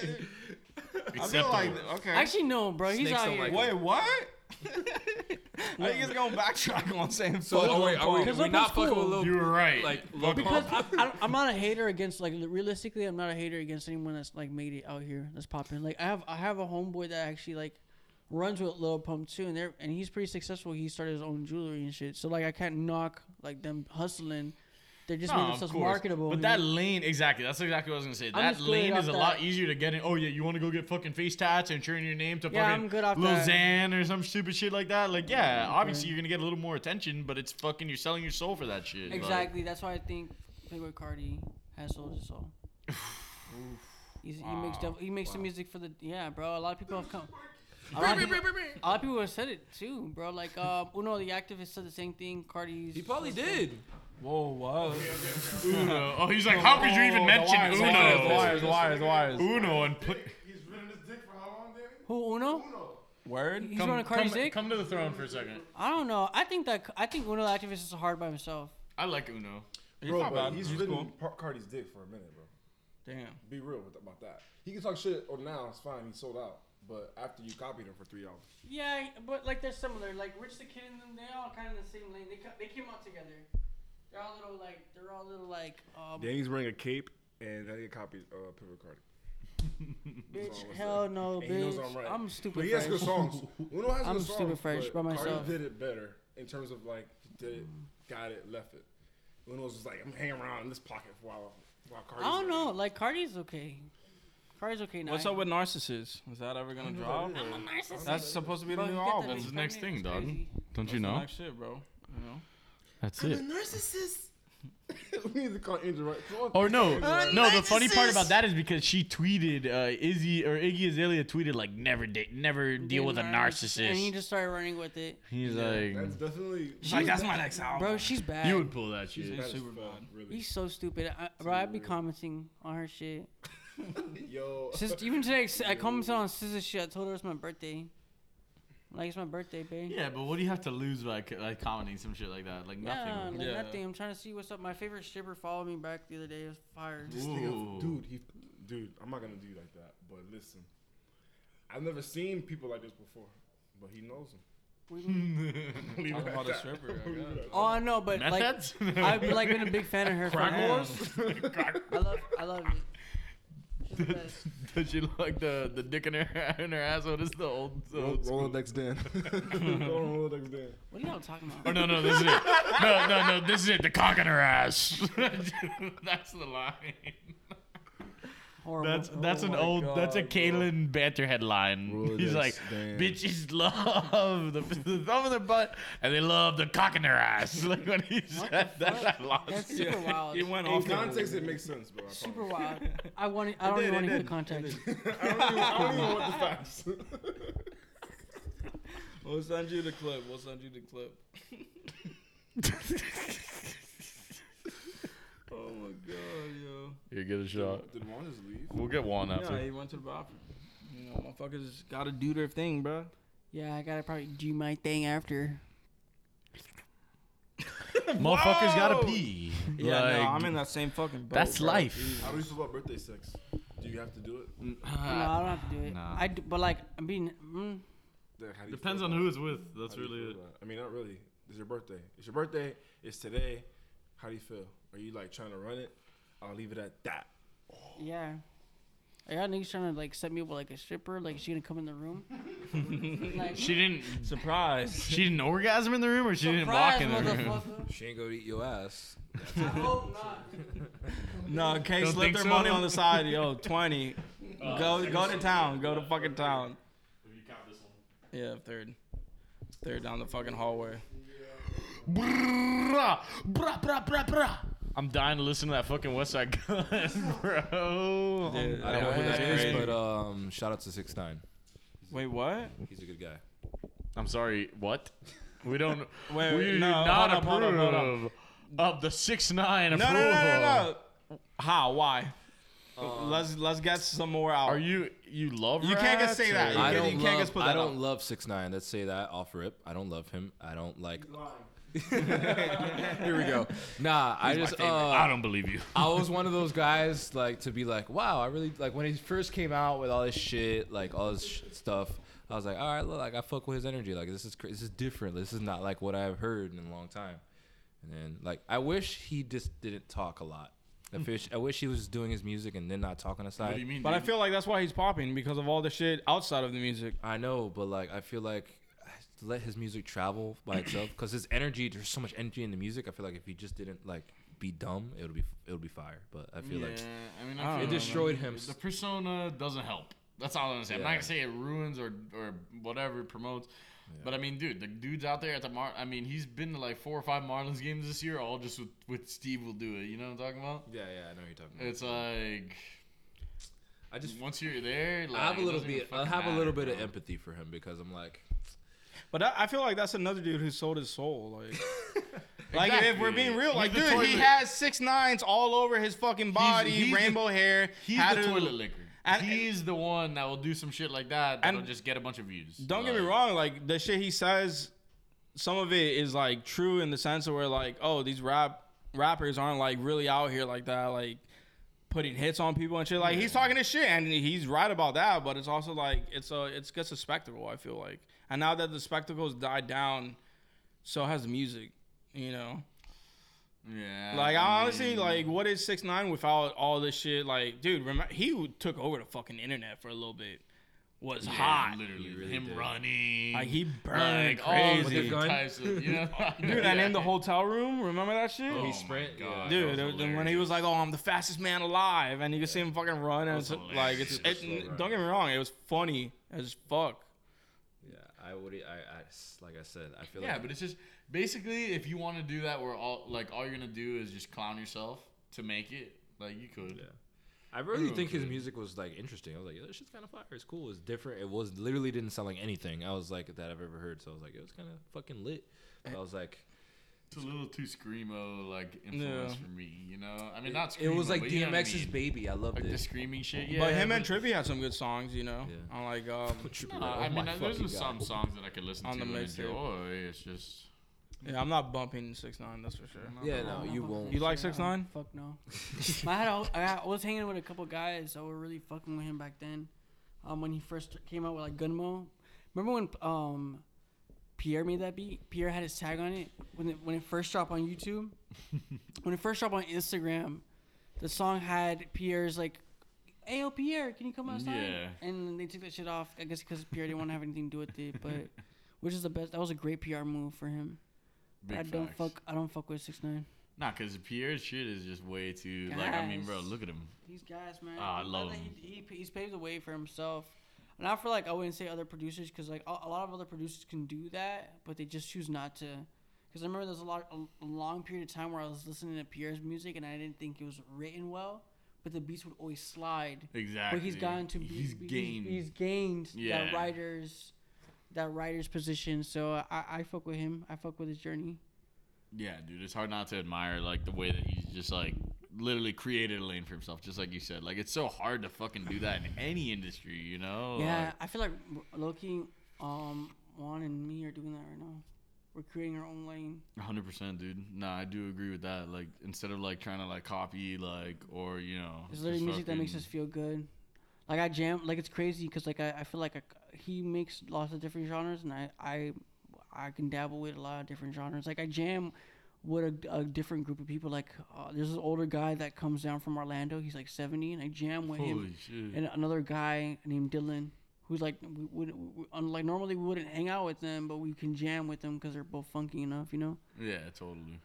I feel like okay.
Actually, no, bro. He's
Snakes
out
don't
here.
like
Wait, what? Are you just gonna backtrack on saying
so
fuck
oh, wait, are we,
Paul?
we're not
Lil
fucking with
Pump.
Lil
You were right.
Like Lil
because
Pump.
I, I, don't- I'm not a hater against like realistically, I'm not a hater against anyone that's like made it out here that's popping. Like I have I have a homeboy that actually like runs with Lil Pump too, and they're and he's pretty successful. He started his own jewelry and shit. So like I can't knock like them hustling. They're just
No,
making
of course.
themselves marketable.
But
you
that
know?
lane, exactly. That's exactly what I was gonna say. That
just good
lane
off
is a
that.
lot easier to get in. Oh yeah, you want to go get fucking face tats and turn your name to
Yeah,
fucking
I'm good off
Lil
that. Mm-hmm.
Xan or some stupid shit like that. Like yeah, obviously you're gonna get a little more attention, but it's fucking you're selling your soul for that shit. like-
exactly. that's why I think Playboy Cardi has sold his soul. He's, he makes devil, he makes the music for the yeah, bro. A lot of people have come. A lot of people, a lot of people have said it too, bro. Like um, Uno the activist said the same thing. Cardi's
He probably did.
Whoa, what?
Uno. Oh, he's like, how could you even mention
wires,
Uno?
Wires, wires, wires.
Uno and pl-
He's ridden his dick for how long, Danny?
Who Uno?
Uno.
Word.
He's
come,
running Cardi's
come,
dick.
come to the throne for a second.
I don't know. I think that I think Uno the activist is hard by himself.
I like Uno.
Bro,
not
but
bad.
he's
He's
ridden
cool.
Par- Cardi's dick for a minute, bro.
Damn.
Be real with, about that. He can talk shit or now it's fine. He sold out, but after you copied him for three hours,
Yeah, but like they're similar. Like Rich the Kid and them, they all kind of the same lane. They ca- they came out together. They're all little like they're all little like um,
Danny's wearing a cape and I get copied uh, Pivot Cardi.
bitch.
what's
Hell no,
And he knows
bitch.
I'm right.
I'm
But
stupid.
he has good
French.
songs. Uno has
I'm
good
stupid
songs,
French
but
by myself.
Cardi did it better in terms of like he did it, got it, left it. Uno was just like, I'm hanging around in this pocket for a while. while Cardi's
I don't
there."
know. Like Cardi's okay. Cardi's okay now.
What's up with narcissists? Is that ever gonna drop? or- That's supposed to be the
Bro,
new
he got
album.
that
That's
bitch
the next
pregnant.
thing,
It's
dog.
crazy.
Don't
That's
you
the
know?
next shit, bro. You know.
That's it.
narcissist. we need to call Angel right. Come on.
Or no,
Uh,
no. The funny part
96.
about that is because she tweeted, uh, Izzy or Iggy Azalea tweeted like, never date, never deal with a
And he
narcissist.
just started running with it.
He's
That's
like,
definitely.
Like that's my next album.
Bro, she's bad.
you would pull that shit.
Bad as
super
fuck,
bad.
Really.
He's so stupid. I, bro, I'd be commenting on her shit.
Yo.
Sis, even today, si- I commented on Scissor's shit. I told her it's my birthday. Like, it's my birthday, babe.
Yeah, but what do you have to lose by like commenting some shit like that? Like
Yeah,
nothing.
like
Yeah.
nothing. I'm trying to see what's up. My favorite stripper followed me back the other day. It was fire.
This nigga,
Ooh.
dude, he, dude, I'm not gonna do you like that. But listen, I've never seen people like this before. But he knows them.
What do you mean?
Leave
Talking
it
about
at
a stripper. I
Leave
guess.
it at
oh, I know, but like,
Methods?
I've like been a big fan of her. for years. I love, I love it. She's the best.
Does she look like the the dick in her in her asshole? This is the old. the
Roll-
old school.
Rolodex Dan. Go on Rolodex Dan.
What are y'all talking about?
Oh no no this is it. No no no this is it. The cock in her ass. that's the line.
Horrible.
That's
Oh
that's an old that's a Kalen banter headline.
Bro,
He's like,
that's damn.
bitches love the, the thumb in their butt and they love the cock in their ass. Like when he said that, I lost.
That's
it.
super wild.
It went
In
off. the wall.
context, it makes sense, bro. I
super
promise.
wild. I want. it- I don't even want to hear the context.
I don't, even, I don't even want the facts.
We'll send you the clip. We'll send you the clip. oh my god,
Here, get a shot.
Did Juan just leave?
We'll get one
yo. Yeah,
after.
he went to the bathroom. You know, motherfuckers gotta do their thing, bro.
Yeah, I gotta probably do my thing after.
Motherfuckers gotta pee.
Yeah,
like,
no, I'm in that same fucking boat.
that's
bro.
life.
How do you feel about birthday sex? Do you have to do it?
no, I don't have to do it.
nah.
I do, but like I'm being. Mm,
Then how do you
Depends
feel
on
about
who it's with. That's
How do you
really
feel
it.
about I mean, not really. uh, It's your birthday. It's your birthday. It's today. How do you feel? Are you like trying to run it? I'll leave it at that.
yeah. I got niggas trying to like set me up with like a stripper. Like she gonna come in the room. like,
She didn't.
Surprise.
She didn't orgasm in the room, or she didn't walk in the room.
motherfucker.
She ain't gonna eat your ass.
I hope not.
no, Case
Don't
left
think
their
so?
money on the side, yo. Twenty. go go to town. Go to fucking town. Yeah, third. Third down the fucking hallway.
Brah, brah, brah, brah, brah. I'm dying to listen to that fucking West Side Gun, bro.
Dude,
I don't know who
that's
that is,
crazy.
but um, shout out to Six Nine.
Wait, what?
He's a good guy.
I'm sorry, what? We don't.
Wait,
we
wait,
do
no,
not
hold up, hold up,
approve
hold up.
of the six nine
No,
approval.
no, no, no, no. How? Why? let's let's get some more out.
Are you you love?
You can't just
rats,
say that.
or-
You
I
can't-
don't
you can't
love.
just put
I
that
don't
up.
love Six Nine. Let's say that off rip. I don't love him. I don't like. Here we go. Nah, I just. uh,
I don't believe you.
I was one of those guys like to be like, wow, I really like when he first came out with all this shit, like all this sh- stuff. I was like, all right, look, like I fuck with his energy. Like this is cra- this is different. This is not like what I've heard in a long time. And then like I wish he just didn't talk a lot. I
Hmm.
wish I wish he was doing his music and then not talking aside.
What do you mean?
But I
dude?
feel like that's why he's popping because of all the shit outside of the music.
I know, but like I feel like to let his music travel by itself because his energy. There's so much energy in the music. I feel like if he just didn't like be dumb, it would be it would be fire. But I feel like
I mean,
I
I
don't
it
know,
feel
destroyed him.
the persona doesn't help. That's all I'm gonna say. I'm not
Yeah.
gonna say it ruins or or whatever it promotes. But I mean, dude, the dudes out there at the Mar. I mean, he's been to like four or five Marlins games this year, all just with, with Steve will do it. You know what I'm talking about?
Yeah, yeah, I know what you're talking about.
It's like
I just
once you're there, like,
I have a
it
little
doesn't even
bit. I
fucking
have a little
matter,
bit of
bro.
empathy for him because I'm like,
But I, I feel like that's another dude who sold his soul. Like, like if we're being real,
He's
like
the
dude, he
toilet.
has six nines all over his fucking body,
he's
rainbow hair.
He's
how
the
to-
toilet liquor.
and-
he's the one that will do some shit like that that'll
and-
just get a bunch of views.
Don't get me
Like,
wrong, like the shit he says, some of it is like true in the sense of where like, oh, these rap rappers aren't like really out here like that, like putting hits on people and shit. Like he's talking his shit and he's right about that, but it's also like it's a it's just a spectacle, I feel like. And now that the spectacles died down, so has the music, you know.
Yeah.
Like I honestly,
mean,
like what is six nine without all this shit? Like, dude, remember he took over the fucking internet for a little bit. Was
yeah,
hot.
Literally,
really
him
did.
running.
Like he burned
like oh, all
crazy.
different types of, you know,
Dude, and in the hotel room, remember that shit?
Oh
He
my
sprint, yeah.
God,
Dude,
that was
then when he was like, "Oh, I'm the fastest man alive," and you could see him fucking run, and
was
it's like, it's it,
hilarious.
don't get me wrong, it was funny as fuck.
yeah, I would. I, I s- like I said. I feel
Yeah,
like
but it's just basically if you want to do that, where all like all you're gonna do is just clown yourself to make it. Like you could.
Yeah. I really
Everyone
think his
could.
music was like interesting. I was like, yeah, this shit's kind of fire. It's cool. It's different. It was literally didn't sound like anything I was like that I've ever heard. So I was like, it was kind of fucking lit. But I was like,
It's a little too screamo like influence for me. You know, I mean not
it
screamo.
was like
but you know what I
DMX's
mean.
baby. I loved
Like the
it.
screaming shit. Yeah,
but him and Trippy had some good songs, you know.
Yeah.
On like um,
Trippie
Uh,
Redd,
I
oh my
mean, there's
fucking
just
God.
some songs that I could listen
On
to
the
and
mixtape.
enjoy. It's just
yeah, I'm not bumping six nine, that's for sure.
Yeah,
Oh,
no, you won't.
You like six nine?
Fuck no. I had a, I was hanging with a couple guys that were really fucking with him back then. Um, when he first came out with like Gunmo. Remember when um, Pierre made that beat? Pierre had his tag on it when it, when it first dropped on YouTube. when it first dropped on Instagram, the song had Pierre's like, "Hey, oh Pierre, can you come outside?"
Yeah.
And they took that shit off. I guess because Pierre didn't want to have anything to do with it, but. Which is the best? That was a great PR move for him.
big
I don't
facts.
fuck. I don't fuck with six nine.
Nah, cause Pierre's shit is just way too. Like, I mean, bro,
Guys.
look at him.
These guys, man.
Ah, I
I'm
love
glad that
him.
He, he, he's paved the way for himself. And I feel like I wouldn't say other producers because like a, a lot of other producers can do that, but they just choose not to. Because I remember there's a lot a, a long period of time where I was listening to Pierre's music and I didn't think it was written well, but the beats would always slide.
Exactly.
But he's gotten to be
He's gained.
He's, gained
Yeah.
that writer's that writer's position. So I, I fuck with him. I fuck with his journey.
yeah, dude, it's hard not to admire like the way that he's just like literally created a lane for himself, just like you said. Like, it's so hard to fucking do that in any industry, you know?
Yeah,
Like,
I feel like Loki, um, Juan and me are doing that right now. We're creating our own lane.
100%, dude. Nah, I do agree with that. Like, instead of like trying to like copy, like, or you know,
It's literally
just
music that makes
fucking-
us feel good. Like I jam, like it's crazy because like I, I feel like I, he makes lots of different genres and I, I, I can dabble with a lot of different genres. Like I jam with a, a different group of people. Like uh, there's this older guy that comes down from Orlando. He's like 70 and I jam with him.
Holy shit.
and another guy named Dylan, who's like we would we- un- like normally we wouldn't hang out with them, but we can jam with them because they're both funky enough, you know.
Yeah, totally.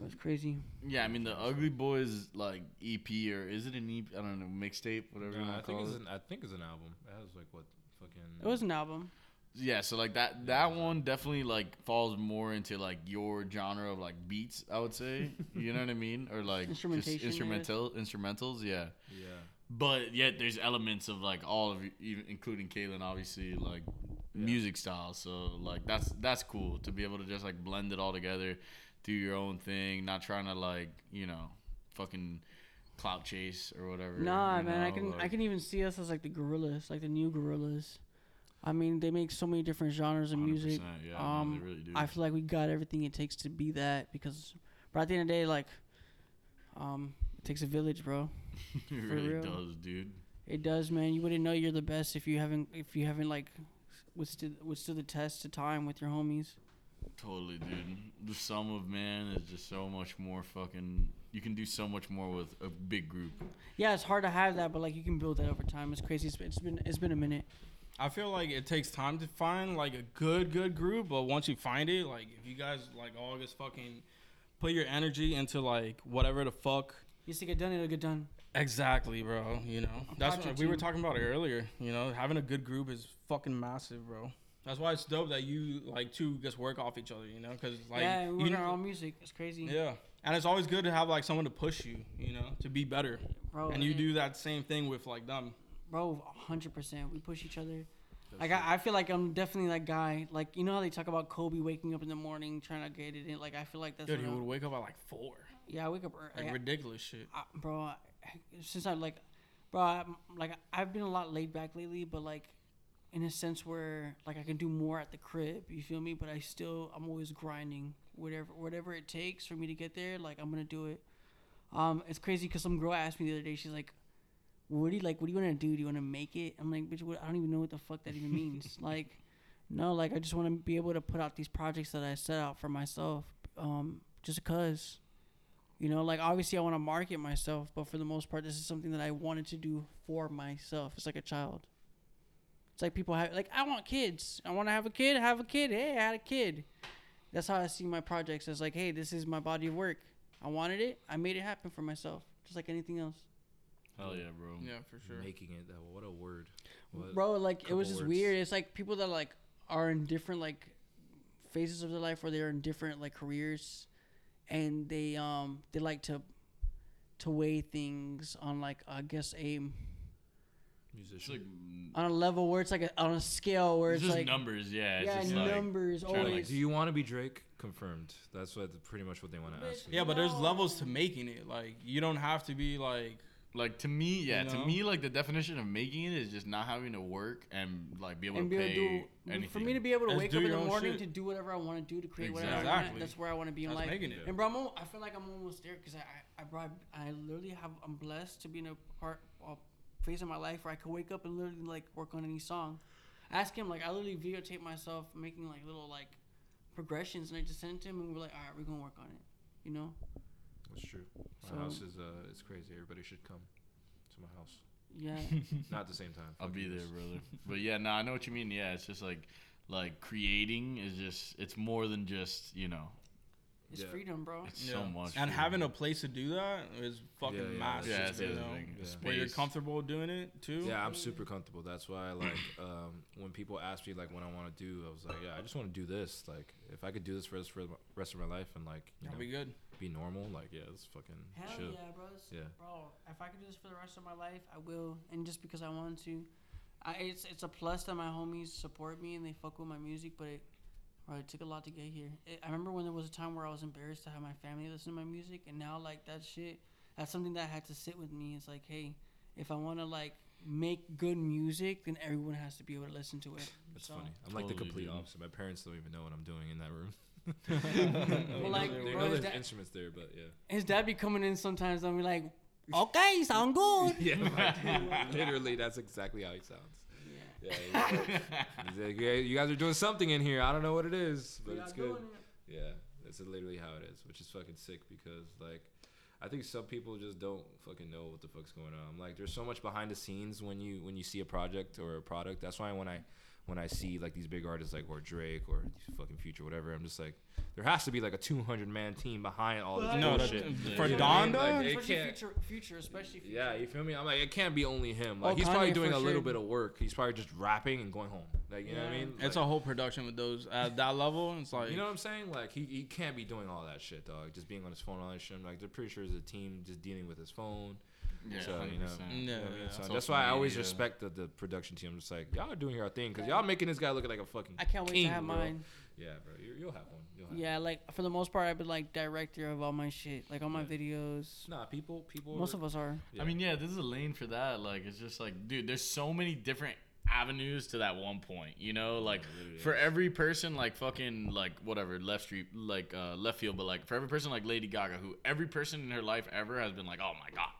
That's crazy.
Yeah, I mean the Ugly Boys like EP or is it an EP? I don't know mixtape, whatever you
Nah, I
want to
think
call
it's
it.
an. I think it's an album. That was like what fucking.
It was an album.
Yeah, so like that that one definitely like falls more into like your genre of like beats, I would say. you know what I mean? Or like just
Instrumentation, I guess.
instrumental instrumentals, yeah.
Yeah.
But yet there's elements of like all of you, even including Kalen, obviously like music style. So like that's that's cool to be able to just like blend it all together, do your own thing, not trying to like you know fucking clout chase or whatever.
Nah,
you
man, I
know,
can I
like-
can even see us as like the gorillas, like the new gorillas. I mean, they make so many different genres of
100%,
music.
yeah, no,
um,
they really do.
I feel like we got everything it takes to be that because, but at the end of the day, like, um, it takes a village, bro.
it
for
really
real.
does, dude.
It does, man. You wouldn't know you're the best if you haven't if you haven't like withstood withstood the test of time with your homies.
Totally, dude. The sum of man is just so much more fucking. You can do so much more with a big group.
Yeah, it's hard to have that, but like you can build that over time. It's crazy. It's, it's been it's been a minute.
I feel like it takes time to find like a good good group, but once you find it, like if you guys like all just fucking put your energy into like whatever the fuck
You just to get done, it'll get done.
Exactly, bro. You know, that's what
project
we were
team.
talking about earlier. You know, having a good group is fucking massive, bro. That's why it's dope that you like two just work off each other. You know, because like
yeah,
you
we're in
know-
our own music. It's crazy,
yeah, and it's always good to have like someone to push you. You know, to be better,
bro.
and you
it-
do that same thing with like them.
bro, hundred percent. We push each other. Like I, I feel like I'm definitely that guy. Like you know how they talk about Kobe waking up in the morning trying to get it in. Like I feel like that's
Dude,
what
he
I'm-
would wake up at like four,
yeah. I wake up early.
like ridiculous shit.
I, bro, I, since I like, bro, I'm, like I've been a lot laid back lately, but like, in a sense where like I can do more at the crib, you feel me? But I still, I'm always grinding, whatever, whatever it takes for me to get there. Like I'm gonna do it. Um, it's crazy because some girl asked me the other day, she's like, "What do you like? What do you want to do? Do you want to make it?" I'm like, "Bitch, what, I don't even know what the fuck that even means." like, no, like I just want to be able to put out these projects that I set out for myself, um, just cause. You know, like obviously I want to market myself, but for the most part, this is something that I wanted to do for myself. It's like a child. It's like people have like I want kids. I want to have a kid. Have a kid. Hey, I had a kid. That's how I see my projects. As like, hey, this is my body of work. I wanted it. I made it happen for myself, just like anything else.
Hell yeah, bro.
Yeah, for sure.
Making it that what a word. What-
bro like it was
couple
just
words.
weird it's like people that like are in different like phases of their life where they're in different like careers and they um they like to to weigh things on like i guess a
It's like
musician.
on a level where it's like a, on a scale where
it's
it's,
just
like
numbers, yeah. It's
yeah
just like
numbers
trying to, like,
always
do you want to be Drake? Confirmed. That's what pretty much what they want to ask. you.
Yeah, but there's levels to making it. Like you don't have to be like
like to me, yeah,
You
to
know?
me like the definition of making it is just not having to work and like be able
and
to
be able
pay
to do
anything.
for me to be able to
Just
wake
do
up in
your
the
own
morning
shit.
to do whatever I want to do to create whatever I want.
Exactly.
That's where I want to be in
That's
life.
making it.
And bro, I'm, al- I feel like I'm almost there because I I, I, brought, I literally have I'm blessed to be in a part a phase of my life where I could wake up and literally like work on any song. Ask him like I literally videotape myself making like little like progressions and I just sent it to him and we are like all right we're gonna work on it, you know.
That's true. My
So-
house is uh, it's crazy. Everybody should come to my house.
Yeah,
Not at the same time.
I'll
Fuck
be
you
there,
guys.
brother. But yeah, no, I know what you mean. Yeah, it's just like like creating is just it's more than just, you know,
it's
Yeah.
freedom, bro.
it's
Yeah.
so much.
and
dude.
having a place to do that is fucking
Yeah, yeah,
massive.
yeah,
just
that's
you
the other
know?
thing.
Yeah.
The
Where you're
space.
comfortable doing it too.
Yeah, I'm super comfortable. That's why, like, um, when people ask me like what I want to do, I was like, yeah, I just want to do this. Like, if I could do this for the rest of my life and like, you know,
That'd be good.
be normal, like, yeah, that's fucking
Hell
chill.
yeah, bros.
Yeah.
Bro, if I could do this for the rest of my life, I will. And just because I want to. I, it's it's a plus that my homies support me and they fuck with my music, but it, bro, it took a lot to get here. It, I remember when there was a time where I was embarrassed to have my family listen to my music, and now like that shit, that's something that had to sit with me. It's like, hey, if I want to like make good music, then everyone has to be able to listen to it.
That's
So-
funny. I'm like the
Totally,
complete
dude.
opposite. My parents don't even know what I'm doing in that room.
But like,
they
bro,
know
his,
there's
dad,
instruments there, but yeah.
his dad be coming in sometimes and be like, okay, sound good.
Yeah, like, literally, that's exactly how he sounds. Yeah, he's like- he's like, "Yeah, you guys are doing something in here. I don't know what it is, but
We
it's
are
good.
doing it.
Yeah, that's literally how it is, which is fucking sick because like, I think some people just don't fucking know what the fuck's going on. Like, there's so much behind the scenes when you when you see a project or a product. That's why when I when I see like these big artists like or Drake or fucking Future whatever, I'm just like, there has to be like a 200 man team behind all this
No, that,
bullshit.
for
You know what I mean?
Donda,
Like, they
especially
can't-
future, future, especially future.
yeah, you feel me? I'm like, it can't be only him. Like,
Oh,
he's probably
Kanye
doing
for
a little
sure.
bit of work. He's probably just rapping and going home. Like, you know what I
Yeah.
mean?
it's a
Like,
whole production with those at that level. It's like
you know what I'm saying? Like, he, he can't be doing all that shit, dog. Just being on his phone all that shit. I'm like, they're pretty sure there's a team just dealing with his phone.
yeah,
So, you
100%.
know, You know
Yeah,
what I mean?
yeah.
So
Social
that's why I always
media.
respect the, the production team. I'm just like, y'all are doing your thing because y'all making this guy look like a fucking.
I can't wait
king,
to have
bro.
mine.
Yeah, bro. You, you'll have one. You'll have
Yeah, like for the most part, I've been like director of all my shit, like all my
Yeah.
videos.
One. Nah, people, people.
Most
are-
of us are.
Yeah.
I mean, yeah, this is a lane for that. Like, it's just like, dude, there's so many different avenues to that one point. You know, like
literally
for every person, like fucking, like whatever, left street, like uh, left field, but like for every person, like Lady Gaga, who every person in her life ever has been like, oh my god,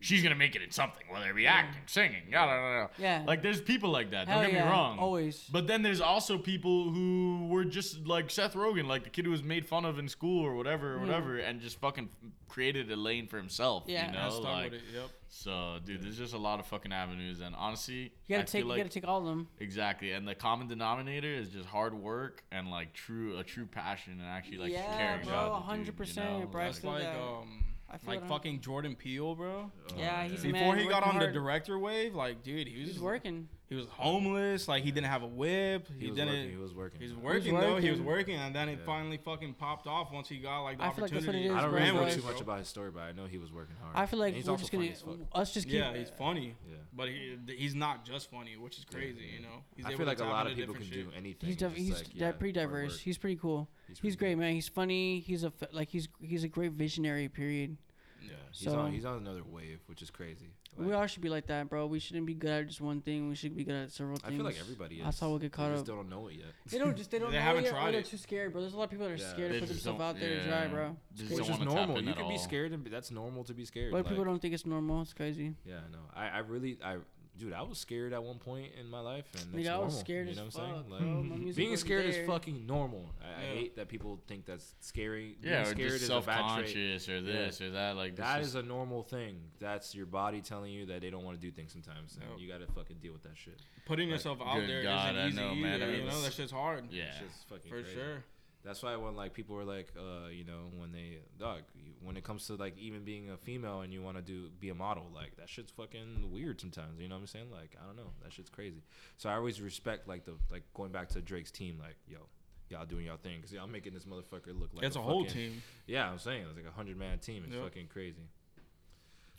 she's gonna make it in something, whether it be acting, singing, yada yada. yada.
Yeah.
Like, there's people like that.
Hell
Don't get
yeah,
me wrong.
always.
But then there's also people who were just like Seth Rogen, like the kid who was made fun of in school or whatever, or whatever, and just fucking created a lane for himself.
Yeah.
You know,
Yeah, start
like,
with it. Yep.
so, dude, there's just a lot of fucking avenues, and honestly,
You
I
gotta
feel
take.
like-
you gotta take all of them.
exactly. And the common denominator is just hard work and like true a true passion and actually like
Yeah,
caring
bro,
about the dude,
100%,
you know?
bro. I
Like,
It's
feel
like
that.
um,
I feel
like
that.
fucking Jordan Peele, bro.
Oh,
yeah, he's a man.
Before he got
working
on
hard.
the director wave, like dude, he was
he's
just-
working.
He was homeless. Like he didn't have a whip. He,
He was
didn't.
working. He was working.
He was
bro.
working, though. He was
working.
working, and then it
Yeah.
finally fucking popped off once he got like the
I feel like
opportunity.
that's what it is,
I don't
bro.
really know
Right.
too much about his story, but I know he was working hard.
I feel like
And he's
we're
also
just gonna
funny as fuck.
us just keep.
Yeah, he's funny,
Yeah.
but he, he's not just funny, which is crazy. You know, he's
I feel
able to
like a
tap
lot
into
of people can
different
do
shit.
anything.
He's,
It's
def-
just
he's
like, yeah,
di- pretty
hard work.
diverse. He's pretty cool.
He's
He's,
pretty
great, man. He's funny. He's a f- like he's he's a great visionary. Period.
Yeah. He's
So-
on. He's on another wave, which is crazy.
we
Like,
all should be like that, bro. We shouldn't be good at just one thing. We should be good at several
I
things.
feel like everybody is.
That's how we'll get caught
they
up.
Just don't know it yet.
They don't just they don't
They
know
haven't
yet, or
tried
they're
it.
too scared, bro. There's a lot of people that are
Yeah,
scared
they
to put
just
themselves
don't-
out there
yeah.
to try, bro.
Just
It's crazy.
don't
Which is
wanna tap
normal.
in
You
at
can be
all.
scared, and be, that's normal to be
A
scared.
lot of people
like-
don't think it's normal. It's crazy.
Yeah, no. I, I really, I, dude, I was scared at one point in my life, and that's
Nigga, I
normal.
was scared
you
as
know what I'm
fuck,
saying? Like,
bro. My music
being
was
scared
there.
is fucking normal. I, I
Yeah.
hate that people think that's scary.
yeah,
being
or
scared
just
is a bad trait.
self-conscious or this or that. Like
That
this
is a normal thing. That's your body telling you that they don't want to do things sometimes, and
Yep.
you gotta fucking deal with that shit.
Putting yourself out
good
there
God, I
not easy
know, man.
either.
That
you know,
was-
that shit's hard.
yeah,
That shit's fucking
for
crazy.
sure.
That's why when like people were like, uh, you know, when they dog, you, when it comes to like even being a female and you want to do be a model, like that shit's fucking weird sometimes. You know what I'm saying? Like I don't know, that shit's crazy. So I always respect like the like going back to Drake's team, like yo, y'all doing y'all thing because y'all making this motherfucker look like
it's a, whole
fucking-
team.
Yeah, I'm saying it's like a hundred man team. It's
Yep.
fucking crazy.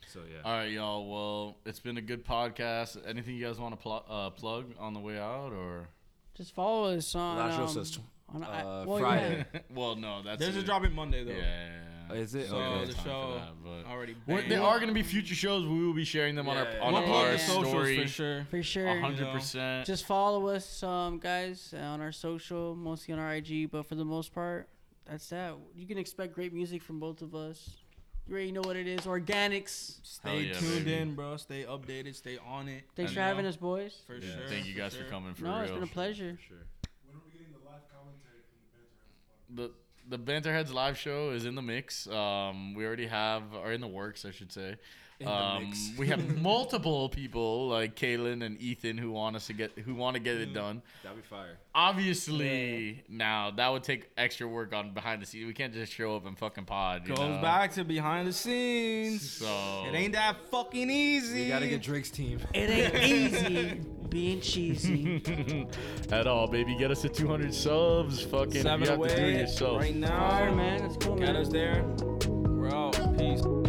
So yeah.
All right, y'all. Well, it's been a good podcast. Anything you guys want to pl- uh, plug on the way out, or
Just follow us on.
Las
um,
Rosas,
on I-
uh,
well, yeah.
Friday.
well, no, that's
There's a
it.
dropping Monday
Yeah,
though.
yeah, yeah.
Is it?
So
okay.
the
time for
show
that, but-
Already.
We're-
banged.
there are going to be future shows. We will be sharing them on
Yeah,
our
yeah,
on
We'll
our,
plug
yeah.
the socials
story.
for sure.
For sure.
A
you
hundred
know.
percent.
Just follow us, um, guys, on our social, mostly on our IG, but for the most part, that's that. You can expect great music from both of us. You already know what it is. Organics.
Hell
Stay
yeah,
tuned
baby.
in, bro. Stay updated. Stay on it.
Thanks
you
for
know?
having us, boys.
For
Yeah,
sure.
thank you guys for
sure.
coming. For
no,
real.
it's been a pleasure.
Sure.
When are we getting the live commentary from the Banter House podcast?
the the Banterheads live show is in the mix. Um, we already have are in the works, I should say.
In the
Um,
mix.
we have multiple people like Kaylin and Ethan who want us to get who want to get
Mm.
it done.
That'd be fire.
Obviously, now that would take extra work on behind the scenes. We can't just show up and fucking pod. You
Goes
know?
back to behind the scenes.
So
It ain't that fucking easy.
We gotta get Drake's team.
It ain't easy being cheesy.
at all, baby. Get us to 200 subs. Fucking if you
Seven
have to do it
away
yourself.
All
right
right,
now.
man. Let's go, man.
Get us there. We're out. Peace.